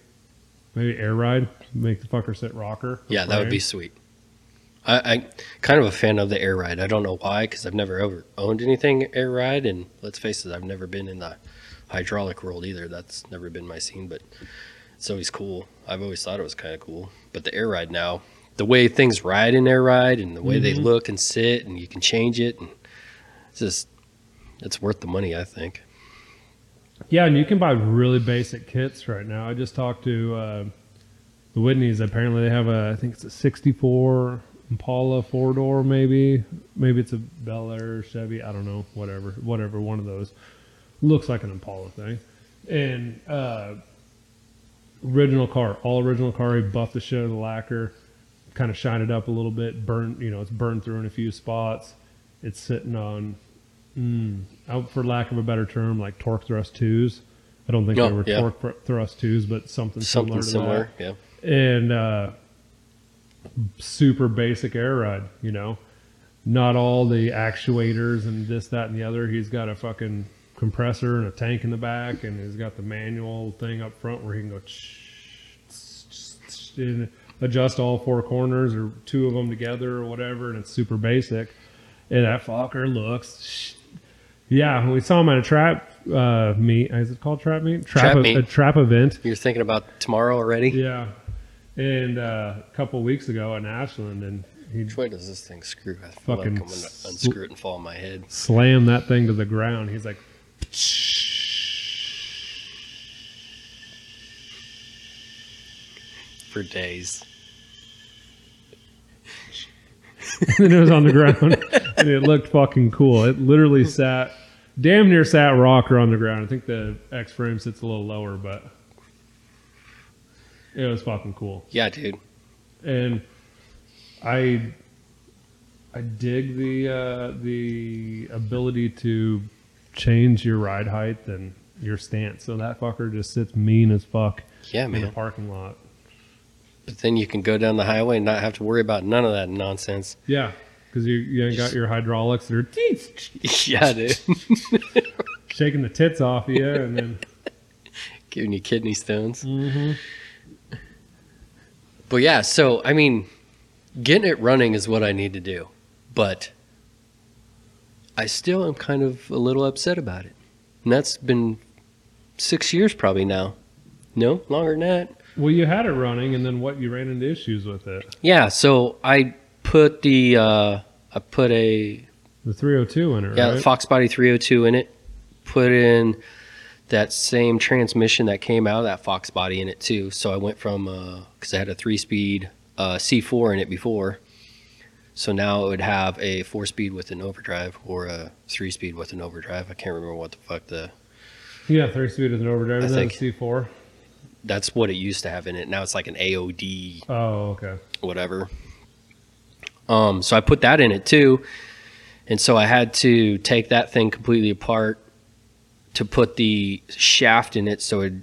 Speaker 1: maybe air ride make the fucker sit rocker
Speaker 2: Yeah, that would be
Speaker 1: Right?
Speaker 2: sweet. I, I kind of a fan of the air ride. I don't know why, because I've never ever owned anything air ride, and let's face it, I've never been in the hydraulic world either. That's never been my scene, but it's always cool. I've always thought it was kind of cool. But the air ride now, the way things ride in air ride, and the way they
Speaker 1: Mhm.
Speaker 2: look and sit, and you can change it, and it's just it's worth the money, I think.
Speaker 1: Yeah, and you can buy really basic kits right now. I just talked to uh, the Whitneys. Apparently, they have a I think it's a '64 Impala four door, maybe maybe it's a Bel Air Chevy. I don't know. Whatever, whatever. One of those looks like an Impala thing, and uh, original car, all original car. He buffed the shit out of the lacquer, kind of shined it up a little bit. Burned, you know, it's burned through in a few spots. It's sitting on Mm, I, for lack of a better term, like torque thrust twos. I don't think
Speaker 2: Oh,
Speaker 1: they were
Speaker 2: yeah.
Speaker 1: torque thr- thrust twos, but something,
Speaker 2: Something
Speaker 1: similar.
Speaker 2: similar,
Speaker 1: To
Speaker 2: yeah.
Speaker 1: that. And uh, super basic air ride, you know, not all the actuators and this, that, and the other. He's got a fucking compressor and a tank in the back, and he's got the manual thing up front where he can go and adjust all four corners or two of them together or whatever, and it's super basic. And that fucker looks. Yeah, when we saw him at a trap uh, meet, is it called trap meet?
Speaker 2: Trap
Speaker 1: ev-
Speaker 2: meet.
Speaker 1: A trap event.
Speaker 2: You're thinking about tomorrow already?
Speaker 1: Yeah, and uh, a couple weeks ago in Ashland, and he
Speaker 2: Which way does this thing screw? I feel
Speaker 1: Fucking
Speaker 2: like I'm gonna
Speaker 1: sl-
Speaker 2: unscrew it and fall on my head.
Speaker 1: slammed that thing to the ground. He's like,
Speaker 2: for days.
Speaker 1: and then it was on the ground, and it looked fucking cool. It literally sat, damn near sat rocker on the ground. I think the X frame sits a little lower, but it was fucking cool.
Speaker 2: Yeah, dude.
Speaker 1: and I I dig the uh, the ability to change your ride height and your stance. So that fucker just sits mean as fuck
Speaker 2: Yeah,
Speaker 1: in the
Speaker 2: man.
Speaker 1: parking lot.
Speaker 2: But then you can go down the highway and not have to worry about none of that nonsense.
Speaker 1: Yeah, because you you ain't got your hydraulics that are
Speaker 2: yeah, dude.
Speaker 1: shaking the tits off of you, and then mm-hmm.
Speaker 2: Giving you kidney stones. But yeah, so I mean, getting it running is what I need to do. But I still am kind of a little upset about it. And that's been six years probably now. No, longer than that.
Speaker 1: well, you had it running, and then what? You ran into issues with it.
Speaker 2: Yeah, so I put the uh I put a
Speaker 1: The 302 in it,
Speaker 2: Yeah,
Speaker 1: right?
Speaker 2: Fox Body 302 in it. Put in that same transmission that came out of that Fox Body in it too. So I went from because I had a three-speed uh, C4 in it before, so now it would have a four-speed with an overdrive or a three-speed with an overdrive. I can't remember what the fuck the
Speaker 1: yeah, three speed is an overdrive.
Speaker 2: I
Speaker 1: Is that a
Speaker 2: think-
Speaker 1: C4?
Speaker 2: that's what it used to have in it. Now it's like an AOD
Speaker 1: Oh, okay.
Speaker 2: whatever. Um, so I put that in it too, and so I had to take that thing completely apart to put the shaft in it, so it,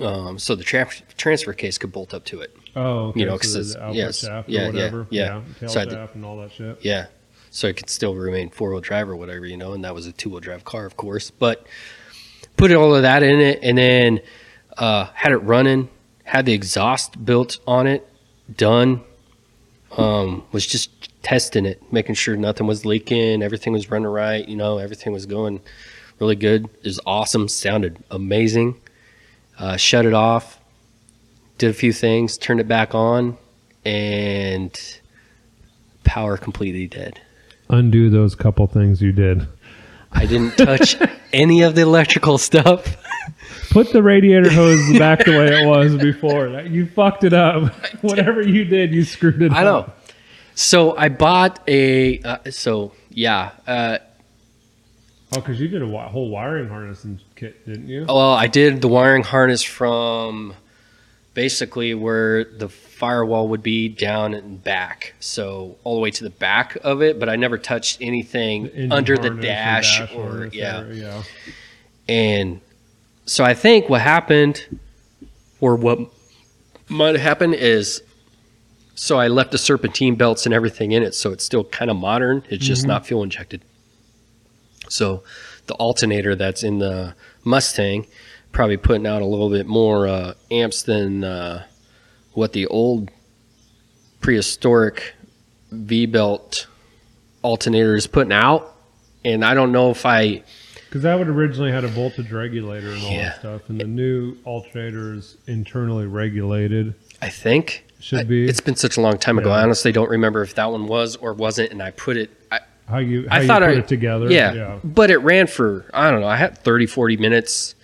Speaker 2: um, so the tra- transfer case could bolt up to it.
Speaker 1: Oh, okay.
Speaker 2: You know,
Speaker 1: so
Speaker 2: 'cause
Speaker 1: there's
Speaker 2: it's-
Speaker 1: the output
Speaker 2: yes,
Speaker 1: shaft or
Speaker 2: yeah, yeah,
Speaker 1: whatever.
Speaker 2: yeah.
Speaker 1: Tail
Speaker 2: So I did-
Speaker 1: shaft and all that shit.
Speaker 2: Yeah. So it could still remain four wheel drive or whatever, you know, and that was a two wheel drive car, of course. But put all of that in it and then uh, had it running, had the exhaust built on it, done. Um, was just testing it, making sure nothing was leaking, everything was running right, you know, everything was going really good. It was awesome, sounded amazing. Uh, shut it off, did a few things, turned it back on, and power completely dead.
Speaker 1: Undo those couple things you did.
Speaker 2: I didn't touch any of the electrical stuff.
Speaker 1: Put the radiator hose back the way it was before. That- You fucked it up. Whatever you did, you screwed it
Speaker 2: I
Speaker 1: up.
Speaker 2: know. So I bought a. Uh, so yeah. Uh,
Speaker 1: Oh, because you did a wi- whole wiring harness and kit, didn't you?
Speaker 2: well, I did the wiring harness from basically where the firewall would be down and back. So all the way to the back of it, but I never touched anything
Speaker 1: Engine
Speaker 2: under the
Speaker 1: harness or
Speaker 2: dash, or
Speaker 1: harness
Speaker 2: yeah.
Speaker 1: or- yeah.
Speaker 2: And so I think what happened, or what might have happened, is So I left the serpentine belts and everything in it, so it's still kind of modern. It's just not fuel injected. So the alternator that's in the Mustang probably putting out a little bit more uh, amps than uh, what the old prehistoric V belt alternator is putting out. And I don't know if I
Speaker 1: Because that would originally had a voltage regulator and all
Speaker 2: Yeah.
Speaker 1: that stuff, and the new alternator is internally regulated.
Speaker 2: I think
Speaker 1: Should
Speaker 2: I-
Speaker 1: be
Speaker 2: It's been such a long time ago.
Speaker 1: Yeah.
Speaker 2: I honestly don't remember if that one was or wasn't, and I put it. I,
Speaker 1: how you how
Speaker 2: I
Speaker 1: you
Speaker 2: thought
Speaker 1: put
Speaker 2: I-
Speaker 1: it together.
Speaker 2: yeah,
Speaker 1: yeah,
Speaker 2: but it ran for I don't know. I had 30, 40 minutes,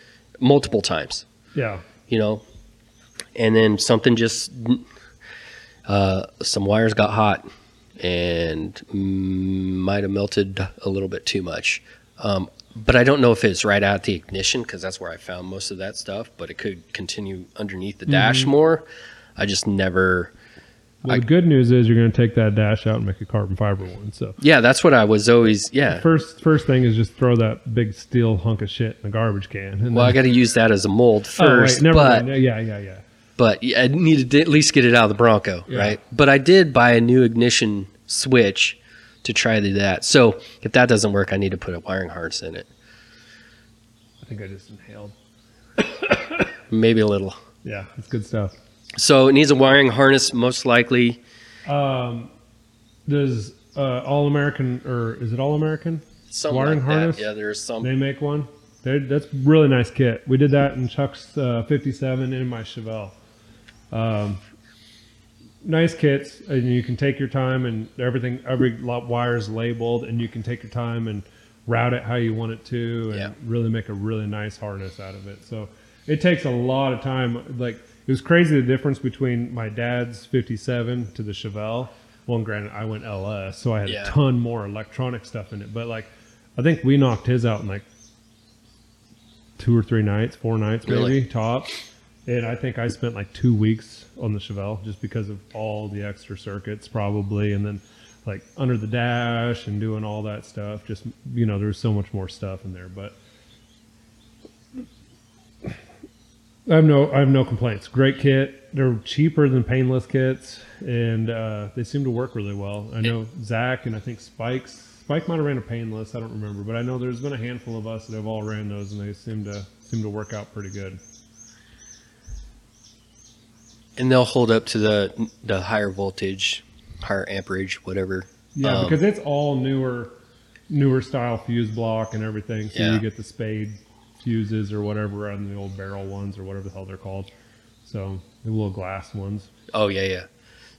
Speaker 2: multiple times,
Speaker 1: yeah.
Speaker 2: you know, and then something just uh, some wires got hot and mm, might have melted a little bit too much. Um, but I don't know if it's right out the ignition because that's where I found most of that stuff. But it could continue underneath the
Speaker 1: Mm-hmm.
Speaker 2: dash more. I just never.
Speaker 1: Well,
Speaker 2: I-
Speaker 1: the good news is you're going to take that dash out and make a carbon fiber one. So
Speaker 2: Yeah, that's what I was always. Yeah,
Speaker 1: first first thing is just throw that big steel hunk of shit in the garbage can. And
Speaker 2: Well, I
Speaker 1: then-
Speaker 2: got to use that as a mold
Speaker 1: Oh, wait,
Speaker 2: first,
Speaker 1: never
Speaker 2: but
Speaker 1: mind. Yeah, yeah, yeah.
Speaker 2: but I needed to at least get it out of the Bronco,
Speaker 1: Yeah.
Speaker 2: right? But I did buy a new ignition switch to try to do that. So if that doesn't work, I need to put a wiring harness in it,
Speaker 1: I think I just inhaled.
Speaker 2: maybe a little.
Speaker 1: Yeah, it's good stuff.
Speaker 2: So it needs a wiring harness, most likely.
Speaker 1: Um, does uh, All American or is it All American?
Speaker 2: Something
Speaker 1: Wiring
Speaker 2: like that.
Speaker 1: harness?
Speaker 2: Yeah, there's some.
Speaker 1: They make one. They're, that's a really nice kit. We did that in Chuck's uh, 57 in my Chevelle. Um, nice kits, and you can take your time and everything. Every lot wire is labeled, and you can take your time and route it how you want it to, and
Speaker 2: Yeah.
Speaker 1: really make a really nice harness out of it. So it takes a lot of time. Like it was crazy the difference between my dad's 57 to the Chevelle. Well, and granted, I went LS, so I had
Speaker 2: Yeah.
Speaker 1: a ton more electronic stuff in it. But like, I think we knocked his out in like two or three nights, four nights maybe
Speaker 2: Really?
Speaker 1: tops. And I think I spent like two weeks on the Chevelle just because of all the extra circuits, probably, and then like under the dash and doing all that stuff. Just you know, there was so much more stuff in there, but. I have no, I have no complaints. Great kit. They're cheaper than painless kits, and uh, they seem to work really well. I know Zach and I think Spike's Spike might have ran a painless. I don't remember, but I know there's been a handful of us that have all ran those, and they seem to seem to work out pretty good.
Speaker 2: and they'll hold up to the the higher voltage, higher amperage, whatever.
Speaker 1: Yeah,
Speaker 2: Um,
Speaker 1: Uh, because it's all newer, newer style fuse block and everything. So
Speaker 2: Yeah.
Speaker 1: you get the spade fuses or whatever on the old barrel ones or whatever the hell they're called. So the little glass ones.
Speaker 2: Oh yeah, yeah.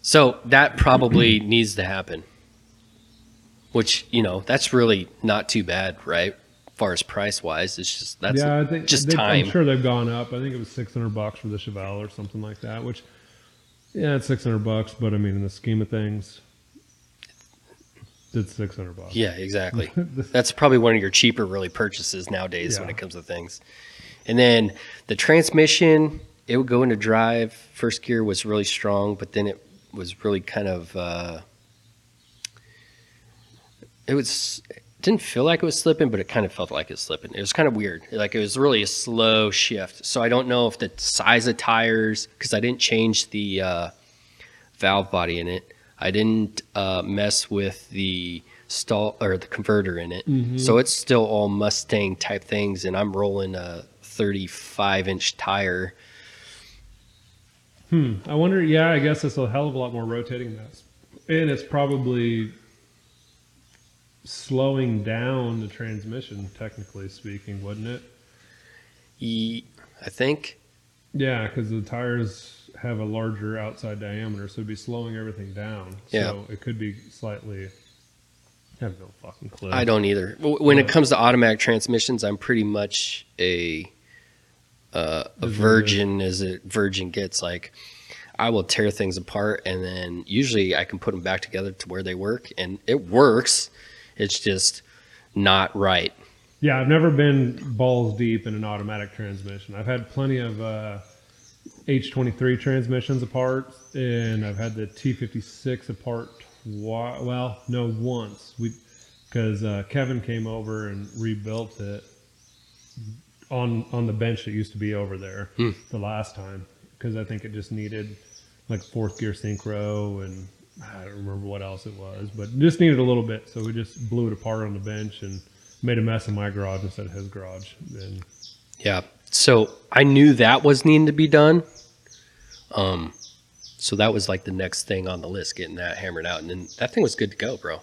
Speaker 2: So that probably needs to happen. Which you know that's really not too bad, right? far as price wise, it's just that's
Speaker 1: yeah, I think
Speaker 2: just
Speaker 1: they-
Speaker 2: time.
Speaker 1: I'm sure they've gone up. I think it was 600 bucks for the Chevelle or something like that. Which, yeah, it's 600 bucks, but I mean, in the scheme of things, it's 600 bucks.
Speaker 2: yeah, exactly.
Speaker 1: This-
Speaker 2: that's probably one of your cheaper really purchases nowadays when
Speaker 1: Yeah.
Speaker 2: it comes to things. And then the transmission, it would go into drive. First gear was really strong, but then it was really kind of uh, it was it didn't feel like it was slipping, but it kind of felt like it was slipping. It was kind of weird. Like it was really a slow shift. So I don't know if the size of tires because I didn't change the uh, valve body in it. I didn't uh, mess with the stall or the converter in it. So it's still all Mustang type things, and I'm rolling a 35 inch tire.
Speaker 1: Hmm. I wonder. Yeah, I guess it's a hell of a lot more rotating mass, and it's probably slowing down the transmission, technically speaking, wouldn't it?
Speaker 2: E- I think.
Speaker 1: Yeah, because the tires have a larger outside diameter, so it'd be slowing everything down. So it could be slightly. I have no fucking clue.
Speaker 2: I don't either. W- When it
Speaker 1: Yeah.
Speaker 2: comes to automatic transmissions, I'm pretty much a uh, a
Speaker 1: Virgin.
Speaker 2: virgin as a virgin gets. Like I will tear things apart, and then usually I can put them back together to where they work, and it works. It's just not right.
Speaker 1: Yeah, I've never been balls deep in an automatic transmission. I've had plenty of uh, H23 transmissions apart, and I've had the T56 apart. Twi- well, no, once we because uh, Kevin came over and rebuilt it Hmm. on on the bench that used to be over there the last time because I think it just needed like fourth gear synchro and I don't remember what else it was, but just needed a little bit. So we just blew it apart on the bench and made a mess in my garage instead of his garage. And
Speaker 2: Yeah. So I knew that was needing to be done. Um, so that was like the next thing on the list, getting that hammered out, and then that thing was good to go, bro.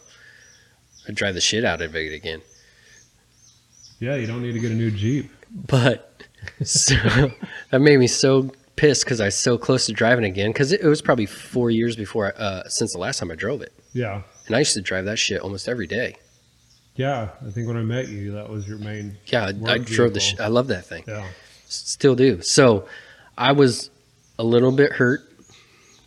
Speaker 2: I drive the shit out of it again.
Speaker 1: yeah, you don't need to get a new Jeep.
Speaker 2: But so that made me so pissed because I was so close to driving again. Because it, it was probably four years before I, uh, since the last time I drove it,
Speaker 1: Yeah.
Speaker 2: and I used to drive that shit almost every day.
Speaker 1: Yeah. I think when I met you, that was your main.
Speaker 2: Yeah, I, I
Speaker 1: Work
Speaker 2: drove the. Sh-
Speaker 1: vehicle.
Speaker 2: I love that thing.
Speaker 1: Yeah.
Speaker 2: S- Still do. So I was a little bit hurt,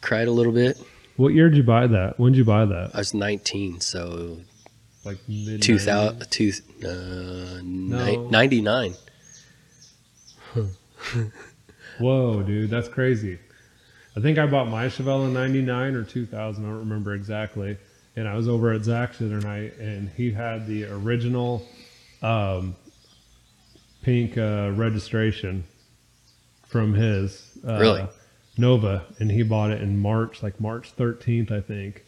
Speaker 2: cried a little bit.
Speaker 1: What year did you buy that? When did you buy that?
Speaker 2: I was 19, so
Speaker 1: Like mid
Speaker 2: 2000, two, uh,
Speaker 1: No.
Speaker 2: ni- 99.
Speaker 1: Whoa, dude, that's crazy. I think I bought my Chevelle in '99 or 2000. I don't remember exactly. And I was over at Zach's the other night, and he had the original um, pink uh, registration from his uh,
Speaker 2: Really?
Speaker 1: Nova, and he bought it in March, like March 13th, I think,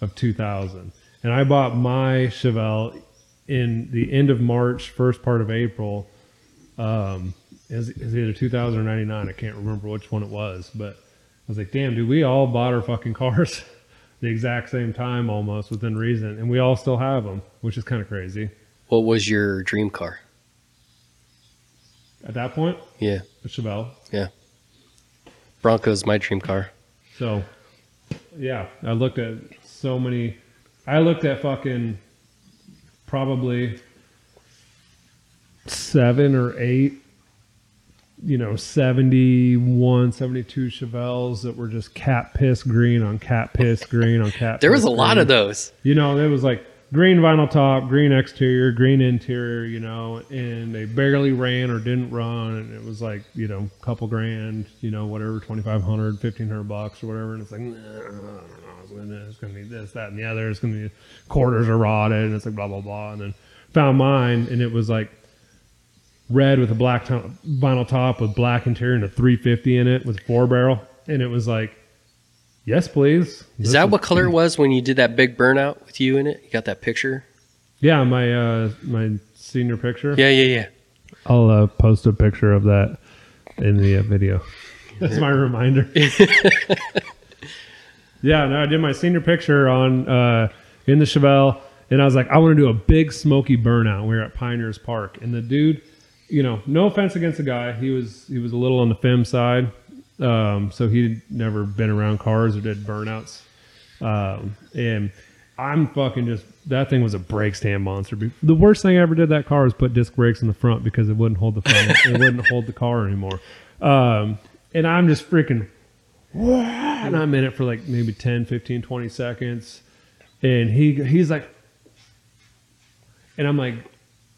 Speaker 1: of 2000. And I bought my Chevelle in the end of March, first part of April. Um, it was, it was either 2000 or 99. I can't remember which one it was, but I was like, damn, dude, we all bought our fucking cars the exact same time almost within reason. And we all still have them, which is kind of crazy.
Speaker 2: What was your dream car?
Speaker 1: At that point,
Speaker 2: Yeah,
Speaker 1: a Chevelle.
Speaker 2: Bronco's my dream car.
Speaker 1: So, yeah, I looked at so many. I looked at fucking probably seven or eight, you know, 71, 72 Chevelles that were just cat piss green on cat piss green on cat
Speaker 2: There was
Speaker 1: piss
Speaker 2: a lot
Speaker 1: green.
Speaker 2: of those.
Speaker 1: You know, there was like green vinyl top, green exterior, green interior, you know, and they barely ran or didn't run. And it was like, you know, couple grand, you know, whatever, 2500 1500 bucks or whatever. And it's like, nah, I don't know. It's gonna, it's gonna be this, that, and the other. It's gonna be quarters are rotted, and it's like blah blah blah. And then found mine, and it was like red with a black to vinyl top with black interior and a 350 in it with four barrel, and it was like, yes, please.
Speaker 2: Is that what color it was when you did that big burnout with you in it? You got that picture?
Speaker 1: Yeah, my uh, my senior picture.
Speaker 2: Yeah, yeah, yeah.
Speaker 1: I'll uh, post a picture of that in the uh, video. That's my reminder. yeah, no, I did my senior picture on uh, in the Chevelle, and I was like, I want to do a big smoky burnout. We were at Pioneers Park, and the dude, you know, no offense against the guy, he was he was a little on the fem side, um, so he'd never been around cars or did burnouts, um, and I'm fucking just that thing was a brake stand monster. Be- The worst thing I ever did that car was put disc brakes in the front because it wouldn't hold the front. it wouldn't hold the car anymore. Um, and I'm just freaking and I'm in it for like maybe 10, 15, 20 seconds. And he he's like, and I'm like,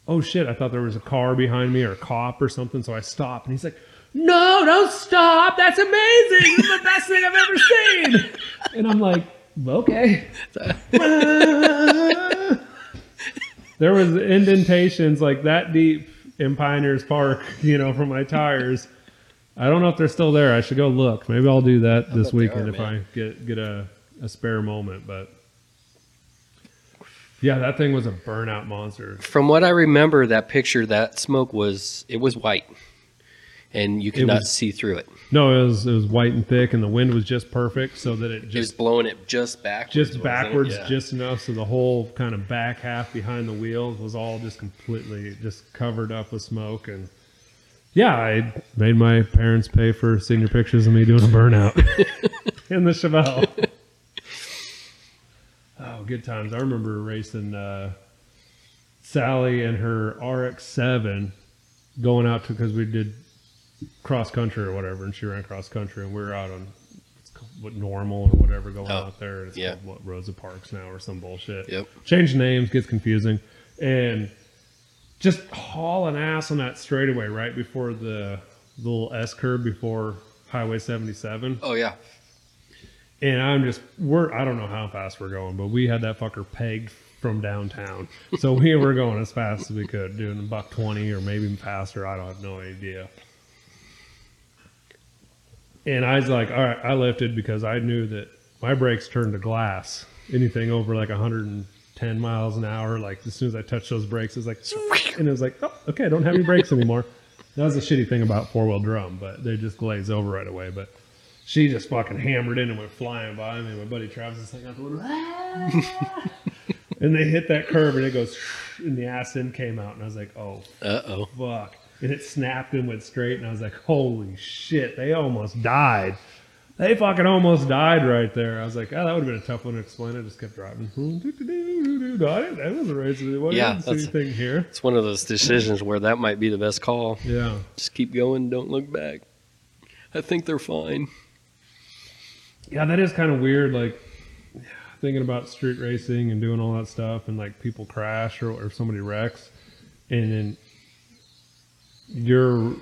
Speaker 1: oh shit, I thought there was a car behind me or a cop or something. So I stop and he's like, no, don't stop. That's amazing. This is the best thing I've ever seen. And I'm like, okay. there was indentations like that deep in Pioneers Park, you know, from my tires. I don't know if they're still there. I should go look. Maybe I'll do that this
Speaker 2: bet they
Speaker 1: weekend
Speaker 2: are,
Speaker 1: if
Speaker 2: man.
Speaker 1: I get get a, a spare moment. But yeah, that thing was a burnout monster.
Speaker 2: From what I remember, that picture, that smoke was it was white, and you could
Speaker 1: It
Speaker 2: not
Speaker 1: was-
Speaker 2: see through it.
Speaker 1: No, it was it was white and thick, and the wind was just perfect, so that it
Speaker 2: It was
Speaker 1: just
Speaker 2: blowing it just backwards.
Speaker 1: just
Speaker 2: wasn't it?
Speaker 1: backwards,
Speaker 2: Yeah.
Speaker 1: just enough so the whole kind of back half behind the wheels was all just completely just covered up with smoke. And yeah, I made my parents pay for senior pictures of me doing a burnout in the Chevelle. oh, good times! I remember racing uh, Sally and her RX-7 going out to because we did cross country or whatever, and she ran cross country, and we were out on it's called, what normal or whatever going
Speaker 2: Oh,
Speaker 1: out there. and It's
Speaker 2: yeah.
Speaker 1: called what Rosa Parks now or some bullshit.
Speaker 2: Yep.
Speaker 1: Change names gets confusing, and just hauling ass on that straightaway right before the little S curve before Highway 77
Speaker 2: Oh yeah.
Speaker 1: and I'm just we're I don't know how fast we're going, but we had that fucker pegged from downtown, so we were going as fast as we could, doing a buck twenty or maybe even faster. I don't have no idea. And I was like, all right, I lifted because I knew that my brakes turned to glass. Anything over like 110 miles an hour, like as soon as I touched those brakes, it was like, and it was like, oh, okay, I don't have any brakes anymore. That was the shitty thing about four wheel drum, but they just glaze over right away. But she just fucking hammered in and went flying by me. My buddy Travis is like, out the window, "Ah." and they hit that curb and it goes, and the ass end came out. And I was like, oh,
Speaker 2: Uh oh.
Speaker 1: fuck. And it snapped and went straight. And I was like, holy shit, they almost died. They fucking almost died right there. I was like, oh, that would have been a tough one to explain. I just kept driving. I didn't- That was a race. What
Speaker 2: Yeah,
Speaker 1: yeah,
Speaker 2: that's-
Speaker 1: anything here?
Speaker 2: It's one of those decisions where that might be the best call.
Speaker 1: Yeah.
Speaker 2: Just keep going. Don't look back. I think they're fine.
Speaker 1: Yeah, that is kind of weird. Like thinking about street racing and doing all that stuff, and like people crash or, or somebody wrecks, and then you're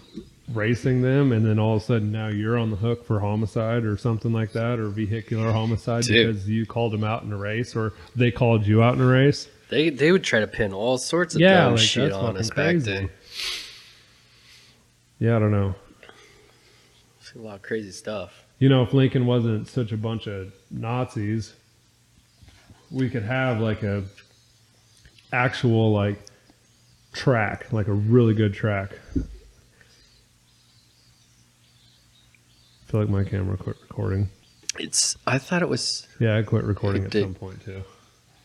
Speaker 1: racing them, and then all of a sudden now you're on the hook for homicide or something like that, or vehicular homicide
Speaker 2: Dude.
Speaker 1: because you called them out in a race or they called you out in a race.
Speaker 2: They they would try to pin all sorts of
Speaker 1: yeah,
Speaker 2: dumb
Speaker 1: like,
Speaker 2: shit
Speaker 1: that's
Speaker 2: on
Speaker 1: fucking
Speaker 2: us
Speaker 1: crazy.
Speaker 2: back then.
Speaker 1: Yeah, I don't know.
Speaker 2: It's a lot of crazy stuff.
Speaker 1: you know, if Lincoln wasn't such a bunch of Nazis, we could have like a actual like track, like a really good track. I feel like my camera quit recording.
Speaker 2: It's I thought it was
Speaker 1: Yeah, I quit recording
Speaker 2: It
Speaker 1: at
Speaker 2: did.
Speaker 1: some point too.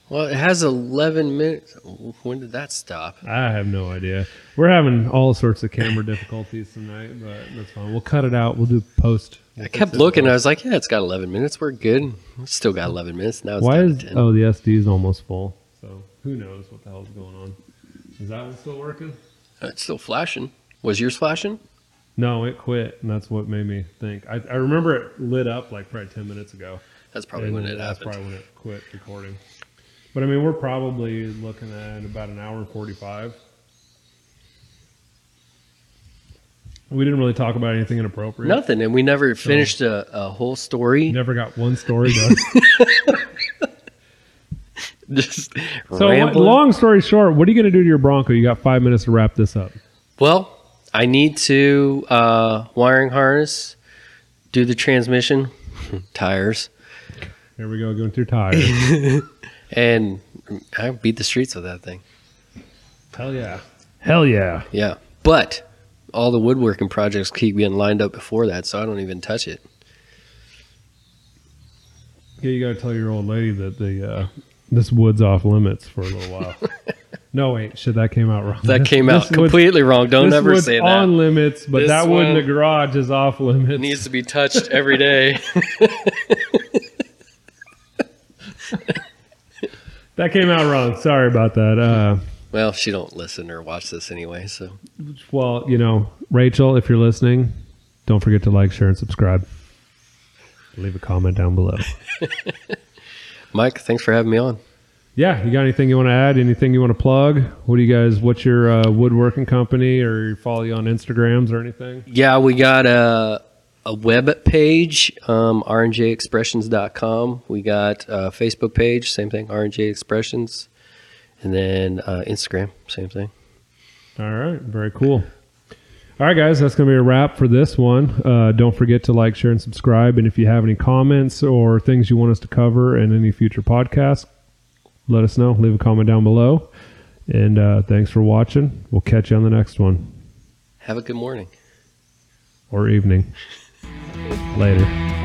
Speaker 2: well, it has eleven minutes. When did that stop?
Speaker 1: I have no idea. We're having all sorts of camera difficulties tonight, but that's fine. We'll cut it out. We'll do post. We'll
Speaker 2: I
Speaker 1: fix
Speaker 2: kept
Speaker 1: it.
Speaker 2: looking. I was like, yeah, it's got 11 minutes. We're good. We still got 11 minutes. Now it's
Speaker 1: Why
Speaker 2: down
Speaker 1: is
Speaker 2: to 10.
Speaker 1: oh the SD is almost full? So who knows what the hell's going on? Is that one still working?
Speaker 2: It's still flashing. Was yours flashing?
Speaker 1: No, it quit, and that's what made me think. I, I remember it lit up like probably ten minutes ago.
Speaker 2: That's probably
Speaker 1: and
Speaker 2: when it
Speaker 1: that's
Speaker 2: happened.
Speaker 1: Probably when it quit recording. But I mean, we're probably looking at about an hour and forty-five. We didn't really talk about anything inappropriate.
Speaker 2: Nothing. And we never finished a, a whole story.
Speaker 1: Never got one story done.
Speaker 2: Just
Speaker 1: so, what,
Speaker 2: rambling.
Speaker 1: long story short, what are you going to do to your Bronco? You got five minutes to wrap this up.
Speaker 2: Well, I need to uh, wiring harness, do the transmission, tires,
Speaker 1: Here we go, going through tires.
Speaker 2: and I beat the streets with that thing.
Speaker 1: Hell yeah. Hell yeah.
Speaker 2: Yeah. But all the woodworking projects keep getting lined up before that, so I don't even touch it.
Speaker 1: Yeah, you gotta tell your old lady that the uh, this wood's off limits for a little while. no, wait, shit, that came out wrong.
Speaker 2: That
Speaker 1: This-
Speaker 2: came out
Speaker 1: this wood's-
Speaker 2: completely wrong. Don't
Speaker 1: this
Speaker 2: ever
Speaker 1: wood's
Speaker 2: say that.
Speaker 1: on limits, but
Speaker 2: This
Speaker 1: that wood in
Speaker 2: one
Speaker 1: the garage is off limits.
Speaker 2: needs to be touched every day.
Speaker 1: that came out wrong. Sorry about that. Uh,
Speaker 2: well, she don't listen or watch this anyway, so
Speaker 1: well, you know, Rachel, if you're listening, don't forget to like, share, and subscribe. Leave a comment down below.
Speaker 2: Mike, thanks for having me on.
Speaker 1: Yeah, you got anything you want to add? Anything you want to plug? What do you guys? What's your uh, woodworking company, or follow you on Instagrams or anything?
Speaker 2: Yeah, we got a a web page, um, rnjexpressions.com. We got a Facebook page, same thing, RNJ Expressions. And then uh, Instagram, same thing.
Speaker 1: All right, very cool. All right, guys, that's going to be a wrap for this one. Uh, don't forget to like, share, and subscribe. And if you have any comments or things you want us to cover in any future podcasts, let us know. Leave a comment down below. And uh, thanks for watching. We'll catch you on the next one
Speaker 2: Have a good morning.
Speaker 1: or evening. Later.